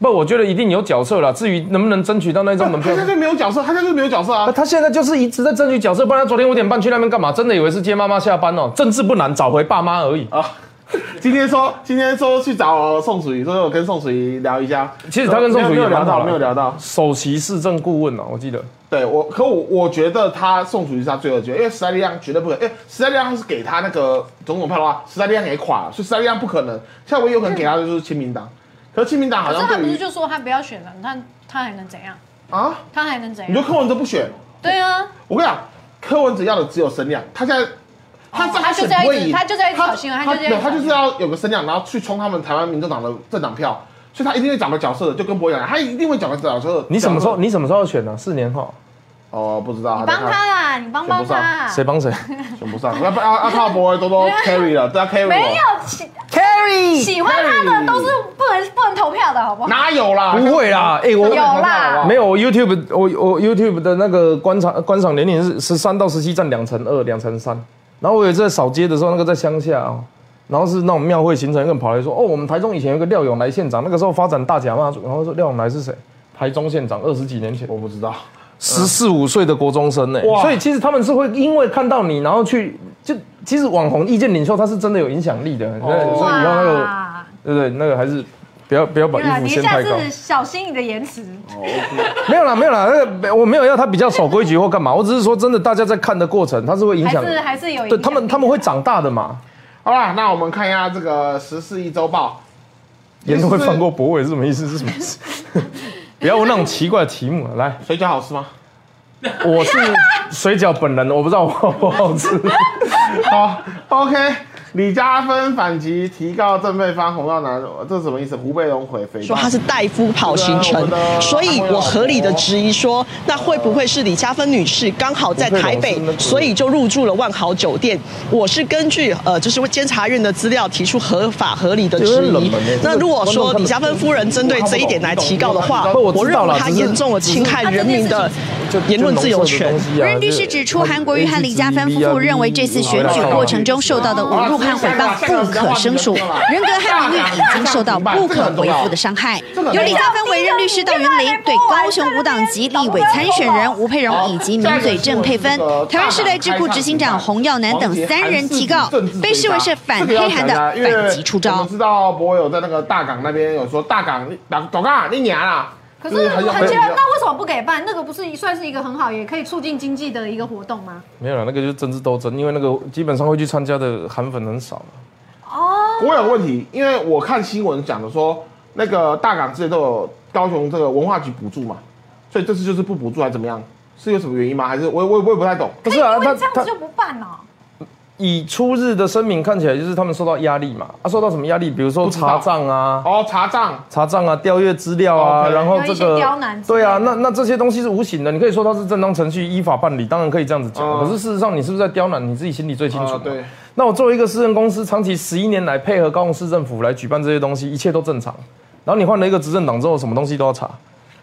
Speaker 3: 不，我觉得一定有角色啦。至于能不能争取到那张门
Speaker 1: 他
Speaker 3: 票
Speaker 1: 现，在就没有角色，他现在就没有角色
Speaker 3: 啊
Speaker 1: 啊。
Speaker 3: 他现在就是一直在争取角色，不然他昨天五点半去那边干嘛？真的以为是接妈妈下班哦。政治不难，找回爸妈而已。
Speaker 1: 啊，今天说今天说去找宋楚瑜，说我跟宋楚瑜聊一下。
Speaker 3: 其实他跟宋楚瑜
Speaker 1: 没有
Speaker 3: 也
Speaker 1: 没有聊
Speaker 3: 蛮好
Speaker 1: 到，
Speaker 3: 的
Speaker 1: 没有聊到。
Speaker 3: 首席市政顾问哦，我记得。
Speaker 1: 对我，可我我觉得他宋楚瑜是他最后的决定，因为时代力量绝对不可能，因为时代力量是给他那个总统票的话，时代力量给垮了，所以时代力量不可能。现在唯一有可能给他的就是亲民党，可是亲民党好
Speaker 2: 可是
Speaker 1: 像
Speaker 2: 他不
Speaker 1: 对
Speaker 2: 是
Speaker 1: 于
Speaker 2: 就说他不要选了，他他还能怎样？
Speaker 1: 啊，
Speaker 2: 他还能怎
Speaker 1: 你就
Speaker 2: 样？
Speaker 1: 柯文哲不选，
Speaker 2: 对啊，
Speaker 1: 我跟你讲，柯文哲要的只有声量，他现在。他在
Speaker 2: 哦他就是
Speaker 1: 选
Speaker 2: 要
Speaker 1: 不
Speaker 2: 一
Speaker 1: 会
Speaker 2: 直
Speaker 1: 赢，
Speaker 2: 他就是要一直挑衅啊他就是要一直
Speaker 1: 没有他就是
Speaker 2: 挑
Speaker 1: 要有个声量，然后去冲他们台湾民众党的政党票，所以他一定会找个角色的，就跟博洋一样，他一定会找个角色。
Speaker 3: 你什么时候？
Speaker 1: 角色？
Speaker 3: 你什么时候选呢、啊？四年后，
Speaker 1: 哦，不知道，
Speaker 2: 你
Speaker 1: 还在
Speaker 2: 帮
Speaker 1: 看
Speaker 2: 他啦，你帮帮他啦。
Speaker 3: 谁帮谁
Speaker 1: 选不上，那不阿阿靠博多 多 carry 了，都要 carry 我。
Speaker 2: 没有喜
Speaker 1: carry
Speaker 2: 喜欢他的都是不能不能投票的，好不好？
Speaker 1: 哪啊有啦？
Speaker 3: 不会啦，哎、我
Speaker 2: 有啦
Speaker 3: 没有，我 YouTube 我我 YouTube 的那个观赏观赏年龄是十三到十七，占两成二、两成三。然后我有一次在扫街的时候，那个在乡下哦，然后是那种庙会行程，有人跑来说，哦，我们台中以前有个廖永来县长，那个时候发展大甲嘛，然后说廖永来是谁？台中县长二十几年前，
Speaker 1: 我不知道。
Speaker 3: 十四五岁的国中生呢、
Speaker 1: 哇
Speaker 3: 所以其实他们是会因为看到你，然后去就其实网红意见领袖他是真的有影响力的，对，所以以后那个
Speaker 2: 哇
Speaker 3: 对不对？那个还是不要不要把
Speaker 2: 对啊，
Speaker 3: 衣服
Speaker 2: 你
Speaker 3: 掀
Speaker 2: 下
Speaker 3: 太高。
Speaker 2: 次小心你的言辞。
Speaker 3: 没有啦，没有啦，那个我没有要他比较守规矩或干嘛，我只是说真的，大家在看的过程，他是会影
Speaker 2: 还
Speaker 3: 响，
Speaker 2: 是还是有影
Speaker 3: 对
Speaker 2: 响
Speaker 3: 他们他们会长大的嘛，
Speaker 1: 好啦，那我们看一下这个十四亿周报。
Speaker 3: 演都会放过博伟是什么意思？是什么意思？ 不要问那种奇怪的题目啊，来，
Speaker 1: 水饺好吃吗？
Speaker 3: 我是水饺本人，我不知道我好不好吃。
Speaker 1: 好，OK。李嘉芬反击提告正被方洪道南，这是什么意思？胡贝龙毁肥皂
Speaker 5: 说他是代夫跑行程
Speaker 1: 对啊我的，
Speaker 5: 所以我合理的质疑说，那会不会是李嘉芬女士刚好在台北
Speaker 3: 不会吧我是那，个
Speaker 5: 所以就入住了万豪酒店？我是根据呃，就是监察院的资料提出合法合理的
Speaker 3: 有
Speaker 5: 质
Speaker 3: 点冷
Speaker 5: 疑
Speaker 3: 门欸。
Speaker 5: 那如果
Speaker 3: 这个观众
Speaker 5: 说
Speaker 3: 看
Speaker 5: 李
Speaker 3: 得
Speaker 5: 嘉芬夫人针对这一点来提告的话，
Speaker 3: 不我知道
Speaker 5: 我认
Speaker 3: 啦
Speaker 5: 为她
Speaker 3: 只是
Speaker 5: 严重的侵害人民的
Speaker 3: 就
Speaker 5: 言论自由权。
Speaker 3: 啊
Speaker 6: 主任律师指出，韩国瑜和李嘉芬夫妇认为这次选举过程中受到的侮辱和诽谤不可胜数，人格和名誉已经受到不可恢复的伤害。由李嘉芬委任律师到云林对高雄无党籍立委参选人吴佩荣以及名嘴郑佩芬、台湾世代智库执行长洪耀南等三人提告，被视为是反黑韩的反击出
Speaker 1: 我
Speaker 6: 招
Speaker 1: 们。知道博友在那个大港那边有说，大港港港港你娘啦。
Speaker 2: 可是
Speaker 1: 就
Speaker 2: 很奇
Speaker 1: 有
Speaker 2: 怪，那为什么不给办？那个不是算是一个很好，也可以促进经济的一个活动吗？
Speaker 3: 没有啦，那个就是政治斗争，因为那个基本上会去参加的韩粉很少。
Speaker 1: 我有个问题，因为我看新闻讲的说，那个大港之前都有高雄这个文化局补助嘛，所以这次就是不补助还是怎么样？是有什么原因吗？还是我我我也不太懂。
Speaker 3: 不是
Speaker 6: 哎
Speaker 3: 啊，
Speaker 2: 因
Speaker 3: 他
Speaker 2: 为这样
Speaker 3: 他
Speaker 2: 子就不办哦了。
Speaker 3: 以初日的声明看起来就是他们受到压力嘛，啊，受到什么压力？比如说
Speaker 1: 不知道
Speaker 3: 查账啊，
Speaker 1: 哦，查账
Speaker 3: 查账啊，调阅资料
Speaker 2: 哦
Speaker 3: 啊，
Speaker 1: OK
Speaker 3: 然后
Speaker 2: 有
Speaker 3: 这
Speaker 2: 一
Speaker 3: 个
Speaker 2: 些刁难之类
Speaker 3: 对
Speaker 2: 的
Speaker 3: 啊，那那这些东西是无形的，你可以说它是正当程序，依法办理，当然可以这样子讲。
Speaker 1: 嗯
Speaker 2: 哦
Speaker 3: 可是事实上，你是不是在刁难你自己心里最清楚、
Speaker 1: 啊对。
Speaker 3: 那我作为一个私人公司，长期十一年来配合高雄市政府来举办这些东西，一切都正常。然后你换了一个执政党之后，什么东西都要查。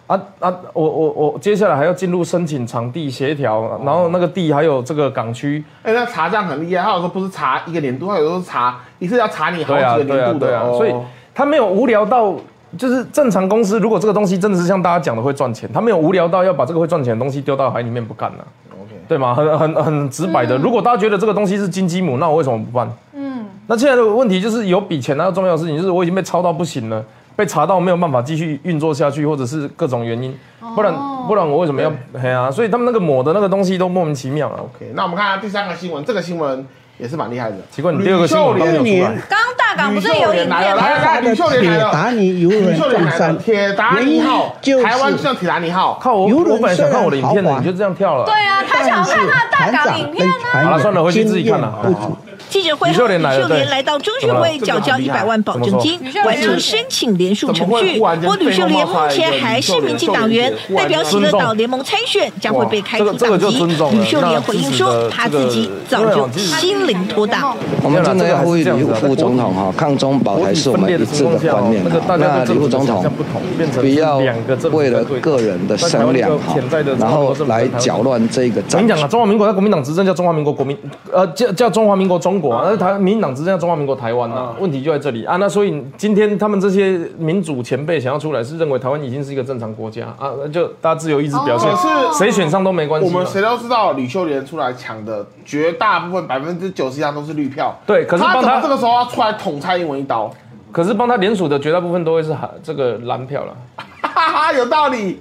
Speaker 3: 啊啊！我我我接下来还要进入申请场地协调，然后那个地还有这个港区，
Speaker 1: 哎、那查账很厉害，他有时候不是查一个年度，他有时候是查一次要查你好
Speaker 3: 对啊
Speaker 1: 几个
Speaker 3: 对啊
Speaker 1: 年度
Speaker 3: 对
Speaker 1: 的，
Speaker 3: 啊，
Speaker 1: 哦
Speaker 3: 所以他没有无聊到，就是正常公司如果这个东西真的是像大家讲的会赚钱，他没有无聊到要把这个会赚钱的东西丢到海里面不干了、
Speaker 1: OK
Speaker 3: 对吗？很很很直白
Speaker 2: 嗯
Speaker 3: 的，如果大家觉得这个东西是金鸡母，那我为什么不办？嗯，那现在的问题就是有比钱还要重要的事情，就是我已经被抄到不行了。被查到没有办法继续运作下去，或者是各种原因，
Speaker 2: 哦
Speaker 3: 不然、不然我为什么要嘿啊？所以他们那个抹的那个东西都莫名其妙啊了。
Speaker 1: OK，那我们看下第三个新闻，这个新闻也是蛮厉害的。
Speaker 3: 奇怪，你第二个新闻都没有出来。
Speaker 2: 刚刚大港
Speaker 1: 吕
Speaker 2: 不
Speaker 1: 秀
Speaker 2: 是有影
Speaker 1: 莲
Speaker 2: 片
Speaker 1: 来了，
Speaker 3: 啊
Speaker 1: 来来
Speaker 2: 吗？
Speaker 1: 来，吕秀莲来
Speaker 7: 铁
Speaker 1: 了，
Speaker 7: 达尼游
Speaker 1: 吕
Speaker 7: 轮
Speaker 1: 秀莲
Speaker 7: 撞
Speaker 1: 来了，
Speaker 7: 山，
Speaker 1: 铁达尼号，
Speaker 7: 原因就是
Speaker 1: 台湾就像铁达尼号，
Speaker 3: 靠我，
Speaker 7: 游
Speaker 3: 我
Speaker 7: 轮
Speaker 3: 本来想看我的
Speaker 7: 虽然
Speaker 3: 影片的，
Speaker 7: 豪华
Speaker 3: 你就这样跳了。
Speaker 2: 对啊，他想要看他的大港影片啊呢。
Speaker 7: 船
Speaker 3: 好了算了回去
Speaker 7: 经
Speaker 3: 自己看
Speaker 7: 验
Speaker 3: 了
Speaker 7: 不足。
Speaker 8: 记者会
Speaker 3: 吕秀
Speaker 8: 后，
Speaker 3: 莲
Speaker 8: 吕
Speaker 3: 来了
Speaker 8: 秀
Speaker 3: 对
Speaker 8: 莲来到中选会缴交一百万保证金
Speaker 2: 怎么，了
Speaker 8: 完成申请联署
Speaker 1: 怎
Speaker 8: 程
Speaker 1: 么会
Speaker 8: 序。
Speaker 1: 忽然间
Speaker 8: 郭吕秀莲
Speaker 1: 被弄冒
Speaker 8: 目
Speaker 1: 出来一
Speaker 8: 前
Speaker 1: 个
Speaker 8: 还是民进
Speaker 1: 吕秀莲
Speaker 8: 党员
Speaker 1: 忽，然
Speaker 8: 代表喜乐
Speaker 3: 尊重
Speaker 8: 岛联盟参选，将会被开除
Speaker 3: 哇这
Speaker 8: 党
Speaker 3: 个这个就
Speaker 8: 籍
Speaker 3: 尊重。了
Speaker 8: 吕秀莲回应说，
Speaker 3: 那
Speaker 8: 她
Speaker 3: 这个
Speaker 8: 自己早
Speaker 3: 因为哦
Speaker 8: 就
Speaker 3: 其实
Speaker 8: 心灵脱
Speaker 2: 然
Speaker 8: 党
Speaker 2: 后。
Speaker 9: 我们真的要呼吁
Speaker 3: 没
Speaker 9: 李
Speaker 3: 有啦这个还是这样子啊
Speaker 9: 副总统哈，抗中保台是我们一致的观念
Speaker 3: 那个大
Speaker 9: 哈。
Speaker 3: 家
Speaker 9: 那
Speaker 3: 的
Speaker 9: 李副总统
Speaker 3: 不同，变成
Speaker 9: 不要
Speaker 3: 两个政府
Speaker 9: 为
Speaker 3: 在
Speaker 9: 了
Speaker 3: 对
Speaker 9: 个人的声量哈，然后来搅乱这
Speaker 3: 我
Speaker 9: 个
Speaker 3: 跟
Speaker 9: 战
Speaker 3: 你
Speaker 9: 局
Speaker 3: 讲。啊，中华民国在国民党执政叫中华民国国民，呃，叫叫中华民国中国啊，那台民进党执政在中华民国台湾啊，问题就在这里啊。那所以今天他们这些民主前辈想要出来，是认为台湾已经是一个正常国家啊，那就大家自由意志表现
Speaker 1: 哦，可是
Speaker 3: 谁选上都没关系
Speaker 1: 我
Speaker 3: 嘛。
Speaker 1: 们谁都知道，李秀莲出来抢的绝大部分百分之九十以上都是绿票。
Speaker 3: 对可是
Speaker 1: 他
Speaker 3: 帮
Speaker 1: 怎
Speaker 3: 他
Speaker 1: 么这个时候要出来捅蔡英文一刀？
Speaker 3: 可是帮他联署的绝大部分都会是韩这个蓝票了。
Speaker 1: 哈哈哈，有道理，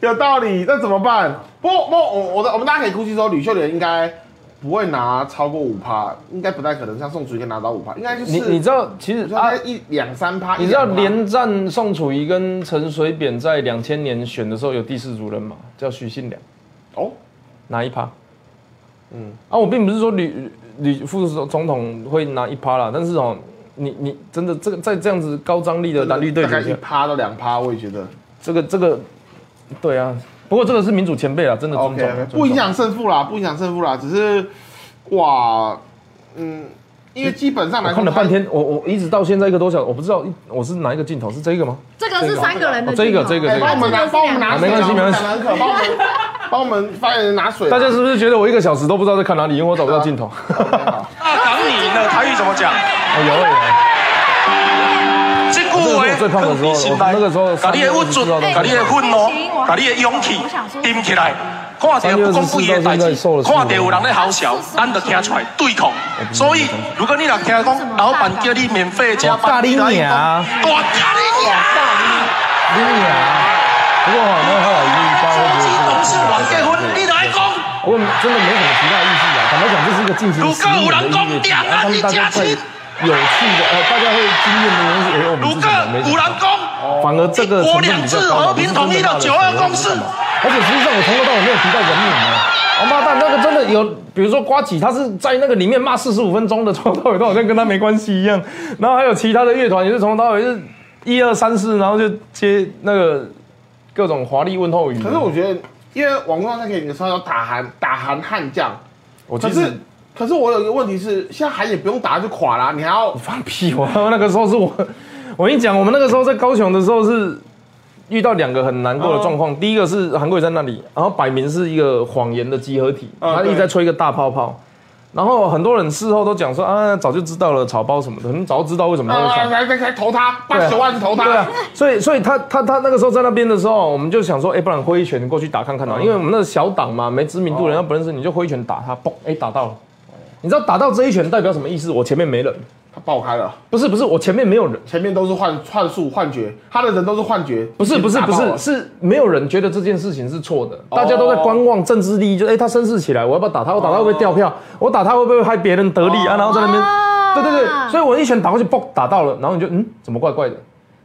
Speaker 1: 有道理，那怎么办？不过，不过，我我的我们大家可以估计说，吕秀莲应该不会拿超过五趴，应该不太可能像宋楚瑜可以拿到五趴，应该就是
Speaker 3: 你你知道，其
Speaker 1: 你
Speaker 3: 实
Speaker 1: 说大
Speaker 3: 啊
Speaker 1: 概，一两三趴，
Speaker 3: 你知道
Speaker 1: 一两趴
Speaker 3: 连战宋楚瑜跟陈水扁在两千年选的时候有第四组人马，叫许信良，
Speaker 1: 哦，
Speaker 3: 拿一趴。嗯，啊，我并不是说吕吕副总统会拿一趴啦，但是哦，你你真的这个在这样子高张力的蓝绿对
Speaker 1: 大概
Speaker 3: 决
Speaker 1: 一
Speaker 3: 下，
Speaker 1: 趴到两趴，我也觉得
Speaker 3: 这个这个，对啊，不过这个是民主前辈啦，真的尊
Speaker 1: OK，
Speaker 3: 重啊，尊重
Speaker 1: 不影响胜负啦，不影响胜负啦，只是哇，嗯，因为基本上来
Speaker 3: 我
Speaker 1: 说
Speaker 3: 看了半，天，我我一直到现在一个多小时，我不知道一我是哪一个镜头，是这个吗？
Speaker 2: 这个是三个人的
Speaker 3: 哦这
Speaker 2: 镜
Speaker 3: 个
Speaker 2: 头
Speaker 3: 这个
Speaker 1: 哎，
Speaker 3: 这个
Speaker 1: 帮我们拿，帮我们拿
Speaker 3: 啊
Speaker 1: 水
Speaker 3: 没
Speaker 1: 啊，
Speaker 3: 关系没关系
Speaker 1: 很可，帮我们帮我们发言人拿水啊，
Speaker 3: 大家是不是觉得我一个小时都不知道在看哪里，因为我找不到镜头？
Speaker 7: 那港你赢了，台语怎么讲？
Speaker 3: 哎有有有。这是我最
Speaker 7: 这句话
Speaker 3: 胖的时候我那个时候
Speaker 7: 把你的温存，
Speaker 3: 哎
Speaker 7: 把你的愤怒
Speaker 2: 我，
Speaker 7: 把你的勇气
Speaker 2: 我想说
Speaker 7: 顶起来。看到有公不义的代
Speaker 3: 三月二十四到现在瘦了，
Speaker 7: 志
Speaker 3: 十五
Speaker 7: 看到有人在咆哮，咱就听出来对抗。所以，如果你若听讲老板叫你免费加
Speaker 3: 哇大
Speaker 7: 班，
Speaker 3: 力呀，
Speaker 7: 我啊咖喱呀！
Speaker 3: 力呀！啊不过我们后来一般
Speaker 7: 夫
Speaker 3: 会
Speaker 7: 妻
Speaker 3: 觉得
Speaker 7: 同事乱结婚，你来讲，
Speaker 3: 我们真的没什么其他意思啊。坦白讲，这是一个进行十年的音乐节，然后他们大家会有趣的，呃，大家会经验的东西，而我们
Speaker 7: 如
Speaker 3: 之
Speaker 7: 果
Speaker 3: 前的没什
Speaker 7: 有人
Speaker 3: 么。
Speaker 7: 讲，
Speaker 3: 反而这个成分比较高，而且实际上我从头到尾没有提到人名啊。王八蛋，那个真的有，比如说瓜起，他是在那个里面骂四十五分钟的，从头到尾都好像跟他没关系一样。然后还有其他的乐团也是从头到尾是一二三四，然后就接那个各种华丽问候语。
Speaker 1: 可是我觉得，因为网络上可以你说要打韩打韩悍将，
Speaker 3: 我其
Speaker 1: 可
Speaker 3: 实
Speaker 1: 是可是我有一个问题是，现在韩也不用打就垮啦，你还要
Speaker 3: 放屁！我那个时候是我， 我跟你讲，我们那个时候在高雄的时候是遇到两个很难过的状况。第一个是韩国瑜在那里，然后摆明是一个谎言的集合体，
Speaker 1: 嗯
Speaker 3: 他一直在吹一个大泡泡。然后很多人事后都讲说啊，早就知道了，草包什么的，你早就知道为什么他会
Speaker 1: 啊
Speaker 3: 上。
Speaker 1: 来来来投他八
Speaker 3: 对啊
Speaker 1: 十万投
Speaker 3: 对啊
Speaker 1: 他，，
Speaker 3: 所以所以他他他那个时候在那边的时候，我们就想说，哎，不然挥一拳过去打看看啊，因为我们那个小党嘛，没知名度，人家不认识，你就挥一拳打他，嘣，哎，打到了。你知道打到这一拳代表什么意思？我前面没人，
Speaker 1: 他爆开了，
Speaker 3: 不是不是，我前面没有人，
Speaker 1: 前面都是幻幻术幻觉，他的人都是幻觉，
Speaker 3: 不是不是
Speaker 1: 打
Speaker 3: 不
Speaker 1: 爆
Speaker 3: 是，
Speaker 1: 了哦
Speaker 3: 是没有人觉得这件事情是错的，大家都在观望政治利益，就哎、诶他绅士起来，我要不要打他？我打他会不会掉票？我打他会不会害别人得利
Speaker 1: 哦
Speaker 3: 啊？然后在那边，
Speaker 2: 啊
Speaker 3: 对对对，所以我一拳打过去，嘣打到了，然后你就嗯怎么怪怪的？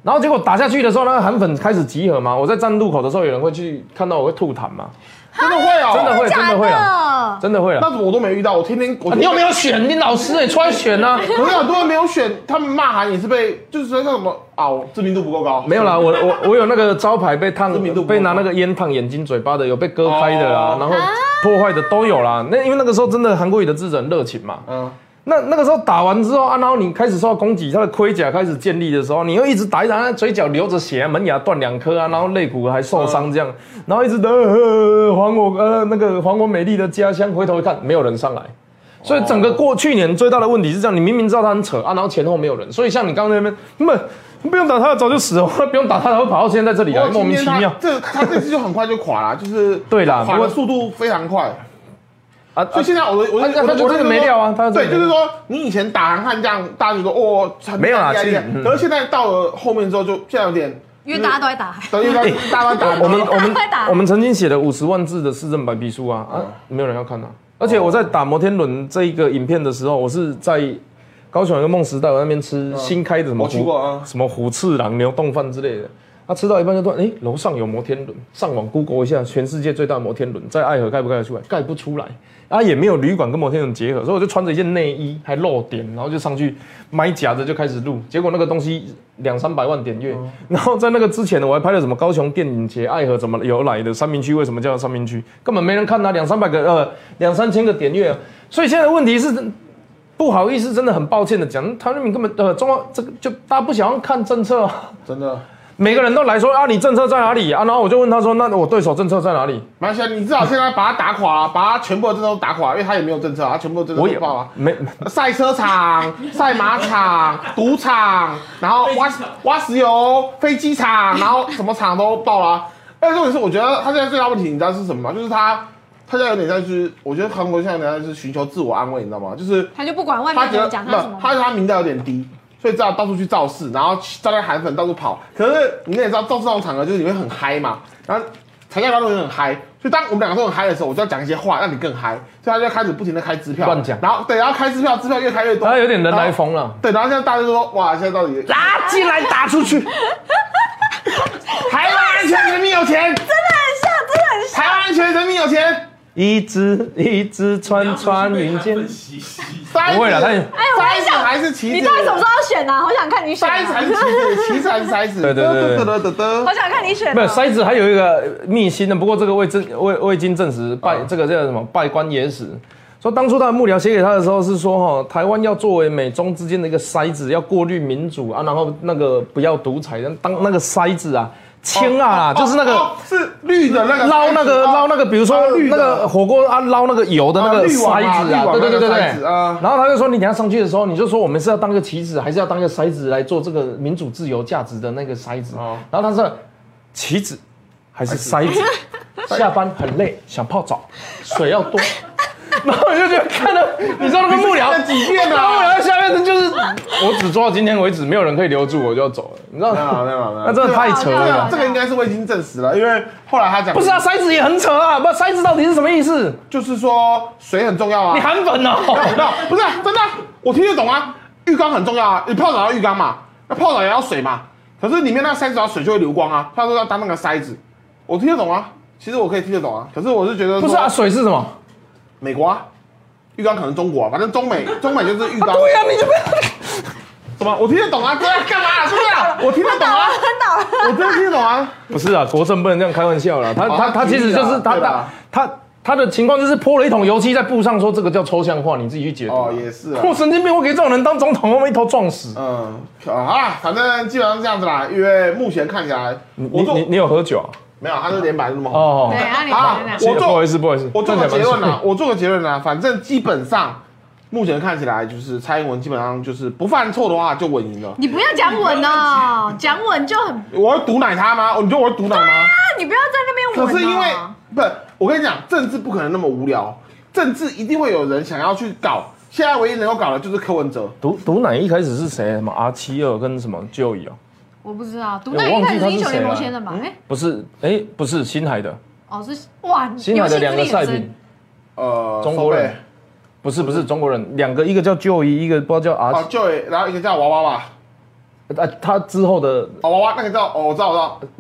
Speaker 3: 然后结果打下去的时候，那个韩粉开始集合嘛。我在站路口的时候，有人会去看到我会吐痰嘛，
Speaker 1: 真的会哦，
Speaker 3: 真的会，真
Speaker 2: 假
Speaker 3: 的会啊，
Speaker 2: 的，
Speaker 3: 真的会
Speaker 1: 那
Speaker 3: 啊。
Speaker 1: 怎么我都没遇到，我天天我
Speaker 3: 啊你有没有选？你老师哎、出来选啊！
Speaker 1: 可是很多人没有选，他们骂韩也是被就是说像什么啊，我知名度不够高，
Speaker 3: 没有啦，我我我有那个招牌被烫
Speaker 1: 知名度，不够
Speaker 3: 被拿那个烟烫眼睛、嘴巴的，有被割开的
Speaker 1: 哦，
Speaker 3: 啦然后破坏的都有啦。那因为那个时候真的韩国语的智者很热情嘛，
Speaker 1: 嗯，
Speaker 3: 那那个时候打完之后啊，然后你开始受到攻击，他的盔甲开始建立的时候，你又一直打一打，他嘴角流着血啊，门牙断两颗
Speaker 1: 嗯
Speaker 3: 啊，然后肋骨还受伤这样，然后一直的、呃、还我呃那个还我美丽的家乡，回头一看没有人上来。
Speaker 1: 哦
Speaker 3: 所以整个过去年最大的问题是这样，你明明知道他很扯啊，然后前后没有人，所以像你刚刚那边，那不用打他，早就死了，哦 不用打他，他会跑到现在这里啊来，
Speaker 1: 不
Speaker 3: 莫
Speaker 1: 过今
Speaker 3: 名
Speaker 1: 天
Speaker 3: 其
Speaker 1: 他
Speaker 3: 妙
Speaker 1: 这他这次就很快就垮啦，就是
Speaker 3: 对啦
Speaker 1: 垮
Speaker 3: 不过
Speaker 1: 的速度非常快。
Speaker 3: 啊！
Speaker 1: 所以现在 我的我的
Speaker 3: 啊那
Speaker 1: 我的
Speaker 3: 那就
Speaker 1: 我的
Speaker 3: 真的没料啊他真的
Speaker 1: 对，
Speaker 3: 没
Speaker 1: 就是说你以前打韩汉这样，大家就说哦，很
Speaker 3: 没有啦
Speaker 1: 厉害
Speaker 3: 其实
Speaker 1: 厉害
Speaker 3: 嗯
Speaker 1: 可是现在到了后面之后，就现在有点，
Speaker 2: 因为大家都在打，
Speaker 1: 等于
Speaker 3: 哎
Speaker 1: 大家打嗯
Speaker 3: 我们我们
Speaker 2: 快打
Speaker 3: 我们曾经写了五十万字的市政白皮书啊啊，没有人要看啊！而且我在打摩天轮这一个影片的时候，我是在高雄有个梦时代，我在那边吃新开的什么
Speaker 1: 我去过啊
Speaker 3: 虎什么虎次郎牛冻饭之类的。他、吃到一半就突然，哎、楼上有摩天轮，上网 Google 一下，全世界最大的摩天轮在爱河盖不盖得出来？盖不出来，啊，也没有旅馆跟摩天轮结合，所以我就穿着一件内衣，还露点，然后就上去买夹着就开始录，结果那个东西两三百万点阅，然后在那个之前呢，我还拍了什么高雄电影节爱河怎么由来的，三明区为什么叫三明区，根本没人看啊，两三百个呃两三千个点阅、啊，所以现在的问题是。不好意思，真的很抱歉的讲，台湾人民根本呃，中国这个就大家不想要看政策、啊，
Speaker 1: 真的
Speaker 3: 每个人都来说啊，你政策在哪里啊？然后我就问他说，那我对手政策在哪里？
Speaker 1: 马来西亚，你至少现在把它打垮、把它全部的政策都打垮，因为它也没有政策啊，它全部的政
Speaker 3: 我
Speaker 1: 策
Speaker 3: 也
Speaker 1: 都爆啊。
Speaker 3: 没
Speaker 1: 赛车场、赛马场、赌场，然后挖挖石油、飞机场，然后什么场都爆了、啊。但重点是，我觉得他现在最大问题，你知道是什么吗？就是他，他现在有点像是，我觉得韩国现在有点像是寻求自我安慰，你知道吗？就是
Speaker 2: 他就不管外
Speaker 1: 他
Speaker 2: 面
Speaker 1: 觉
Speaker 2: 怎
Speaker 1: 得
Speaker 2: 么讲他什么
Speaker 1: 不，他觉得他民调有点低，所以只好到处去造势，然后招待韩粉到处跑。可是你也知道，造势这种场合就是你会很嗨嘛，然后台下观众也很嗨，所以当我们两个都很嗨的时候，我就要讲一些话让你更嗨，所以他就开始不停的开支票，
Speaker 3: 乱讲
Speaker 1: 然后对，然后开支票，支票越开越多，
Speaker 3: 他有点人来
Speaker 1: 然后。
Speaker 3: 疯了。
Speaker 1: 对，然后现在大家就说，哇，现在到底
Speaker 4: 垃圾来打出去，
Speaker 1: 台湾安全人民有钱，真的很像，真的很像，台湾安全人民有钱，
Speaker 3: 一只一只穿穿云间，
Speaker 1: 塞
Speaker 3: 不会啦
Speaker 1: 子
Speaker 3: 他也
Speaker 2: 哎我
Speaker 1: 塞
Speaker 2: 也
Speaker 1: 子
Speaker 2: 想
Speaker 1: 还是棋子，
Speaker 2: 你到底什么时候要选啊？好想看你选、
Speaker 1: 塞子还是棋
Speaker 2: 啊，
Speaker 1: 子，棋 子还是塞子，
Speaker 3: 对对对对
Speaker 1: 得得得得
Speaker 2: 好想看你选、
Speaker 3: 没有
Speaker 2: 啊。
Speaker 3: 筛子还有一个秘辛的，不过这个未证未未经证实，拜、这个叫什么拜官野史。说当初他的幕僚写给他的时候是说哈，台湾要作为美中之间的一个筛子，要过滤民主啊，然后那个不要独裁，当那个筛子啊，清啊，就是那个。
Speaker 1: 哦是绿的那个
Speaker 3: 捞那个
Speaker 1: 哦
Speaker 3: 捞那个，比如说
Speaker 1: 哦绿
Speaker 3: 那
Speaker 1: 的
Speaker 3: 个火锅啊，捞那个油的那
Speaker 1: 啊
Speaker 3: 个
Speaker 1: 滤网啊
Speaker 3: 筛子
Speaker 1: 滤
Speaker 3: 啊，
Speaker 1: 网
Speaker 3: 对对对对
Speaker 1: 那个筛子
Speaker 3: 对
Speaker 1: 啊
Speaker 3: 然后他就说，你等一下上去的时候，你就说我们是要当个棋子，还是要当个筛子来做这个民主自由价值的那个筛子
Speaker 1: 哦？
Speaker 3: 然后他说，棋子还是筛子，下班很累，想泡澡，水要多。 然后我就觉得看到，你知道那个幕僚
Speaker 1: 看了几遍啊
Speaker 3: 然后幕僚下面的就是，我只做到今天为止，没有人可以留住我，我就要走了，你知道
Speaker 1: 没有啊
Speaker 3: 吗？
Speaker 1: 没有啊没有，
Speaker 3: 那真的太扯
Speaker 1: 这
Speaker 3: 了
Speaker 1: 个。这个应该是未经证实了，因为后来他讲
Speaker 3: 不是啊，，筛子也很扯啊！不，筛子到底是什么意思？
Speaker 1: 就是说水很重要啊，
Speaker 3: 你韩粉
Speaker 1: 没有没
Speaker 3: 哦？
Speaker 1: 有不是啊真的啊，我听得懂啊，浴缸很重要啊，你泡澡要浴缸嘛，那泡澡也要水嘛，可是里面那个筛子要水就会流光啊，他说要当那个筛子，我听得懂啊，其实我可以听得懂啊，可是我是觉得
Speaker 3: 不是啊，
Speaker 1: 说
Speaker 3: 水是什么？
Speaker 1: 美国啊，浴缸可能中国啊，反正中美中美就是浴缸，
Speaker 3: 对呀、你就不要。
Speaker 1: 什么我听得懂啊，这要干嘛啊是不是啊？ 我听得懂啊，我真的听得懂啊。
Speaker 3: 不是啊，国政不能这样开玩笑啦。他
Speaker 1: 哦
Speaker 3: 他
Speaker 1: 他
Speaker 3: 他
Speaker 1: 举
Speaker 3: 其
Speaker 1: 例
Speaker 3: 实就是
Speaker 1: 啦
Speaker 3: 他
Speaker 1: 对
Speaker 3: 他
Speaker 1: 吧
Speaker 3: 他他的情况就是泼了一桶油漆在布上，说这个叫抽象化，你自己去解读。
Speaker 1: 哦，也是啊。
Speaker 3: 我神经病！我给这种人当总统，我被一头撞死。
Speaker 1: 嗯，好啦，反正基本上是这样子啦，因为目前看起来，
Speaker 3: 你
Speaker 1: 我做
Speaker 3: 你你有喝酒啊？
Speaker 1: 没有，他是连白是这么红。
Speaker 3: 哦
Speaker 2: 对，，啊，你
Speaker 1: 啊
Speaker 2: 选哪？
Speaker 1: 我
Speaker 3: 不好意思不好意思
Speaker 1: 我做个结论啊
Speaker 3: 站起来
Speaker 1: 啦，我做个结论啦，反正基本上目前看起来就是蔡英文基本上就是不犯错的话就稳赢了。
Speaker 2: 你不要讲稳哦，讲稳就很，
Speaker 1: 我会毒奶他吗？哦，你觉得我会毒奶吗？
Speaker 2: 那你不要在那边
Speaker 1: 可
Speaker 2: 稳、哦。
Speaker 1: 是因为不，我跟你讲，政治不可能那么无聊，政治一定会有人想要去搞。现在唯一能够搞的就是柯文哲，
Speaker 3: 毒毒奶一开始是谁？什么 R 七二跟什么 Joey 哦？
Speaker 2: 我不知道，毒奶
Speaker 3: 哎我
Speaker 2: 一
Speaker 3: 忘
Speaker 2: 开
Speaker 3: 记
Speaker 2: 始
Speaker 3: 他
Speaker 2: 是
Speaker 3: 是
Speaker 2: 英雄联盟
Speaker 3: 谁
Speaker 2: 先
Speaker 3: 了嗯
Speaker 2: 的吧？哎、
Speaker 3: 不是，哎，不是新海的，
Speaker 2: 哦是哇，
Speaker 3: 新
Speaker 2: 游
Speaker 3: 海
Speaker 2: 戏
Speaker 3: 的
Speaker 2: 之
Speaker 3: 两个
Speaker 2: 力很
Speaker 3: 赛品
Speaker 2: 深。，
Speaker 1: 呃，
Speaker 3: 中国人不是不是中国人，两个一个叫 Joey，一个不知道叫 R
Speaker 1: 啊，就然后一个叫娃娃吧，
Speaker 3: 呃，他之后的
Speaker 1: 哦，娃娃那个叫哦，我知道我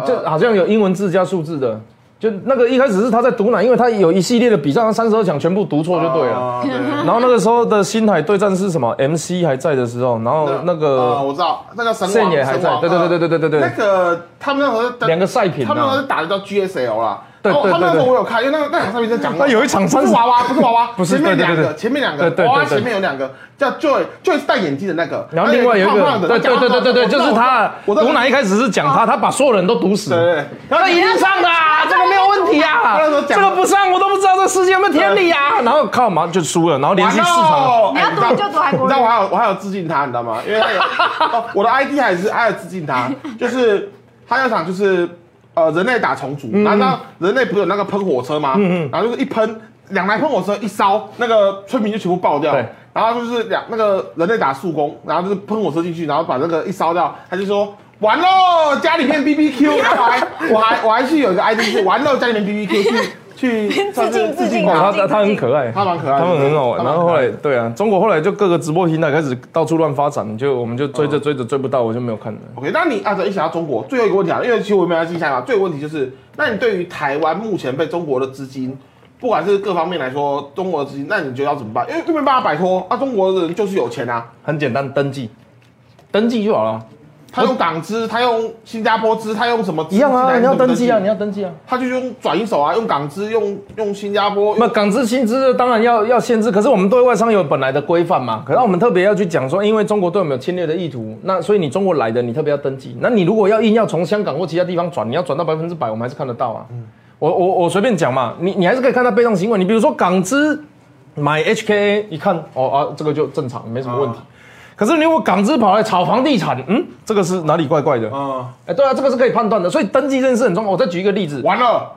Speaker 1: 知道，
Speaker 3: 就啊
Speaker 1: 呃
Speaker 3: 好像有英文字加数字的，就那个一开始是他在毒奶，因为他有一系列的比赛，他三十二强全部读错就对了。
Speaker 1: 啊对
Speaker 3: 然后那个时候的星海对战是什么？MC 还在的时候，然后哦那
Speaker 1: 呃，
Speaker 3: 个
Speaker 1: 我知道那个神
Speaker 3: 圣
Speaker 1: 王
Speaker 3: 也还在
Speaker 1: 神王
Speaker 3: 对对
Speaker 1: 呃
Speaker 3: 对对对对对对
Speaker 1: 那个他们那时候在
Speaker 3: 两个赛品啊
Speaker 1: 他们那时候打的叫 GSL 啦。
Speaker 3: 对
Speaker 1: 然后
Speaker 3: 对
Speaker 1: 他们
Speaker 3: 对
Speaker 1: 那时候
Speaker 3: 对
Speaker 1: 我有看，因为那个那两个赛品在讲过，
Speaker 3: 那 有一场
Speaker 1: 不
Speaker 3: 三
Speaker 1: 是
Speaker 3: 十
Speaker 1: 娃娃，不是娃娃，
Speaker 3: 不是
Speaker 1: 前面
Speaker 3: 对对
Speaker 1: 两
Speaker 3: 对
Speaker 1: 个，
Speaker 3: 对
Speaker 1: 前面两
Speaker 3: 对
Speaker 1: 个
Speaker 3: 对对
Speaker 1: 娃娃
Speaker 3: 对对
Speaker 1: 前面有两个叫 Joy，Joy 是戴眼镜的那个，
Speaker 3: 然后另外有一
Speaker 1: 胖哎胖的
Speaker 3: 个，对对对对对对，就是他。
Speaker 1: 我在
Speaker 3: 毒奶一开始是讲他，他把所有人都毒死。
Speaker 1: 对对对
Speaker 3: 然后他一定上的啊，这个没有问题啊
Speaker 1: 他那时候，
Speaker 3: 这
Speaker 1: 讲
Speaker 3: 个不上我都不知道这世界有没有天理啊。然后靠，马上就输了，然后连续四场。
Speaker 1: 哇
Speaker 2: 你要
Speaker 1: 哎
Speaker 2: 读就读韩
Speaker 1: 你
Speaker 2: 国
Speaker 1: 知道我，
Speaker 2: 人
Speaker 1: 还有我还有致敬他，你知道吗？因为他有哦我的 ID 还是还有致敬他，就是他有一场就是呃人类打虫族，
Speaker 3: 嗯
Speaker 1: 然后那人类不是有那个喷火车吗？然后就是一喷两台喷火车一烧，那个村民就全部爆掉
Speaker 3: 对。
Speaker 1: 然后就是两那个人类打速攻，然后就是喷火车进去，然后把那个一烧掉，他就说。完喽，家里面 B B Q，然后我还我还我还去有一个 I D 是完喽，家里面 B B Q 去去算是
Speaker 2: 致敬致敬
Speaker 1: 他
Speaker 3: 哇，他他很可爱，
Speaker 1: 他蛮可爱的
Speaker 3: 他们很好玩。
Speaker 1: 他
Speaker 3: 然
Speaker 1: 蛮可爱的
Speaker 3: 后后来，对啊，中国后来就各个直播平台开始到处乱发展，就我们就追着追着追不到，我就没有看了。
Speaker 1: OK，那你啊，等一想到中国，最后一个问题啊，因为其实我没有要记下来嘛。最后一个问题就是，那你对于台湾目前被中国的资金，不管是各方面来说，中国的资金，那你觉得要怎么办？因为因为没办法摆脱，啊，中国人就是有钱啊，
Speaker 3: 很简单，登记，登记就好了。
Speaker 1: 他用港资，他用新加坡资，他用什么资
Speaker 3: 一样啊，
Speaker 1: 进来
Speaker 3: 你要登记啊，
Speaker 1: 你
Speaker 3: 你
Speaker 1: 要
Speaker 3: 要登记啊。
Speaker 1: 他就用转一手啊，用港资，用用新加坡，
Speaker 3: 那港资薪资当然要要限制，可是我们对外商有本来的规范嘛。可是我们特别要去讲说，因为中国对我们有侵略的意图，那所以你中国来的，你特别要登记。那你如果要硬要从香港或其他地方转，你要转到百分之百，我们还是看得到啊。我我我随便讲嘛，你你还是可以看到被动行为。你比如说港资买 HKA，一看哦啊，这个就正常，没什么问题。可是你如果港资跑来炒房地产，嗯，这个是哪里怪怪的？哎、
Speaker 1: 嗯，
Speaker 3: 对啊，这个是可以判断的，所以登记这件事很重要。我再举一个例子，
Speaker 1: 完了，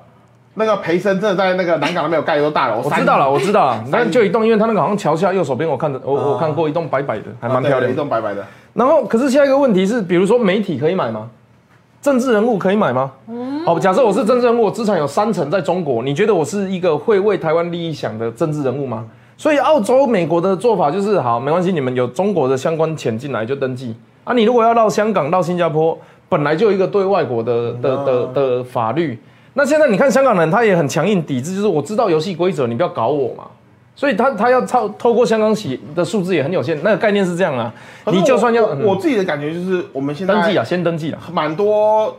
Speaker 1: 那个培生真的在那个南港那边有盖一座大楼，
Speaker 3: 我
Speaker 1: 三啊
Speaker 3: 知道了，我知道了。那就一栋，因为它那个好像桥下右手边，我看的，我、我看过一栋白白的，还蛮漂
Speaker 1: 啊对
Speaker 3: 亮
Speaker 1: 一
Speaker 3: 的。
Speaker 1: 栋白白的，
Speaker 3: 然后，可是下一个问题是，比如说媒体可以买吗？政治人物可以买吗？
Speaker 1: 嗯
Speaker 3: 好，假设我是政治人物，我资产有三成在中国，你觉得我是一个会为台湾利益想的政治人物吗？所以澳洲、美国的做法就是，好，没关系，你们有中国的相关钱进来就登记啊。你如果要到香港、到新加坡，本来就有一个对外国的
Speaker 1: 嗯
Speaker 3: 的的的法律。那现在你看香港人，他也很强硬抵制，就是我知道游戏规则，你不要搞我嘛。所以他他要透透过香港洗的数字也很有限，那个概念是这样啊。
Speaker 1: 可是
Speaker 3: 你
Speaker 1: 我
Speaker 3: 就算要
Speaker 1: 我
Speaker 3: 嗯
Speaker 1: 我自己的感觉就是，我们现在
Speaker 3: 登记啊，先登记啊。
Speaker 1: 蛮多，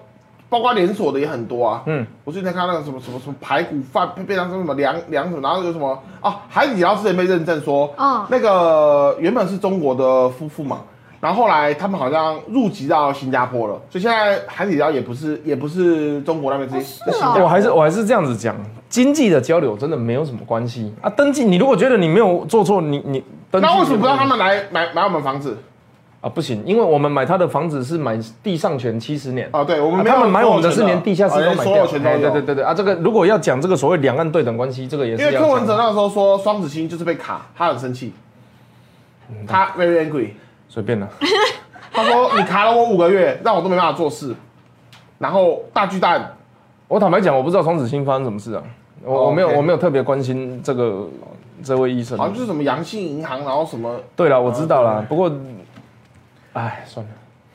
Speaker 1: 包括连锁的也很多啊。
Speaker 3: 嗯，
Speaker 1: 我最近在看那个什么什么什么排骨饭变变成什么凉凉什么，然后有什么啊，海底捞之前被认证说，
Speaker 2: 嗯
Speaker 1: 那个原本是中国的夫妇嘛，然后后来他们好像入籍到新加坡了，所以现在海底捞也不是也不是中国那边直接，
Speaker 2: 哦是哦
Speaker 3: 我还是我还是这样子讲，经济的交流真的没有什么关系啊。登记，你如果觉得你没有做错，你你登记
Speaker 1: 那为什么不让他们来买买我们房子？
Speaker 3: 啊？不行，因为我们买他的房子是买地上权七十年
Speaker 1: 啊，对，我
Speaker 3: 啊
Speaker 1: 们没有
Speaker 3: 他们买我们的
Speaker 1: 所
Speaker 3: 是
Speaker 1: 有权
Speaker 3: 连地下室
Speaker 1: 啊
Speaker 3: 都
Speaker 1: 连
Speaker 3: 买
Speaker 1: 所
Speaker 3: 掉，
Speaker 1: 有权都
Speaker 3: 哎对对
Speaker 1: 有。
Speaker 3: 对对啊，这个如果要讲这个所谓两岸对等关系，这个也是
Speaker 1: 因为
Speaker 3: 要
Speaker 1: 柯文
Speaker 3: 讲
Speaker 1: 哲那时候说双子星就是被卡，他很生气，
Speaker 3: 嗯
Speaker 1: 他 very angry。
Speaker 3: 随便了。
Speaker 1: 他说你卡了我五个月，让我都没办法做事。然后大巨蛋，
Speaker 3: 我坦白讲，我不知道双子星发生什么事啊，我我没有
Speaker 1: OK
Speaker 3: 我没有特别关心这个这位医生
Speaker 1: 好。像就是什么阳信银行，然后什么，
Speaker 3: 对了，我知道啦，不过，哎，算了。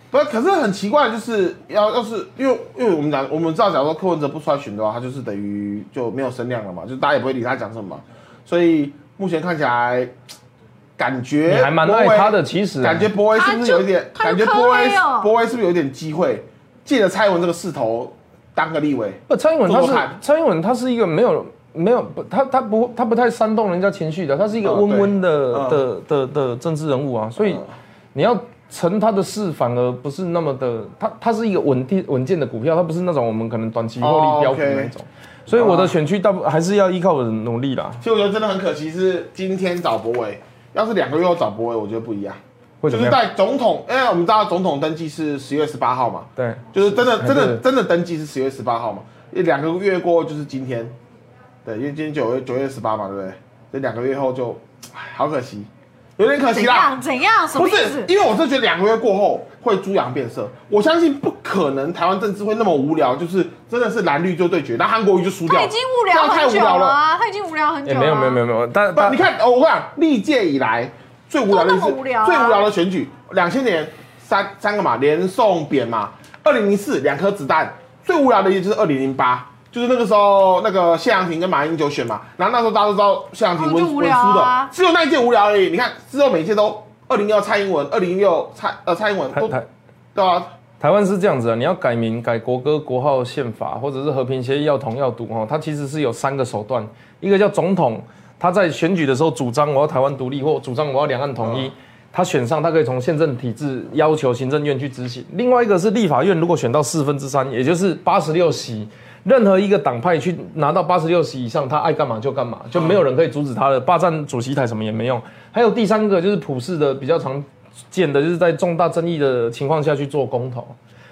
Speaker 1: 不是，可是很奇怪，就是要要是因为因为我们讲我们知道，假如说柯文哲不出来选的话，他就是等于就没有声量了嘛，就大家也不会理他讲什么嘛。所以目前看起来，感觉
Speaker 3: 你还蛮
Speaker 1: 波威
Speaker 3: 爱他的其实啊
Speaker 1: 感觉波威是不是有一点，
Speaker 2: 他就
Speaker 1: 感觉
Speaker 2: 他就
Speaker 1: 波威
Speaker 2: 柯威哦
Speaker 1: 波威是不是有点机会，借着蔡英文这个势头当个立委？
Speaker 3: 不，蔡英文他
Speaker 1: 做
Speaker 3: 是
Speaker 1: 做看
Speaker 3: 蔡英文，他是一个没有没有不，他他不他不太煽动人家情绪的，他是一个
Speaker 1: 嗯对
Speaker 3: 温温的、
Speaker 1: 嗯
Speaker 3: 的的的政治人物啊，所以
Speaker 1: 嗯
Speaker 3: 你要成他的事，反而不是那么的，他他是一个稳定稳健的股票，他不是那种我们可能短期获
Speaker 1: 哦
Speaker 3: 利标股
Speaker 1: ，OK 啊
Speaker 3: 那种，所以我的选区大部还是要依靠我的努力啦。
Speaker 1: 其实我觉得真的很可惜，是今天找博伟，要是两个月后找博伟，我觉得不一样。
Speaker 3: 会
Speaker 1: 就
Speaker 3: 怎么
Speaker 1: 是
Speaker 3: 样？
Speaker 1: 在总统，因为我们知道总统登记是十月十八号嘛，
Speaker 3: 对，
Speaker 1: 就是真的
Speaker 3: 哎
Speaker 1: 真的
Speaker 3: 对
Speaker 1: 真的登记是十月十八号嘛，两个月过就是今天，对，因为今天九月九月十八嘛，对不对？这两个月后就，唉好可惜，有点可
Speaker 2: 怎
Speaker 1: 惜啦
Speaker 2: 样。怎样？什
Speaker 1: 不
Speaker 2: 么意
Speaker 1: 是，
Speaker 2: 思？
Speaker 1: 因为我是觉得两个月过后会猪羊变色，我相信不可能台湾政治会那么无聊，就是真的是蓝绿就对决，那韩国瑜就输掉
Speaker 2: 他
Speaker 1: 了，
Speaker 2: 已经无聊
Speaker 1: 这样太
Speaker 2: 很
Speaker 1: 无
Speaker 2: 久
Speaker 1: 聊
Speaker 2: 了
Speaker 1: 了。哎
Speaker 2: 啊，他已经无聊很久
Speaker 3: 也
Speaker 2: 了。
Speaker 3: 没有哎没有没有没有，但
Speaker 1: 不，
Speaker 3: 但
Speaker 1: 你看，哦，我跟你讲，历届以来最无聊的一次，
Speaker 2: 都那么无聊啊
Speaker 1: 最无聊的选举，两千年三三个嘛，连宋扁嘛，二零零四两颗子弹，最无聊的也就是二零零八。就是那个时候，那个谢长廷跟马英九选嘛，然后那时候大家都知道谢长廷
Speaker 2: 哦
Speaker 1: 温
Speaker 2: 就无
Speaker 1: 温
Speaker 2: 聊
Speaker 1: 输的
Speaker 2: 啊，
Speaker 1: 只有那一届无聊而已。你看之后每一届都二零一二蔡英文，二零一六蔡呃蔡英文
Speaker 3: 台
Speaker 1: 都
Speaker 3: 台
Speaker 1: 对啊，
Speaker 3: 台湾是这样子啊，你要改名、改国歌、国号、宪法，或者是和平协议要同要独哦，它其实是有三个手段，一个叫总统，他在选举的时候主张我要台湾独立或主张我要两岸统一，他选上，他可以从宪政体制要求行政院去执行。另外一个是立法院，如果选到四分之三，也就是八十六席。任何一个党派去拿到八十六席以上，他爱干嘛就干嘛，就没有人可以阻止他了。霸占主席台什么也没用。还有第三个就是普世的比较常见的，就是在重大争议的情况下去做公投。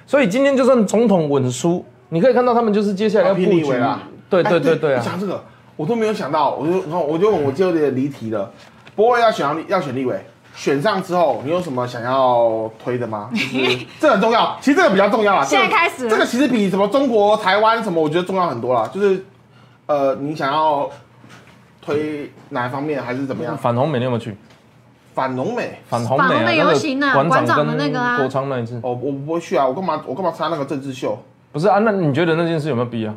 Speaker 3: 所以今天就算总统稳输，你可以看到他们就是接下来要布
Speaker 1: 拼立
Speaker 3: 局
Speaker 1: 委啦。。
Speaker 3: 啊对
Speaker 1: 哎
Speaker 3: 对对对
Speaker 1: 你
Speaker 3: 啊！
Speaker 1: 讲这个我都没有想到，我就然后我就问我就有点离题了。不过要选上要选立委，选上之后你有什么想要推的吗？就是 这很重要，其实这个比较重要啊啦。这个
Speaker 2: 现在开始
Speaker 1: 这个其实比什么中国、台湾什么，我觉得重要很多啦。就是呃，你想要推哪一方面，还是怎么样？
Speaker 3: 反红美你有没有去？
Speaker 1: 反农美，
Speaker 3: 反红美
Speaker 2: 反红
Speaker 3: 啊，
Speaker 2: 美
Speaker 3: 那
Speaker 2: 游
Speaker 3: 个
Speaker 2: 行啊
Speaker 3: 馆
Speaker 2: 馆长
Speaker 3: 长
Speaker 2: 的
Speaker 3: 跟
Speaker 2: 那个啊
Speaker 3: 国昌那一次，
Speaker 1: 哦，我不会去啊，我干嘛我干嘛参加那个政治秀？
Speaker 3: 不是啊？那你觉得那件事有没有必要？嗯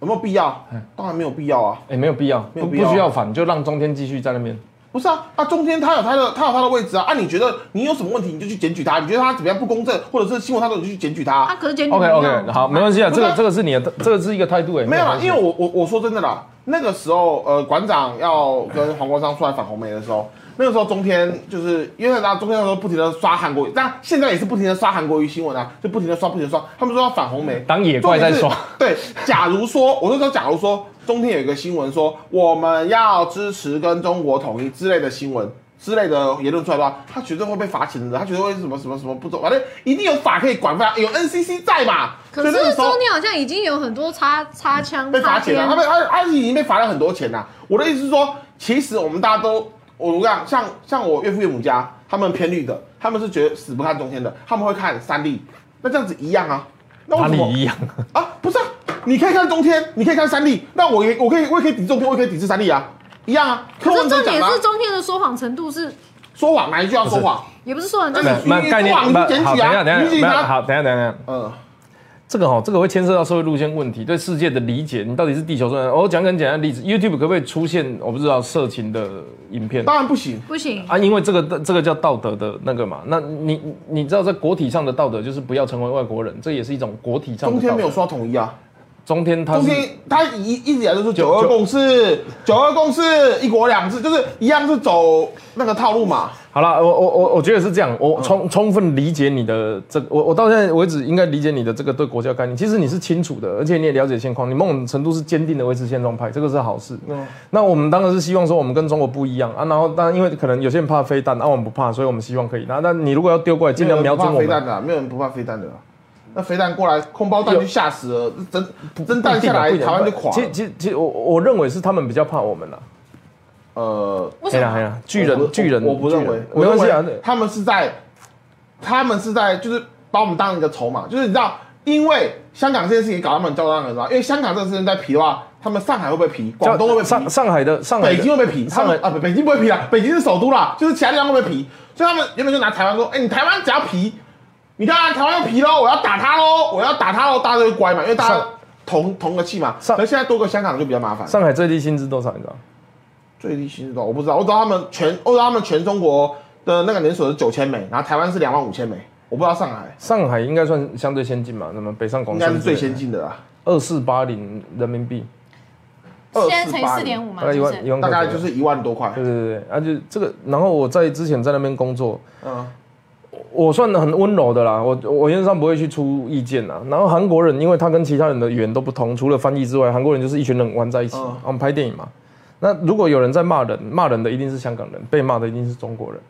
Speaker 1: 有没有必要？当然没有必要啊。
Speaker 3: 哎，没有必要，
Speaker 1: 没有
Speaker 3: 不
Speaker 1: 必要
Speaker 3: 不需要反，就让中天继续在那边。
Speaker 1: 不是啊，啊，中间他有他的，他有他的位置啊。啊，你觉得你有什么问题，你就去检举他；你觉得他怎么样不公正，或者是新闻他都你去检举他。
Speaker 2: 啊他可是检举
Speaker 3: OK
Speaker 2: 不到
Speaker 3: OK，好，没关系啊，
Speaker 1: 不是
Speaker 3: 这
Speaker 1: 啊
Speaker 3: 个这个是你的，这个是一个态度哎，
Speaker 1: 没有啦，
Speaker 3: 关系
Speaker 1: 因为我我我说真的啦，那个时候呃，馆长要跟黄国昌出来反红梅的时候，那个时候中天就是因为大家中天那时候不停的刷韩国瑜，但现在也是不停的刷韩国瑜新闻啊，就不停的刷不停的刷，他们说要反红梅，
Speaker 3: 嗯当野怪在刷。
Speaker 1: 对，假如说，我那时候假如说，中天有一个新闻说我们要支持跟中国统一之类的新闻。之类的言论出来的话，他绝对会被罚钱的，他绝对会什么什么什么不走，反正一定有法可以管他，有 NCC 在嘛。
Speaker 2: 可
Speaker 1: 所以那个
Speaker 2: 是
Speaker 1: 时候
Speaker 2: 中天好像已经有很多插插枪
Speaker 1: 被
Speaker 2: 插
Speaker 1: 罚钱了、
Speaker 2: 边
Speaker 1: 他，被他他已经被罚了很多钱了、我的意思是说，其实我们大家都，我我讲像像我岳父岳母家，他们偏绿的，他们是绝死不看中天的，他们会看三立，那这样子一样啊。那
Speaker 3: 哪
Speaker 1: 为什
Speaker 3: 里
Speaker 1: 么
Speaker 3: 一样？
Speaker 1: 啊？不是、啊，你可以看中天，你可以看三立，那我也我可以我也可以抵制中天，我也可以抵制三立啊，一样啊。柯
Speaker 2: 可是
Speaker 1: 文哲
Speaker 2: 重
Speaker 1: 讲
Speaker 2: 点
Speaker 1: 的啊
Speaker 2: 是中天的说谎程度是，
Speaker 1: 说谎，哪一句要说谎？
Speaker 2: 也不是说谎，就
Speaker 1: 哎没
Speaker 2: 是
Speaker 1: 有
Speaker 3: 没有概念，
Speaker 1: 你去
Speaker 3: 不
Speaker 1: 检举啊
Speaker 3: 好，等一下，等
Speaker 1: 你去检举
Speaker 3: 一下，没
Speaker 1: 他
Speaker 3: 有好，等一下，等一下。
Speaker 1: 嗯，
Speaker 3: 这个哦，这个会牵涉到社会路线问题，对世界的理解，你到底是地球村人？我讲个很简单的例子，YouTube 可不可以出现我不知道色情的影片？
Speaker 1: 当然不行。
Speaker 2: 不行。
Speaker 3: 啊，因为这个这个叫道德的那个嘛，那你你你知道在国体上的道德就是不要成为外国人，这也是一种国体上
Speaker 1: 中
Speaker 3: 的道德。
Speaker 1: 天没有，说统一啊，
Speaker 3: 中天他
Speaker 1: 中
Speaker 3: 是
Speaker 1: 天他一一直以来都是九
Speaker 3: 九
Speaker 1: 二
Speaker 3: 九
Speaker 1: 共识，九二共识，一国两制，就是一样是走那个套路嘛。
Speaker 3: 好了，我我我我觉得是这样，
Speaker 1: 嗯
Speaker 3: 我充充分理解你的这个，我我到现在为止应该理解你的这个对国家概念，其实你是清楚的，而且你也了解现况，你某种程度是坚定的维持现状派，这个是好事。
Speaker 1: 嗯
Speaker 3: 那我们当然是希望说我们跟中国不一样啊，然后当然因为可能有些人怕飞弹，啊我们不怕，所以我们希望可以。那那你如果要丢过来，尽量瞄准
Speaker 1: 没有人不怕飞
Speaker 3: 我们
Speaker 1: 弹。的啊，没有人不怕飞弹的啊。那飞弹过来，空包弹就吓死了，真真弹下来，
Speaker 3: 不一定
Speaker 1: 台
Speaker 3: 啊
Speaker 1: 湾就
Speaker 3: 不一定
Speaker 1: 垮
Speaker 3: 其实
Speaker 1: 了。
Speaker 3: 其实其实我我认为是他们比较怕我们了。
Speaker 1: 呃，
Speaker 2: 为
Speaker 3: 哎
Speaker 2: 什
Speaker 3: 呀哎
Speaker 2: 么？
Speaker 3: 呀，巨
Speaker 1: 我
Speaker 3: 人
Speaker 1: 不
Speaker 3: 巨人，
Speaker 1: 我不
Speaker 3: 巨
Speaker 1: 认
Speaker 3: 人
Speaker 1: 为，
Speaker 3: 没
Speaker 1: 我
Speaker 3: 关
Speaker 1: 认
Speaker 3: 系啊
Speaker 1: 为。他们是在，他们是在就是把我们当一个筹码，就是你知道，因为香港这件事情搞他们焦头烂额啊嘛，因为香港这个事情在皮的话，他们上海会不会皮，广东会不会皮
Speaker 3: 上，上海的上海的
Speaker 1: 北京会被皮，他
Speaker 3: 上
Speaker 1: 们
Speaker 3: 海
Speaker 1: 啊，北北京不会皮啦，北京是首都啦，就是其他地方会被皮，所以他们原本就拿台湾说，哎、你台湾只要皮，你看、啊、台湾要皮喽，我要打他喽，我要打他喽，大家就会乖嘛，因为大家
Speaker 3: 上
Speaker 1: 同同个气嘛。
Speaker 3: 上
Speaker 1: 可是现在多个香港就比较麻烦。
Speaker 3: 上海最低薪资多少？你知道？
Speaker 1: 最低薪资多少？我不知道，我知道他们全，我知道他们全中国的那个年所是九千美，然后台湾是两万五千美，我不知道上海
Speaker 3: 上海应该算相对先进嘛，那么北上广
Speaker 1: 应
Speaker 3: 深
Speaker 1: 该是最先，进的啦，
Speaker 3: 二四八零人民币，
Speaker 1: 二
Speaker 2: 现在乘以
Speaker 1: 八哎
Speaker 2: 四点五嘛，
Speaker 3: 大概一
Speaker 2: 是不
Speaker 3: 万一
Speaker 2: 是？
Speaker 3: 万
Speaker 1: 大
Speaker 3: 块左右，
Speaker 1: 概就是一万多块。
Speaker 3: 对对对，对啊就这个，然后我在之前在那边工作，
Speaker 1: 嗯，
Speaker 3: 我算很温柔的啦，我我原则上不会去出意见啦。然后韩国人，因为他跟其他人的语言都不同，除了翻译之外，韩国人就是一群人玩在一起，
Speaker 1: 嗯
Speaker 3: 啊我们拍电影嘛。那如果有人在骂人，骂人的一定是香港人，被骂的一定是 中国人。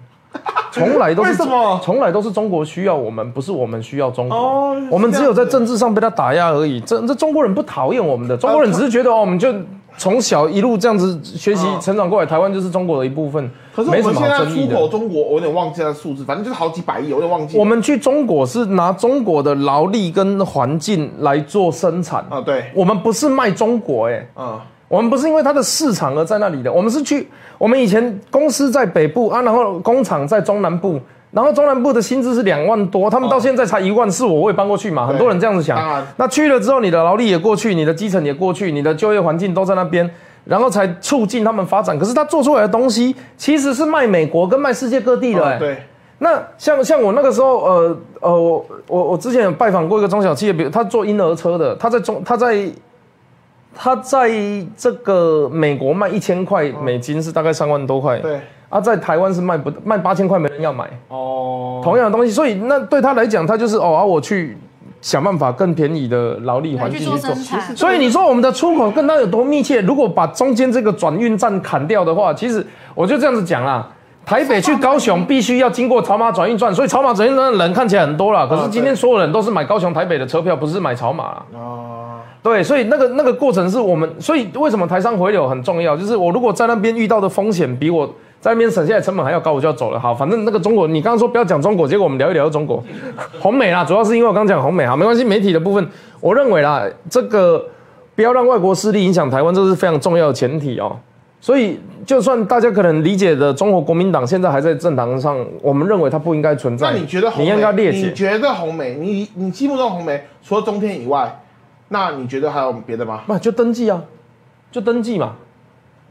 Speaker 3: 从来都是
Speaker 1: 为什么
Speaker 3: 从来都是中国需要我们，不是我们需要中国。
Speaker 1: 哦是
Speaker 3: 我们只有在
Speaker 1: 这样子
Speaker 3: 政治上被他打压而已。这这中国人不讨厌我们的，中国人只是觉得、哦，我们就从小一路这样子学习
Speaker 1: 嗯
Speaker 3: 成长过来，台湾就是中国的一部分，
Speaker 1: 可是我
Speaker 3: 没什
Speaker 1: 们
Speaker 3: 么
Speaker 1: 现在
Speaker 3: 好争议
Speaker 1: 出
Speaker 3: 的。
Speaker 1: 口中国，我有点忘记那数字，反正就是好几百亿，我有点忘记了。
Speaker 3: 我们去中国是拿中国的劳力跟环境来做生产
Speaker 1: 啊对
Speaker 3: 我们不是卖中国哎、
Speaker 1: 嗯，
Speaker 3: 我们不是因为它的市场而在那里的，我们是去我们以前公司在北部啊，然后工厂在中南部，然后中南部的薪资是两万多，他们到现在才一万四，我我也搬过去嘛，很多人这样子想
Speaker 1: 哦当然。
Speaker 3: 那去了之后，你的劳力也过去，你的基层也过去，你的就业环境都在那边。然后才促进他们发展，可是他做出来的东西其实是卖美国跟卖世界各地的、哎
Speaker 1: 啊对，
Speaker 3: 那像像我那个时候，呃呃，我我我之前有拜访过一个中小企业，比如他做婴儿车的，他在中他在他在这个美国卖一千块美金是大概三万多块，
Speaker 1: 对，
Speaker 3: 啊，在台湾是卖不卖八千块没人要买，
Speaker 1: 哦，
Speaker 3: 同样的东西，所以那对他来讲，他就是哦啊，我去想办法更便宜的劳力环
Speaker 2: 去
Speaker 3: 境
Speaker 2: 做
Speaker 3: 去做
Speaker 2: 生。产，
Speaker 3: 所以你说我们的出口跟它有多密切？如果把中间这个转运站砍掉的话，其实我就这样子讲啦。台北去高雄必须要经过草马转运站，所以草马转运站的人看起来很多啦。可
Speaker 1: 啊
Speaker 3: 是今天所有人都是买高雄、台北的车票，不是买草马啦。
Speaker 1: 啊，
Speaker 3: 对，所以那个那个过程是我们，所以为什么台商回流很重要？就是我如果在那边遇到的风险比我在那边省下来成本还要高，我就要走了。好，反正那个中国，你刚刚说不要讲中国，结果我们聊一聊 中国，红美啦，主要是因为我刚讲红美，好，啊没关系，媒体的部分，我认为啦，这个不要让外国势力影响台湾，这是非常重要的前提哦。所以，就算大家可能理解的中国国民党现在还在政坛上，我们认为它不应该存在。
Speaker 1: 那你觉得红
Speaker 3: 你
Speaker 1: 梅？
Speaker 3: 应该列解
Speaker 1: 你觉得红梅？你你心目中的红梅，除了中天以外，那你觉得还有别的吗？
Speaker 3: 那就登记啊，就登记嘛。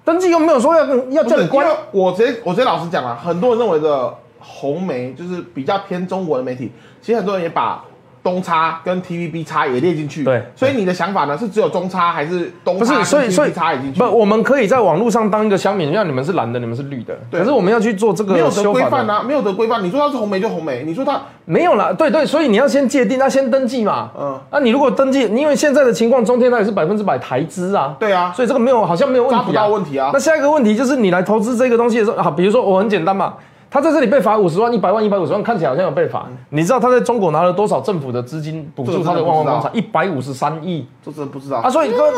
Speaker 3: 登记又没有说要要
Speaker 1: 不
Speaker 3: 叫
Speaker 1: 是
Speaker 3: 你关
Speaker 1: 因为。我直接我直接老实讲啊，很多人认为的红媒就是比较偏中国的媒体，其实很多人也把东差跟 TVB 差也列进去。
Speaker 3: 对
Speaker 1: 所以你的想法呢是只有中差还是东
Speaker 3: 不
Speaker 1: 差
Speaker 3: 是，
Speaker 1: 跟
Speaker 3: 所以所以
Speaker 1: TVB 差也进去？
Speaker 3: 不，我们可以在网络上当一个乡民，让你们是蓝的，你们是绿的。
Speaker 1: 对
Speaker 3: 可是我们要去做这个
Speaker 1: 没有得
Speaker 3: 修
Speaker 1: 规
Speaker 3: 法
Speaker 1: 范
Speaker 3: 的，
Speaker 1: 啊，没有得规范。你说它是红媒就红媒，你说它
Speaker 3: 没有啦，对对，所以你要先界定，那先登记嘛。
Speaker 1: 嗯
Speaker 3: 嗯，那你如果登记，因为现在的情况，中天它也是百分之百台资啊。
Speaker 1: 对啊
Speaker 3: 所以这个没有好像没有问题、啊，
Speaker 1: 抓不到问题啊
Speaker 3: 那下一个问题就是你来投资这个东西的时候，啊，比如说我很简单嘛。他在这里被罚五十万、一百万、一百五十万，看起来好像有被罚。
Speaker 1: 嗯
Speaker 3: 你知道他在中国拿了多少政府的资金补
Speaker 1: 这
Speaker 3: 助
Speaker 1: 个
Speaker 3: 他的
Speaker 1: 真的
Speaker 3: 万
Speaker 1: 不
Speaker 3: 万
Speaker 1: 知道
Speaker 3: 工厂？一百五十三亿。
Speaker 1: 这真的不知道
Speaker 3: 啊，。所以哥，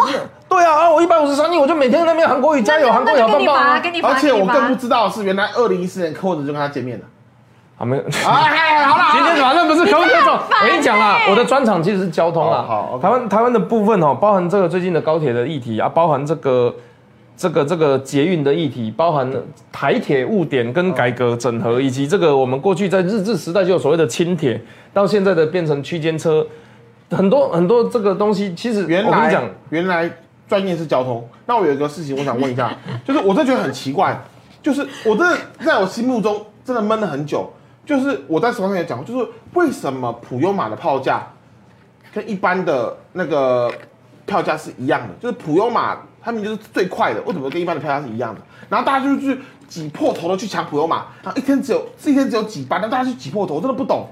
Speaker 3: 对啊，啊，我一百五十三亿，我就每天在那边韩国语加油，韩国语
Speaker 2: 那
Speaker 3: 好
Speaker 2: 就给
Speaker 3: 棒
Speaker 2: 你
Speaker 3: 棒
Speaker 2: 罚，
Speaker 3: 啊！
Speaker 2: 给你罚，
Speaker 1: 而且
Speaker 2: 给你
Speaker 1: 我
Speaker 2: 罚
Speaker 1: 更不知道是原来二零一四年柯文哲就跟他见面了。
Speaker 3: 啊，没有。
Speaker 1: 哎，嗨好了，好
Speaker 3: 今
Speaker 1: 啦
Speaker 3: 天反正不是 科科总
Speaker 2: 很，烦
Speaker 3: 我跟你讲啦
Speaker 2: 欸，
Speaker 3: 我的专场其实是交通啦。
Speaker 1: 哦好，OK
Speaker 3: 台湾台湾的部分哦，包含这个最近的高铁的议题啊，包含这个这个这个捷运的议题，包含台铁误点跟改革整合，以及这个我们过去在日治时代就有所谓的轻铁，到现在的变成区间车，很多很多这个东西，其实
Speaker 1: 原
Speaker 3: 我跟你
Speaker 1: 来
Speaker 3: 讲，
Speaker 1: 原来专业是交通，那我有一个事情我想问一下，就是我真的觉得很奇怪，就是我真的在我心目中真的闷了很久，就是我在什么上也讲过，就是为什么普悠玛的票价跟一般的那个票价是一样的，就是普悠玛他们就是最快的，为什么跟一般的票价是一样的？然后大家就是挤破头的去抢普悠玛，然后一天只有一天只有几班，但大家去挤破头，我真的不懂。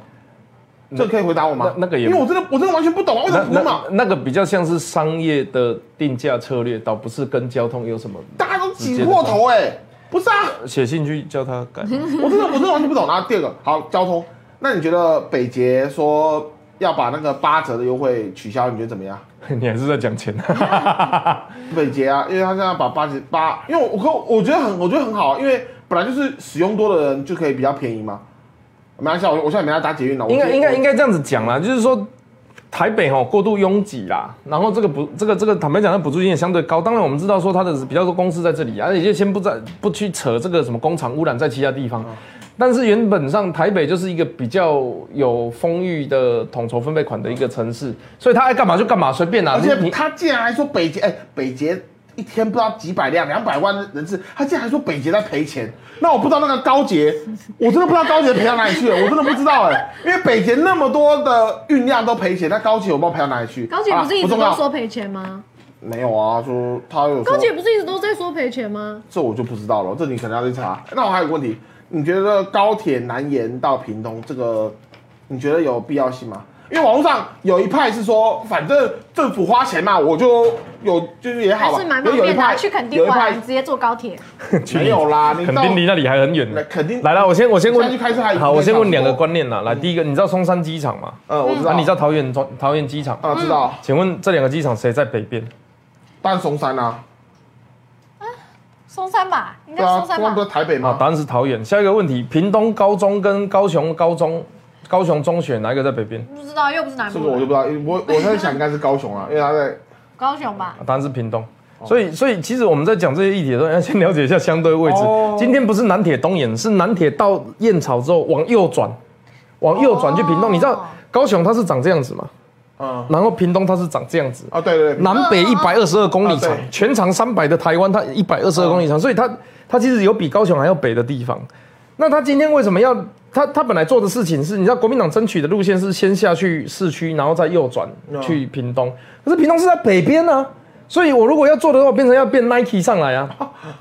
Speaker 1: 这个可以回答我吗？
Speaker 3: 那那个也
Speaker 1: 因为我真的我真的完全不懂啊，为什
Speaker 3: 那
Speaker 1: 么普悠玛
Speaker 3: 那那个比较像是商业的定价策略，倒不是跟交通有什么。
Speaker 1: 大家都挤破头哎、不是啊，
Speaker 3: 写信去叫他改。
Speaker 1: 我真的我真的完全不懂。然后第二个，好交通，那你觉得北捷说要把那个八折的优惠取消，你觉得怎么样？
Speaker 3: 你还是在讲钱，
Speaker 1: 北捷啊，因为他现在把八折八，因为我可我觉得很我觉得很好，因为本来就是使用多的人就可以比较便宜嘛。没关系啊，我我现在没在搭捷运了，我
Speaker 3: 应该
Speaker 1: 直接
Speaker 3: 应该应该这样子讲啦，就是说台北吼过度拥挤啦，然后这个补这个这个坦白讲，它补助金也相对高。当然我们知道说它的比较多公司在这里啊，而且就先不在不去扯这个什么工厂污染在其他地
Speaker 1: 嗯
Speaker 3: 方。但是原本上台北就是一个比较有丰裕的统筹分配款的一个城市，所以他爱干嘛就干嘛，随便啦。
Speaker 1: 而
Speaker 3: 啊你
Speaker 1: 且
Speaker 3: 你
Speaker 1: 他竟然还说北捷，哎、北捷一天不知道几百辆、两百万人次，他竟然还说北捷在赔钱。那我不知道那个高捷，我真的不知道高捷赔到哪里 去了，我真的不知道哎、因为北捷那么多的运量都赔钱，那高捷我不知道赔到哪里去。
Speaker 2: 高姐
Speaker 1: 好啦
Speaker 2: 不是一直
Speaker 1: 啊重
Speaker 2: 都
Speaker 1: 要
Speaker 2: 说赔钱吗？
Speaker 1: 没有啊？说他有说
Speaker 2: 高姐不是一直都在说赔钱吗？
Speaker 1: 这我就不知道了，这你可能要去查。那我还有个问题，你觉得高铁南延到屏东这个，你觉得有必要性吗？因为网络上有一派是说，反正政府花钱嘛，我就有就是也好
Speaker 2: 还
Speaker 1: 吧
Speaker 2: 是买。
Speaker 1: 有
Speaker 2: 方
Speaker 1: 有一
Speaker 2: 便的啊，
Speaker 1: 派
Speaker 2: 去垦
Speaker 1: 有
Speaker 2: 丁
Speaker 1: 一派
Speaker 2: 玩，直接坐高铁。
Speaker 1: 没有啦，你
Speaker 3: 肯
Speaker 1: 到
Speaker 3: 定离那里还很远
Speaker 1: 那
Speaker 3: 呢。
Speaker 1: 肯定
Speaker 3: 来了，我先我先问
Speaker 1: 现在去开车还，
Speaker 3: 好，我先问两个
Speaker 1: 有点
Speaker 3: 观念啦。来，第一个，你知道松山机场吗？
Speaker 1: 嗯，我知道，
Speaker 3: 啊，你知道桃园中桃园机场？
Speaker 1: 啊，知道，
Speaker 3: 请问这两个机场谁在北边？
Speaker 1: 当然松山啊，
Speaker 2: 松山吧，应该
Speaker 1: 对
Speaker 2: 是
Speaker 1: 啊，
Speaker 2: 松山
Speaker 1: 松山不
Speaker 2: 吧。
Speaker 1: 是台北
Speaker 3: 啊，
Speaker 1: 吗？
Speaker 3: 答案是桃园。下一个问题，屏东高中跟高雄高中、高雄中学哪一个在北边？
Speaker 2: 不知道，又不是南
Speaker 1: 这个我就
Speaker 2: 部，
Speaker 1: 不知道，因为我我在想应该是高雄啊，因为他在
Speaker 2: 高雄吧。
Speaker 3: 啊答案是屏东。所以，所以其实我们在讲这些议题的时候，要先了解一下相对位置。今天不是南铁东延，是南铁到燕巢之后往右转，往右转去屏东。你知道高雄它是长这样子嘛？
Speaker 1: 嗯
Speaker 3: 然后屏东它是长这样子。
Speaker 1: 啊，对对对，
Speaker 3: 南北一百二十二公里长
Speaker 1: 啊对，
Speaker 3: 全长三百的台湾，它一百二十二公里长，所以它它其实有比高雄还要北的地方。那他今天为什么要他他本来做的事情是，你知道国民党争取的路线是先下去市区，然后再右转
Speaker 1: 啊
Speaker 3: 去屏东，可是屏东是在北边啊，所以我如果要做的话，变成要变 Nike 上来啊，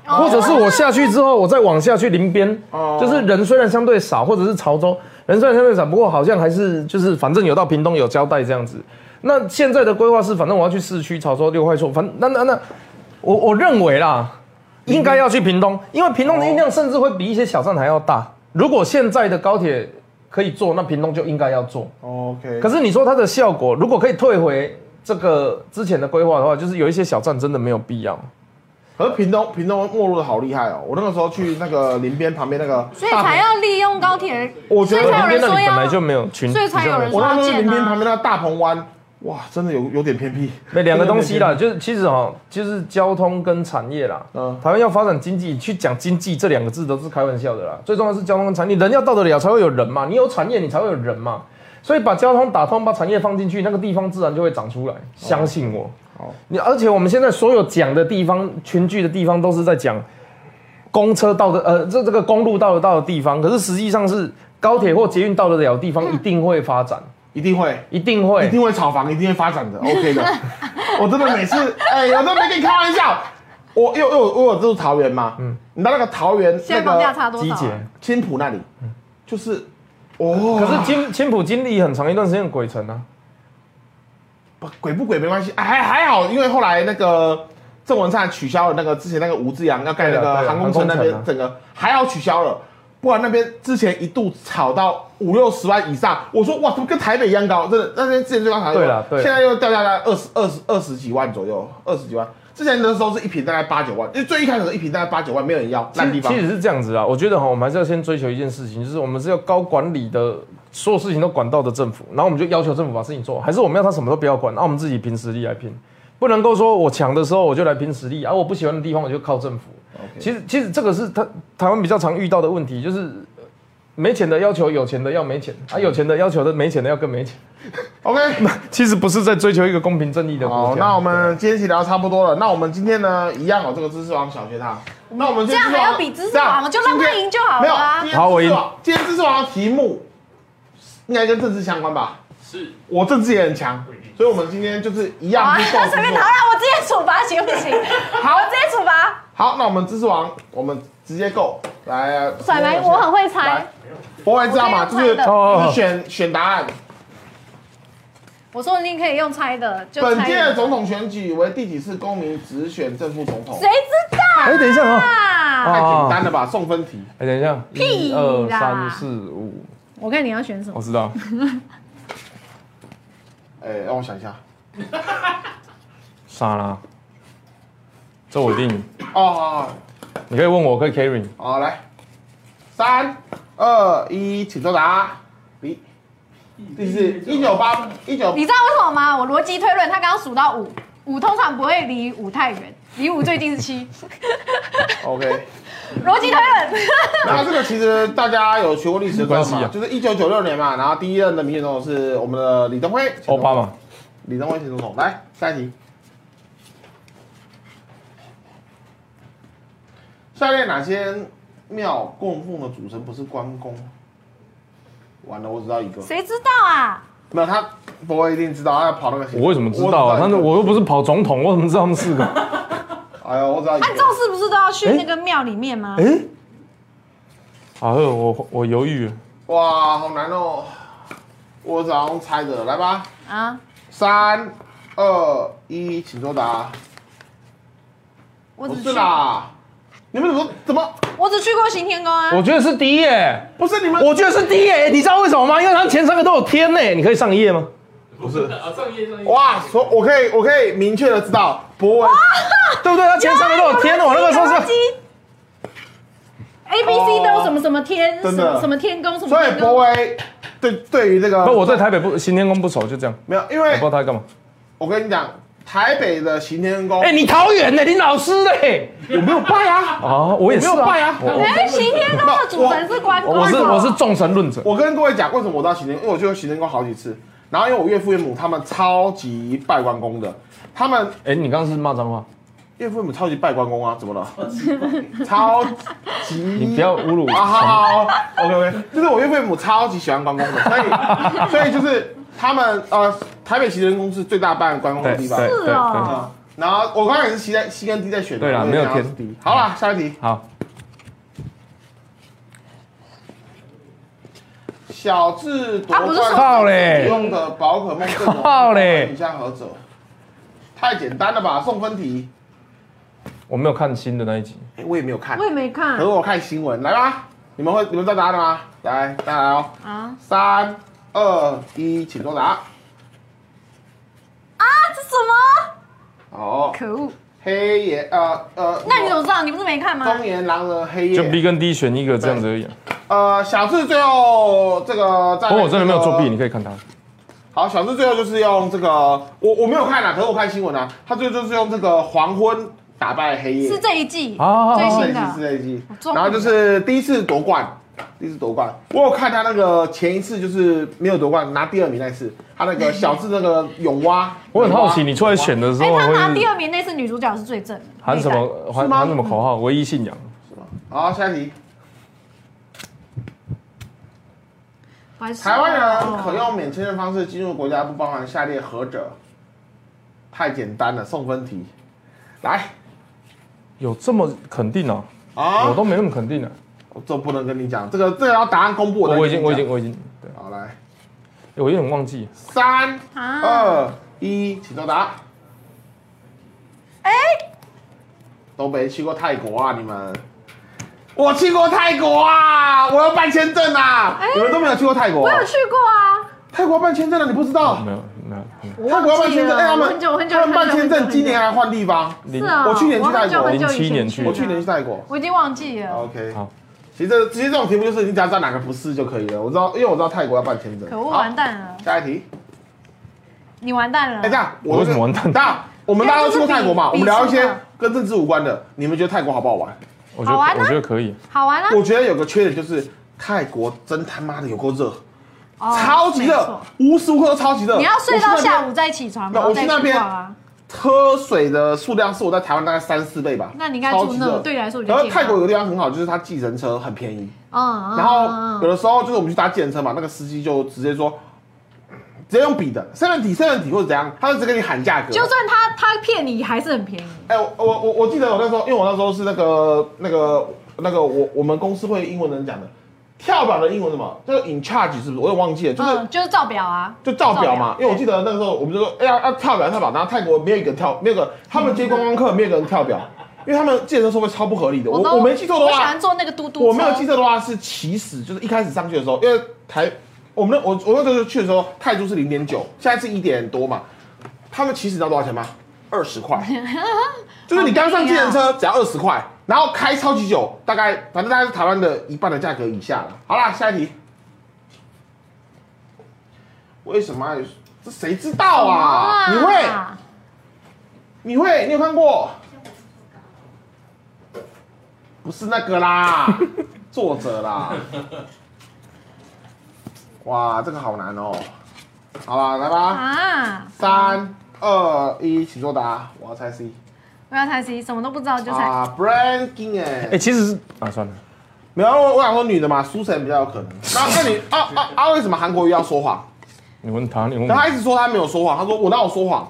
Speaker 3: 或者是我下去之后，我再往下去林边，
Speaker 1: 哦
Speaker 3: 就是人虽然相对少，或者是潮州人虽然相对少，不过好像还是就是反正有到屏东有交代这样子。那现在的规划是，反正我要去市区潮州六块厝，反那那那，我我认为啦，应该要去屏东，因为屏东的运量甚至会比一些小站还要大。如果现在的高铁可以做，那屏东就应该要做。
Speaker 1: ，OK，
Speaker 3: 可是你说它的效果，如果可以退回这个之前的规划的话，就是有一些小站真的没有必要。
Speaker 1: 可是屏东屏东没落的好厉害哦，我那个时候去那个林边旁边那个，
Speaker 2: 所以才要利用高铁，
Speaker 1: 我觉
Speaker 2: 所
Speaker 1: 得
Speaker 2: 以才有
Speaker 3: 那
Speaker 2: 人
Speaker 3: 里
Speaker 2: 说
Speaker 3: 本来就
Speaker 2: 要
Speaker 3: 没有群，
Speaker 2: 所以才有人
Speaker 1: 我那时候去林边
Speaker 2: 啊
Speaker 1: 旁边那个大鹏湾，哇，真的有有点偏僻，
Speaker 3: 那两个东西啦，
Speaker 1: 了，
Speaker 3: 就是其实哦，就是交通跟产业啦。
Speaker 1: 嗯
Speaker 3: 嗯，台湾要发展经济，去讲经济这两个字都是开玩笑的啦。最重要是交通跟产业，人要到得了才会有人嘛，你有产业你才会有人嘛。所以把交通打通，把产业放进去，那个地方自然就会长出来。相信我，你而且我们现在所有讲的地方，群聚的地方都是在讲公车到的，呃，这这个公路到得到的地方，可是实际上是高铁或捷运到得了的地方一定会发展，
Speaker 1: 一定会。
Speaker 3: 一定会，
Speaker 1: 一定会炒房，一定会发 展的，OK 的。我真的每次，哎、我都没跟你开玩笑。我因为因为我我有住桃园嘛，嗯，你知道那个桃园那
Speaker 2: 现在房价
Speaker 1: 个
Speaker 2: 差多
Speaker 3: 集
Speaker 2: 少啊？
Speaker 3: 结。
Speaker 1: 青浦那里，就是，哦，
Speaker 3: 嗯可是青青浦经历很长一段时间的鬼城啊，
Speaker 1: 不鬼不鬼没关系，哎还还好，因为后来那个郑文灿取消了那个之前那个吴志阳要盖那
Speaker 3: 对啊对
Speaker 1: 个
Speaker 3: 啊
Speaker 1: 航空城那边
Speaker 3: 航空城啊
Speaker 1: 整个还好取消了，不然那边之前一度炒到五六十万以上，我说哇，怎么跟台北一样高？真的，那边之前最高炒到
Speaker 3: 对啦对啦
Speaker 1: 现在又掉下来二十二十二十几万左右，二十几万。之前的时候是一瓶大概八九万，因为最一开始的一瓶大概八九万，没有人要，烂地方
Speaker 3: 其。实是这样子啊，我觉得哈，我们还是要先追求一件事情，就是我们是要高管理的，所有事情都管到的政府，然后我们就要求政府把事情做好，还是我们要他什么都不要管，那我们自己凭实力来拼，不能够说我强的时候我就来拼实力，而、啊、我不喜欢的地方我就靠政府。其实其实这个是台台湾比较常遇到的问题，就是呃没钱的要求有钱的要没钱，啊有钱的要求的没钱的要更没钱，
Speaker 1: OK，
Speaker 3: 其实不是在追求一个公平正义的
Speaker 1: 好
Speaker 3: 国，家。
Speaker 1: 那我们今天一起聊得差不多了。那我们今天呢，一样哦，这个知识王小学堂。
Speaker 3: 嗯
Speaker 1: 那我们
Speaker 2: 这样还要比知识王吗
Speaker 1: 这
Speaker 2: 就
Speaker 1: 样
Speaker 2: 让他赢就好
Speaker 1: 没有
Speaker 2: 了啊。
Speaker 1: 今天知识王
Speaker 3: 好我赢
Speaker 1: 今天知识王的题目应该跟政治相关吧？
Speaker 7: 是
Speaker 1: 我政治也很强，所以我们今天就是一样
Speaker 2: 好啊，
Speaker 1: 去斗
Speaker 2: 那
Speaker 1: 知识
Speaker 2: 随便
Speaker 1: 王
Speaker 2: 讨论，我直接处罚行不行？好，我直接处罚。
Speaker 1: 好，那我们知识王，我们直接 go 来。呃
Speaker 2: 甩来，我很会猜
Speaker 1: 来。博文知道吗？
Speaker 2: 我
Speaker 1: 就
Speaker 2: 可以
Speaker 1: 是哦就
Speaker 2: 用猜的
Speaker 1: 是选选答案。
Speaker 2: 我说你可以用猜的，就
Speaker 1: 本
Speaker 2: 猜
Speaker 1: 届
Speaker 2: 的。
Speaker 1: 总统选举为第几次公民直选正副总统
Speaker 2: 谁？知
Speaker 3: 哎、等一下啊、
Speaker 2: 道啊？
Speaker 1: 太简单了吧，送分题。
Speaker 3: 哎、等一下，
Speaker 2: 屁
Speaker 3: 一二
Speaker 2: 啦
Speaker 3: 三四五，
Speaker 2: 我看你要选什么
Speaker 3: 我？知道。
Speaker 1: 哎，让我想一下。
Speaker 3: 杀啦！这我一定赢，
Speaker 1: 哦哦。哦
Speaker 3: 你可以问我，我可以 carry 你。
Speaker 1: 好，来，三二一，请作答。第第四一九八一九
Speaker 2: 你知道为什么吗？我逻辑推论，他刚刚数到五，五通常不会离五太远，离五最近是七。
Speaker 1: ，OK。
Speaker 2: 逻辑推论，
Speaker 1: 然后这个其实大家有学过历史的
Speaker 3: 关
Speaker 1: 关
Speaker 3: 系
Speaker 1: 系
Speaker 3: 啊
Speaker 1: 嘛，就是一九九六年嘛，然后第一任的民选总统是我们的李登辉，
Speaker 3: 奥巴马，
Speaker 1: 李登辉前总统。来，下一题。下列哪些庙供奉的主神不是关公？完了，我只知道一个，
Speaker 2: 谁知道啊？没
Speaker 1: 没有他，不会一定知道，他跑那个。
Speaker 3: 我为什么知道啊？
Speaker 1: 我
Speaker 3: 但
Speaker 1: 只
Speaker 3: 是
Speaker 1: 一个
Speaker 3: 我又不是跑总统，我怎么知道他们四个？
Speaker 1: 哎呦，我知道一个。
Speaker 2: 按照是不是都要去那个庙里面吗？
Speaker 3: 哎， 好，我我犹豫了。
Speaker 1: 哇，好难哦！我早上猜的，来吧，
Speaker 2: 啊，
Speaker 1: 三二一，请作答。
Speaker 2: 我
Speaker 1: 不
Speaker 2: 只
Speaker 1: 哦是
Speaker 2: 去，
Speaker 1: 啦，你们怎么怎么
Speaker 2: 我只去过行天宫啊。
Speaker 3: 我觉得是第一耶，
Speaker 1: 不是你们？
Speaker 3: 我觉得是第一耶，你知道为什么吗？因为他们前三个都有天呢。你可以上一页吗？
Speaker 1: 哇，所我可以我可以明确的知道，博文
Speaker 3: 对不对？他前
Speaker 1: 哎
Speaker 2: 哎
Speaker 3: 三个都有天呢。我那个时候是，
Speaker 2: A B C 都有什么什么天，什
Speaker 1: 哦真的
Speaker 2: 么什么天宫，什么
Speaker 1: 所以
Speaker 2: 天
Speaker 1: 博
Speaker 2: 宫。
Speaker 1: 威对对于这个
Speaker 3: 不，我对台北不行天宫不熟，就这样。
Speaker 1: 没有，因
Speaker 3: 我不
Speaker 1: 为
Speaker 3: 知道他在干嘛。
Speaker 1: 我跟你讲，台北的行天宫，
Speaker 3: 哎，你桃园的，你老师的。
Speaker 1: 哦 有没有拜啊？
Speaker 3: 啊，我也是
Speaker 1: 有没有拜
Speaker 3: 啊。
Speaker 1: 啊？
Speaker 2: 哎，行天宫的主神是关公啊。
Speaker 3: 我是我是众神论者。
Speaker 1: 我跟各位讲，为什么我到行天宫，因为我去过行天宫好几次，然后因为我岳父岳母他们超级拜关公的，他们
Speaker 3: 哎，你刚刚是骂脏话，
Speaker 1: 岳父岳母超级拜关公啊，怎么了？超级，
Speaker 3: 你不要侮辱。
Speaker 1: 啊，好好好，OK OK，就是我岳父岳母超级喜欢关公的，所 以所以就是他们呃，台北行天宫是最大办关公的地
Speaker 3: 对对
Speaker 1: 方
Speaker 3: 对
Speaker 2: 是
Speaker 3: 对
Speaker 2: 哦。
Speaker 1: 啊。然后我刚才也是西在西跟 D 在选的，
Speaker 3: 对啦
Speaker 1: 我也
Speaker 3: 没有
Speaker 1: 想要
Speaker 3: 填
Speaker 1: 是 D。好啦，下一题，
Speaker 3: 好，
Speaker 1: 小智夺
Speaker 2: 啊不是
Speaker 1: 冠
Speaker 3: 靠嘞
Speaker 1: 用的宝可梦阵容，
Speaker 3: 哎靠嘞
Speaker 1: 以下何者？太简单了吧，送分题。
Speaker 3: 我没有看新的那一集，
Speaker 1: 哎，我也没有看
Speaker 2: 我，也没看
Speaker 1: 可是我看新闻，来吧，你们会你们知道答案了吗？来，大家来哦。
Speaker 2: 啊
Speaker 1: 三二一，请作答。
Speaker 2: 啊！这什么？
Speaker 1: 哦，
Speaker 2: 可恶！
Speaker 1: 黑岩，呃呃，
Speaker 2: 那你怎么知道？你不是没看吗？
Speaker 1: 中年狼人黑
Speaker 3: 就 B
Speaker 1: 夜？
Speaker 3: 跟 D 选一个这样子而已啊。
Speaker 1: 呃，小智最后这个在、
Speaker 3: 不过我哦真的没有作弊，你。可以看他。
Speaker 1: 好，小智最后就是用这个，我我没有看啦，可是我看新闻啊，他最后就是用这个黄昏打败黑夜，
Speaker 2: 是这一季
Speaker 3: 好好好
Speaker 2: 最
Speaker 3: 好
Speaker 2: 新
Speaker 1: 是这一季，是这
Speaker 2: 的。
Speaker 1: 一季
Speaker 2: 终于
Speaker 1: 然后就是第一次夺冠，第一次夺冠，我有看他那个前一次就是没有夺冠拿第二名那次，他那个小智那个泳蛙，
Speaker 3: 我很好奇你出来选的时
Speaker 2: 哎、
Speaker 3: 候
Speaker 2: 他
Speaker 3: 会
Speaker 2: 拿第二名那次女主角是最正的，哦
Speaker 3: 喊什么喊喊什么口号？唯一信仰。
Speaker 1: 好，下一题，
Speaker 2: 那一代？
Speaker 1: 台湾
Speaker 2: 白痴哦
Speaker 1: 人啊可用免签证方式进入国家，不包含下列何者？太简单了，送分题，来
Speaker 3: 有这么肯定啊？
Speaker 1: 啊
Speaker 3: 我，都没那么肯定的。啊
Speaker 1: 我这不能跟你讲，这个这个要答案公布，我再
Speaker 3: 我
Speaker 1: 跟
Speaker 3: 已经
Speaker 1: 你
Speaker 3: 我已经
Speaker 1: 讲
Speaker 3: 我已经，对，
Speaker 1: 好来，
Speaker 3: 我有点忘记。
Speaker 1: 三
Speaker 2: 啊
Speaker 1: 二一，请作答。
Speaker 2: 哎、
Speaker 1: 都没去过泰国啊，你们？我去过泰国啊，我要办签证啊！
Speaker 2: 哎
Speaker 1: 你们都没有去过泰国、
Speaker 2: 我
Speaker 1: 啊
Speaker 2: 有，去过啊，
Speaker 1: 泰国要办签证了，你不知
Speaker 2: 哦
Speaker 1: 道？
Speaker 3: 没有没有没有。
Speaker 2: 我
Speaker 1: 泰国要
Speaker 2: 忘
Speaker 1: 办
Speaker 2: 记
Speaker 1: 签证，
Speaker 2: 了，
Speaker 1: 哎、他
Speaker 2: 我
Speaker 1: 们
Speaker 2: 很久很久
Speaker 1: 他们办
Speaker 2: 很久
Speaker 1: 签
Speaker 2: 很
Speaker 1: 证，
Speaker 2: 久
Speaker 1: 今年还换地方。
Speaker 3: 零
Speaker 2: 是啊，
Speaker 1: 我去年去泰国
Speaker 2: 很久很久以前
Speaker 3: 07年去
Speaker 1: 我去年去泰国。
Speaker 2: 我已经忘记了，
Speaker 1: OK，
Speaker 3: 好，
Speaker 1: 其实这其实这种题目就是你只要知道哪个不是就可以了。我知道，因为我知道泰国要办签证。
Speaker 2: 可恶，
Speaker 1: 好
Speaker 2: 完。蛋了，
Speaker 1: 下一题，
Speaker 2: 你完蛋了。
Speaker 1: 哎、这样我
Speaker 3: 我为什么完蛋
Speaker 1: 这样我们大家都去过泰国嘛，我
Speaker 2: 因
Speaker 1: 们
Speaker 2: 为啊就
Speaker 1: 聊一
Speaker 2: 是比比
Speaker 1: 些
Speaker 2: 出嘛
Speaker 1: 跟政治无关的。你们觉得泰国好不好玩？
Speaker 3: 我觉得
Speaker 2: 好玩啊
Speaker 3: 我觉得可以。
Speaker 2: 好玩啊！
Speaker 1: 我觉得有个缺点就是泰国真他妈的有够热，
Speaker 2: 哦
Speaker 1: 超级
Speaker 2: 没
Speaker 1: 热
Speaker 2: 错，
Speaker 1: 无时无刻都超级热。
Speaker 2: 你要睡到下午
Speaker 1: 我去
Speaker 2: 再起床，
Speaker 1: 那
Speaker 2: 然后再
Speaker 1: 我去那边
Speaker 2: 逛啊。
Speaker 1: 喝水的数量是我在台湾大概三四倍吧。
Speaker 2: 那你应该
Speaker 1: 超
Speaker 2: 住
Speaker 1: 级
Speaker 2: 那
Speaker 1: 热
Speaker 2: 对你来说比较
Speaker 1: 然后
Speaker 2: 健康
Speaker 1: 泰国有个地方很好，就是它计程车很便宜，
Speaker 2: 嗯，嗯
Speaker 1: 然
Speaker 2: 嗯
Speaker 1: 后
Speaker 2: 嗯
Speaker 1: 有的时候就是我们去搭计程车嘛，那个司机就直接说。直接用笔的 seventy seventy 或者怎样，他就直接跟你喊价格。
Speaker 2: 就算他他骗你，还是很便宜。
Speaker 1: 哎、我我我我记得我那时候，因为我那时候是那个那个那个我我们公司会英文人讲的，跳表的英文什么叫做 in charge 是不是？我也忘记了，就是、
Speaker 2: 嗯，就是照表啊，
Speaker 1: 就照表嘛
Speaker 2: 照表，
Speaker 1: 因为我记得那个时候我们就说，哎呀，要跳表跳表，然后泰国没有一个跳，没有一个他们接观光客没有一个人跳表，因为他们健身收费超不合理的。我
Speaker 2: 都
Speaker 1: 我没记错的
Speaker 2: 我喜
Speaker 1: 话
Speaker 2: 欢，坐那个嘟嘟车，
Speaker 1: 我没有记错的话是起始就是一开始上去的时候，因为台我们那我我那时候去的时候泰铢是零点九，现在是一点多嘛，他们起始你知道多少钱吗？二十块，就是你刚上计程车只要二十块，然后开超级久，大概反正大概是台湾的一半的价格以下了。好啦，下一题。为什么爱？这谁知道啊？
Speaker 2: 哇
Speaker 1: 你会？你会？你有看过？不是那个啦，作者啦。哇，这个好难哦。好吧，来吧，
Speaker 2: 啊？
Speaker 1: 三二一，请作答。我要猜 C。
Speaker 2: 不要太 C，什么都不知道就猜。
Speaker 1: 啊，Breaking 哎、
Speaker 3: 哎，其实是啊，算了，
Speaker 1: 没有，啊我我想说女的嘛，苏神比较有可能。然后那你啊啊啊，为什么韩国瑜要说谎？
Speaker 3: 你问他，你问
Speaker 1: 然后他。
Speaker 3: 我
Speaker 1: 一直说他没有说谎，他说我哪有说谎？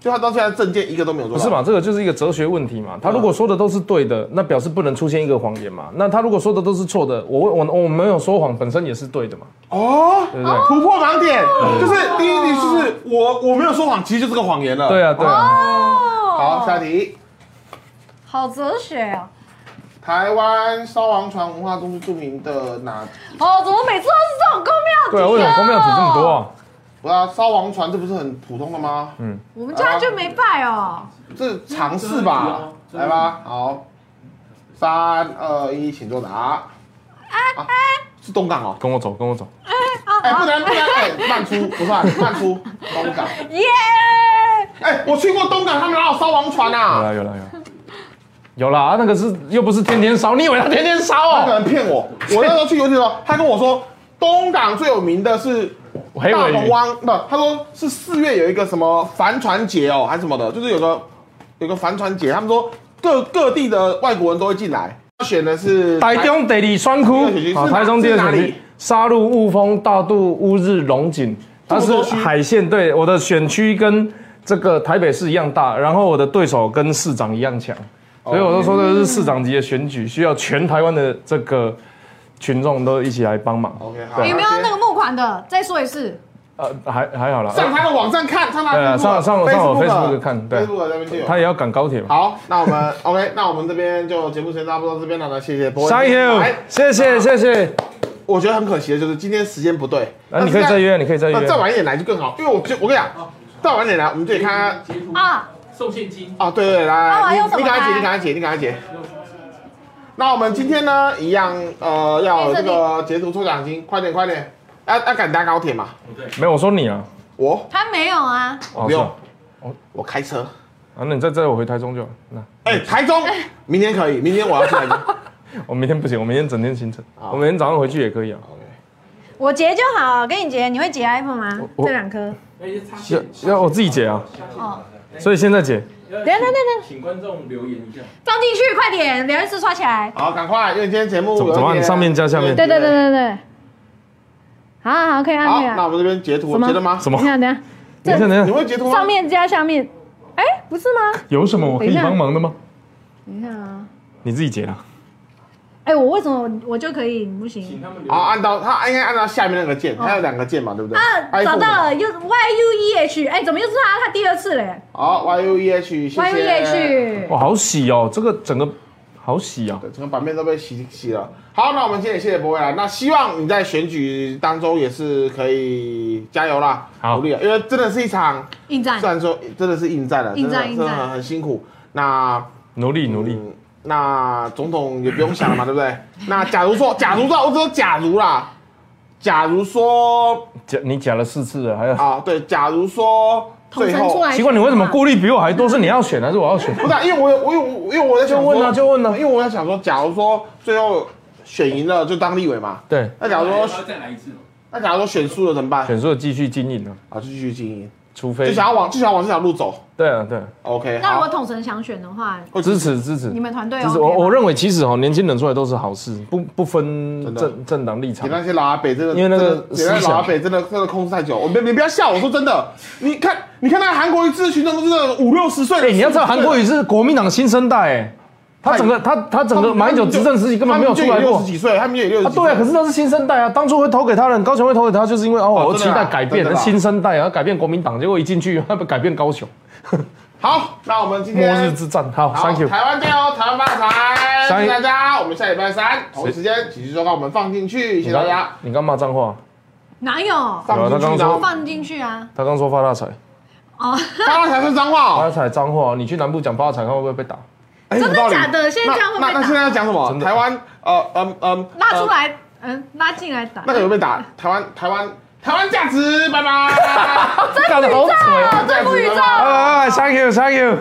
Speaker 1: 就他到现在证件一个都没有做
Speaker 3: 不
Speaker 1: 到。
Speaker 3: 是嘛？这个就是一个哲学问题嘛。他如果说的都是对的，那表示不能出现一个谎言嘛。那他如果说的都是错的，我我我没有说谎，本身也是对的嘛，
Speaker 1: 哦，
Speaker 3: 对不对？
Speaker 1: 突破盲点，就是第一题就是我我没有说谎，其实就是个谎言了。
Speaker 3: 对。啊，对啊。
Speaker 2: 哦，
Speaker 1: 好，下题。
Speaker 2: 好哲学哦。
Speaker 1: 台湾烧王船文化中是著名的哪？
Speaker 2: 哦，怎么每次都是这种
Speaker 3: 对啊，
Speaker 2: 公庙
Speaker 3: 为
Speaker 2: 题
Speaker 3: 什
Speaker 2: 啊
Speaker 3: 么公庙题这么多？啊？
Speaker 1: 不要烧王船，这不是很普通的吗？嗯，
Speaker 2: 我们家就没拜哦。
Speaker 1: 这尝试吧，来吧，好，三二一，请作答。啊是东港哦，
Speaker 3: 跟我走，跟我走。
Speaker 1: 哎，不能不能，哎，慢出不算慢出，东港。
Speaker 2: 耶！
Speaker 1: 哎，我去过东港，他们哪有烧王船
Speaker 3: 有
Speaker 1: 啊？
Speaker 3: 啦，有啦，有啦。有啦，啊那个是又不是天天烧，你以为他天天烧
Speaker 1: 他可
Speaker 3: 哦？
Speaker 1: 能骗我，我那时候去游艇的时候，他跟我说东港最有名的是
Speaker 3: 黑
Speaker 1: 大
Speaker 3: 尾
Speaker 1: 鹏
Speaker 3: 鱼，
Speaker 1: 湾，不，他说是四月有一个什么帆船节哦，还是什么的，就是有个有个帆船节，他们说各各地的外国人都会进来。他选的是
Speaker 3: 台中第二
Speaker 1: 第二
Speaker 3: 选
Speaker 1: 选
Speaker 3: 区，
Speaker 1: 区
Speaker 3: 好，
Speaker 1: 是哪
Speaker 3: 台中第二选
Speaker 1: 是哪里
Speaker 3: 区，沙鹿、雾峰、大肚、乌日、龙井，它
Speaker 1: 这
Speaker 3: 是
Speaker 1: 么多区
Speaker 3: 海线。对，我的选区跟这个台北市一样大，然后我的对手跟市长一样强，
Speaker 1: 哦
Speaker 3: 所以我都说这是市长级的选举，需要全台湾的这个群众都一起来帮忙。
Speaker 1: OK，好，
Speaker 2: 有没有
Speaker 1: 好
Speaker 2: 那个募款的？再说一次。
Speaker 3: 呃，还还好啦，
Speaker 1: 上他的网站看，上他
Speaker 3: 对啊
Speaker 1: 的
Speaker 3: 上上上我 Facebook
Speaker 1: Facebook 啊
Speaker 3: 看对
Speaker 1: Facebook 那边就有。
Speaker 3: 他也要赶高铁嘛。
Speaker 1: 好，那我们 OK，那我们这边就节目时间差不多到这边了，那谢谢波。
Speaker 3: Thank you，
Speaker 1: 来
Speaker 3: 谢谢谢谢。
Speaker 1: 我觉得很可惜的就是今天时间不对，
Speaker 3: 啊，你可以再约，你可以再约
Speaker 1: 那。再晚一点来就更好，因为我就我跟你讲，再晚一点来，我们就得看
Speaker 2: 啊，
Speaker 1: 啊，对对，
Speaker 2: 那
Speaker 1: 来，
Speaker 2: 我还
Speaker 1: 你
Speaker 2: 用什么
Speaker 1: 你赶快
Speaker 2: 来
Speaker 1: 解，你赶快解，你赶快解。那我们今天呢，一样呃，要有这
Speaker 2: 哎
Speaker 1: 个截图抽奖金，快点快点，要要赶搭高铁嘛？
Speaker 3: 没有，我说你啊，
Speaker 1: 我
Speaker 2: 他没有啊，
Speaker 3: 哦
Speaker 1: 不用
Speaker 3: 是啊，
Speaker 1: 我开车。哎
Speaker 3: 啊，那你再载我回台中就好。那
Speaker 1: 哎，台中，明天可以，明天我要去台中。
Speaker 3: 我明天不行，我明天整天行程，我明天早上回去也可以啊。
Speaker 2: 我截就好，跟你截，你会截 iPhone 吗？
Speaker 3: 我
Speaker 2: 这两颗？
Speaker 3: 要要我自己解啊，
Speaker 2: 哦，
Speaker 3: 所以现在解。
Speaker 2: 等等等等，请观众留言一下，放进去，快点，聊一次刷起来。
Speaker 1: 好，赶快，因为今天节目
Speaker 3: 怎么怎么
Speaker 1: 有一
Speaker 3: 按
Speaker 1: 点
Speaker 3: 上面加下面
Speaker 2: 对对对对对，好好好，可以按
Speaker 1: 好，
Speaker 2: 可以按
Speaker 1: 那。我们这边截图，
Speaker 2: 什么
Speaker 1: 截了吗？
Speaker 3: 什
Speaker 2: 等
Speaker 3: 么
Speaker 2: 一？下等一下，
Speaker 3: 等一下等
Speaker 1: 你
Speaker 3: 一下，
Speaker 1: 会截图吗？
Speaker 2: 上面加下面，哎，不是吗？
Speaker 3: 有什么我可以
Speaker 2: 等一下
Speaker 3: 帮忙的吗？
Speaker 2: 等一下啊，
Speaker 3: 你自己解啊。
Speaker 2: 哎，我为什么我我就可以，你不行？
Speaker 1: 好，按到它应该按到下面那个键，它有两个键嘛，对不对？
Speaker 2: 哦啊，找
Speaker 1: iPhone
Speaker 2: 到
Speaker 1: 嘛
Speaker 2: 了，又 Y U E H，哎，怎么又是他？他第二次嘞
Speaker 1: 好，Y U E H，谢
Speaker 2: ，Y U E
Speaker 1: 谢。
Speaker 2: H，
Speaker 3: 哇，好洗哦，这个整个好洗啊。
Speaker 1: 对，整个版面都被洗洗了。好，那我们今天也谢谢博伟啦。那希望你在选举当中也是可以加油啦，
Speaker 3: 好
Speaker 1: 努力啊，因为真的是一场，
Speaker 2: 应战
Speaker 1: 虽。然说真的是应战了，
Speaker 2: 应
Speaker 1: 真
Speaker 2: 战
Speaker 1: 的
Speaker 2: 应
Speaker 1: 真
Speaker 2: 战
Speaker 1: 的很辛苦。那
Speaker 3: 努力努力，
Speaker 1: 嗯，那总统也不用想了嘛，对不对？ 那假如说，假如说，我只说假如啦，假如说
Speaker 3: 假你假了四次了，还有。
Speaker 1: 啊，对，假如说
Speaker 2: 统
Speaker 1: 最
Speaker 2: 称出
Speaker 1: 后。
Speaker 2: 来。
Speaker 3: 奇怪，你为什么顾虑比我还多？是你要选还是我要选？
Speaker 1: 不是啊、因为我有我有我因为我在想
Speaker 3: 就问啊
Speaker 1: 说
Speaker 3: 就问啊
Speaker 1: 因为我在想说，假如说最后选赢了就当立委嘛，
Speaker 3: 对，
Speaker 1: 那假如说再来一次，那假如说选输了怎么办？
Speaker 3: 选输了继续经营啊，
Speaker 1: 啊，就继续经营，
Speaker 3: 除非
Speaker 1: 就想要往就想要往这条路走。
Speaker 3: 对啊对啊，
Speaker 1: OK，
Speaker 2: 那如果
Speaker 1: 好，
Speaker 2: 统神想选的话，
Speaker 1: 会
Speaker 3: 支持支持
Speaker 2: 你。们团队
Speaker 3: 支持
Speaker 2: OK
Speaker 3: 我
Speaker 2: 吗
Speaker 3: 我认为其实哈，哦年轻人出来都是好事，不不分
Speaker 1: 真的
Speaker 3: 政政党立场
Speaker 1: 给。那些老阿北真的，
Speaker 3: 因为那个
Speaker 1: 真的给那
Speaker 3: 思
Speaker 1: 些
Speaker 3: 想
Speaker 1: 老阿北真的真的控制太久，我别你不要笑，我说真的，你看你看那韩国瑜咨询那个真的五六十岁的，
Speaker 3: 哎，你要知道韩国
Speaker 1: 瑜
Speaker 3: 瑜是国民党新生代，哎，他整个他他整个马英九执政时期根本没有出来
Speaker 1: 六
Speaker 3: 过
Speaker 1: 十。几岁，他们也六十
Speaker 3: 啊，
Speaker 1: 几岁
Speaker 3: 对啊，可是那是新生代啊，当初会投给他的人，高雄会投给他，就是因为哦，
Speaker 1: 哦
Speaker 3: 我
Speaker 1: 真
Speaker 3: 期
Speaker 1: 的啊
Speaker 3: 待改变
Speaker 1: 真的啊
Speaker 3: 新生代啊，改变国民党，结果一进去， 他不改变高雄，
Speaker 1: 好，那我们今
Speaker 3: 末
Speaker 1: 天
Speaker 3: 日之战。好
Speaker 1: 啊好
Speaker 3: ，Thank you。
Speaker 1: 台湾加油，台湾发财！谢
Speaker 3: 三
Speaker 1: 谢大家，我们下礼拜三同一时间继续收看我们放进去，谢谢大家。
Speaker 3: 你刚骂脏话，
Speaker 2: 哪有
Speaker 1: 放进
Speaker 3: 有
Speaker 1: 去
Speaker 3: 啊他刚
Speaker 1: 的
Speaker 3: 说，
Speaker 2: 放进去啊？
Speaker 3: 他刚说发大财，
Speaker 2: 哦，
Speaker 1: 刚刚才是脏话哦，
Speaker 3: 发大财脏话，你去南部讲发大财，看会不会被打？
Speaker 1: 哎
Speaker 2: 真的
Speaker 1: 有道理
Speaker 2: 假的现在这样会
Speaker 1: 那那
Speaker 2: 被打
Speaker 1: 那现在要讲什么？
Speaker 3: 真的
Speaker 1: 台湾呃嗯嗯，
Speaker 2: 拉出
Speaker 1: 呃，
Speaker 2: 来，嗯，拉进来打。
Speaker 1: 那个有被打。台湾台湾台湾价值，拜拜。
Speaker 3: 干得好
Speaker 2: 啊，
Speaker 3: 蠢！
Speaker 2: 这不宇宙。
Speaker 3: 啊，Thank you，Thank you。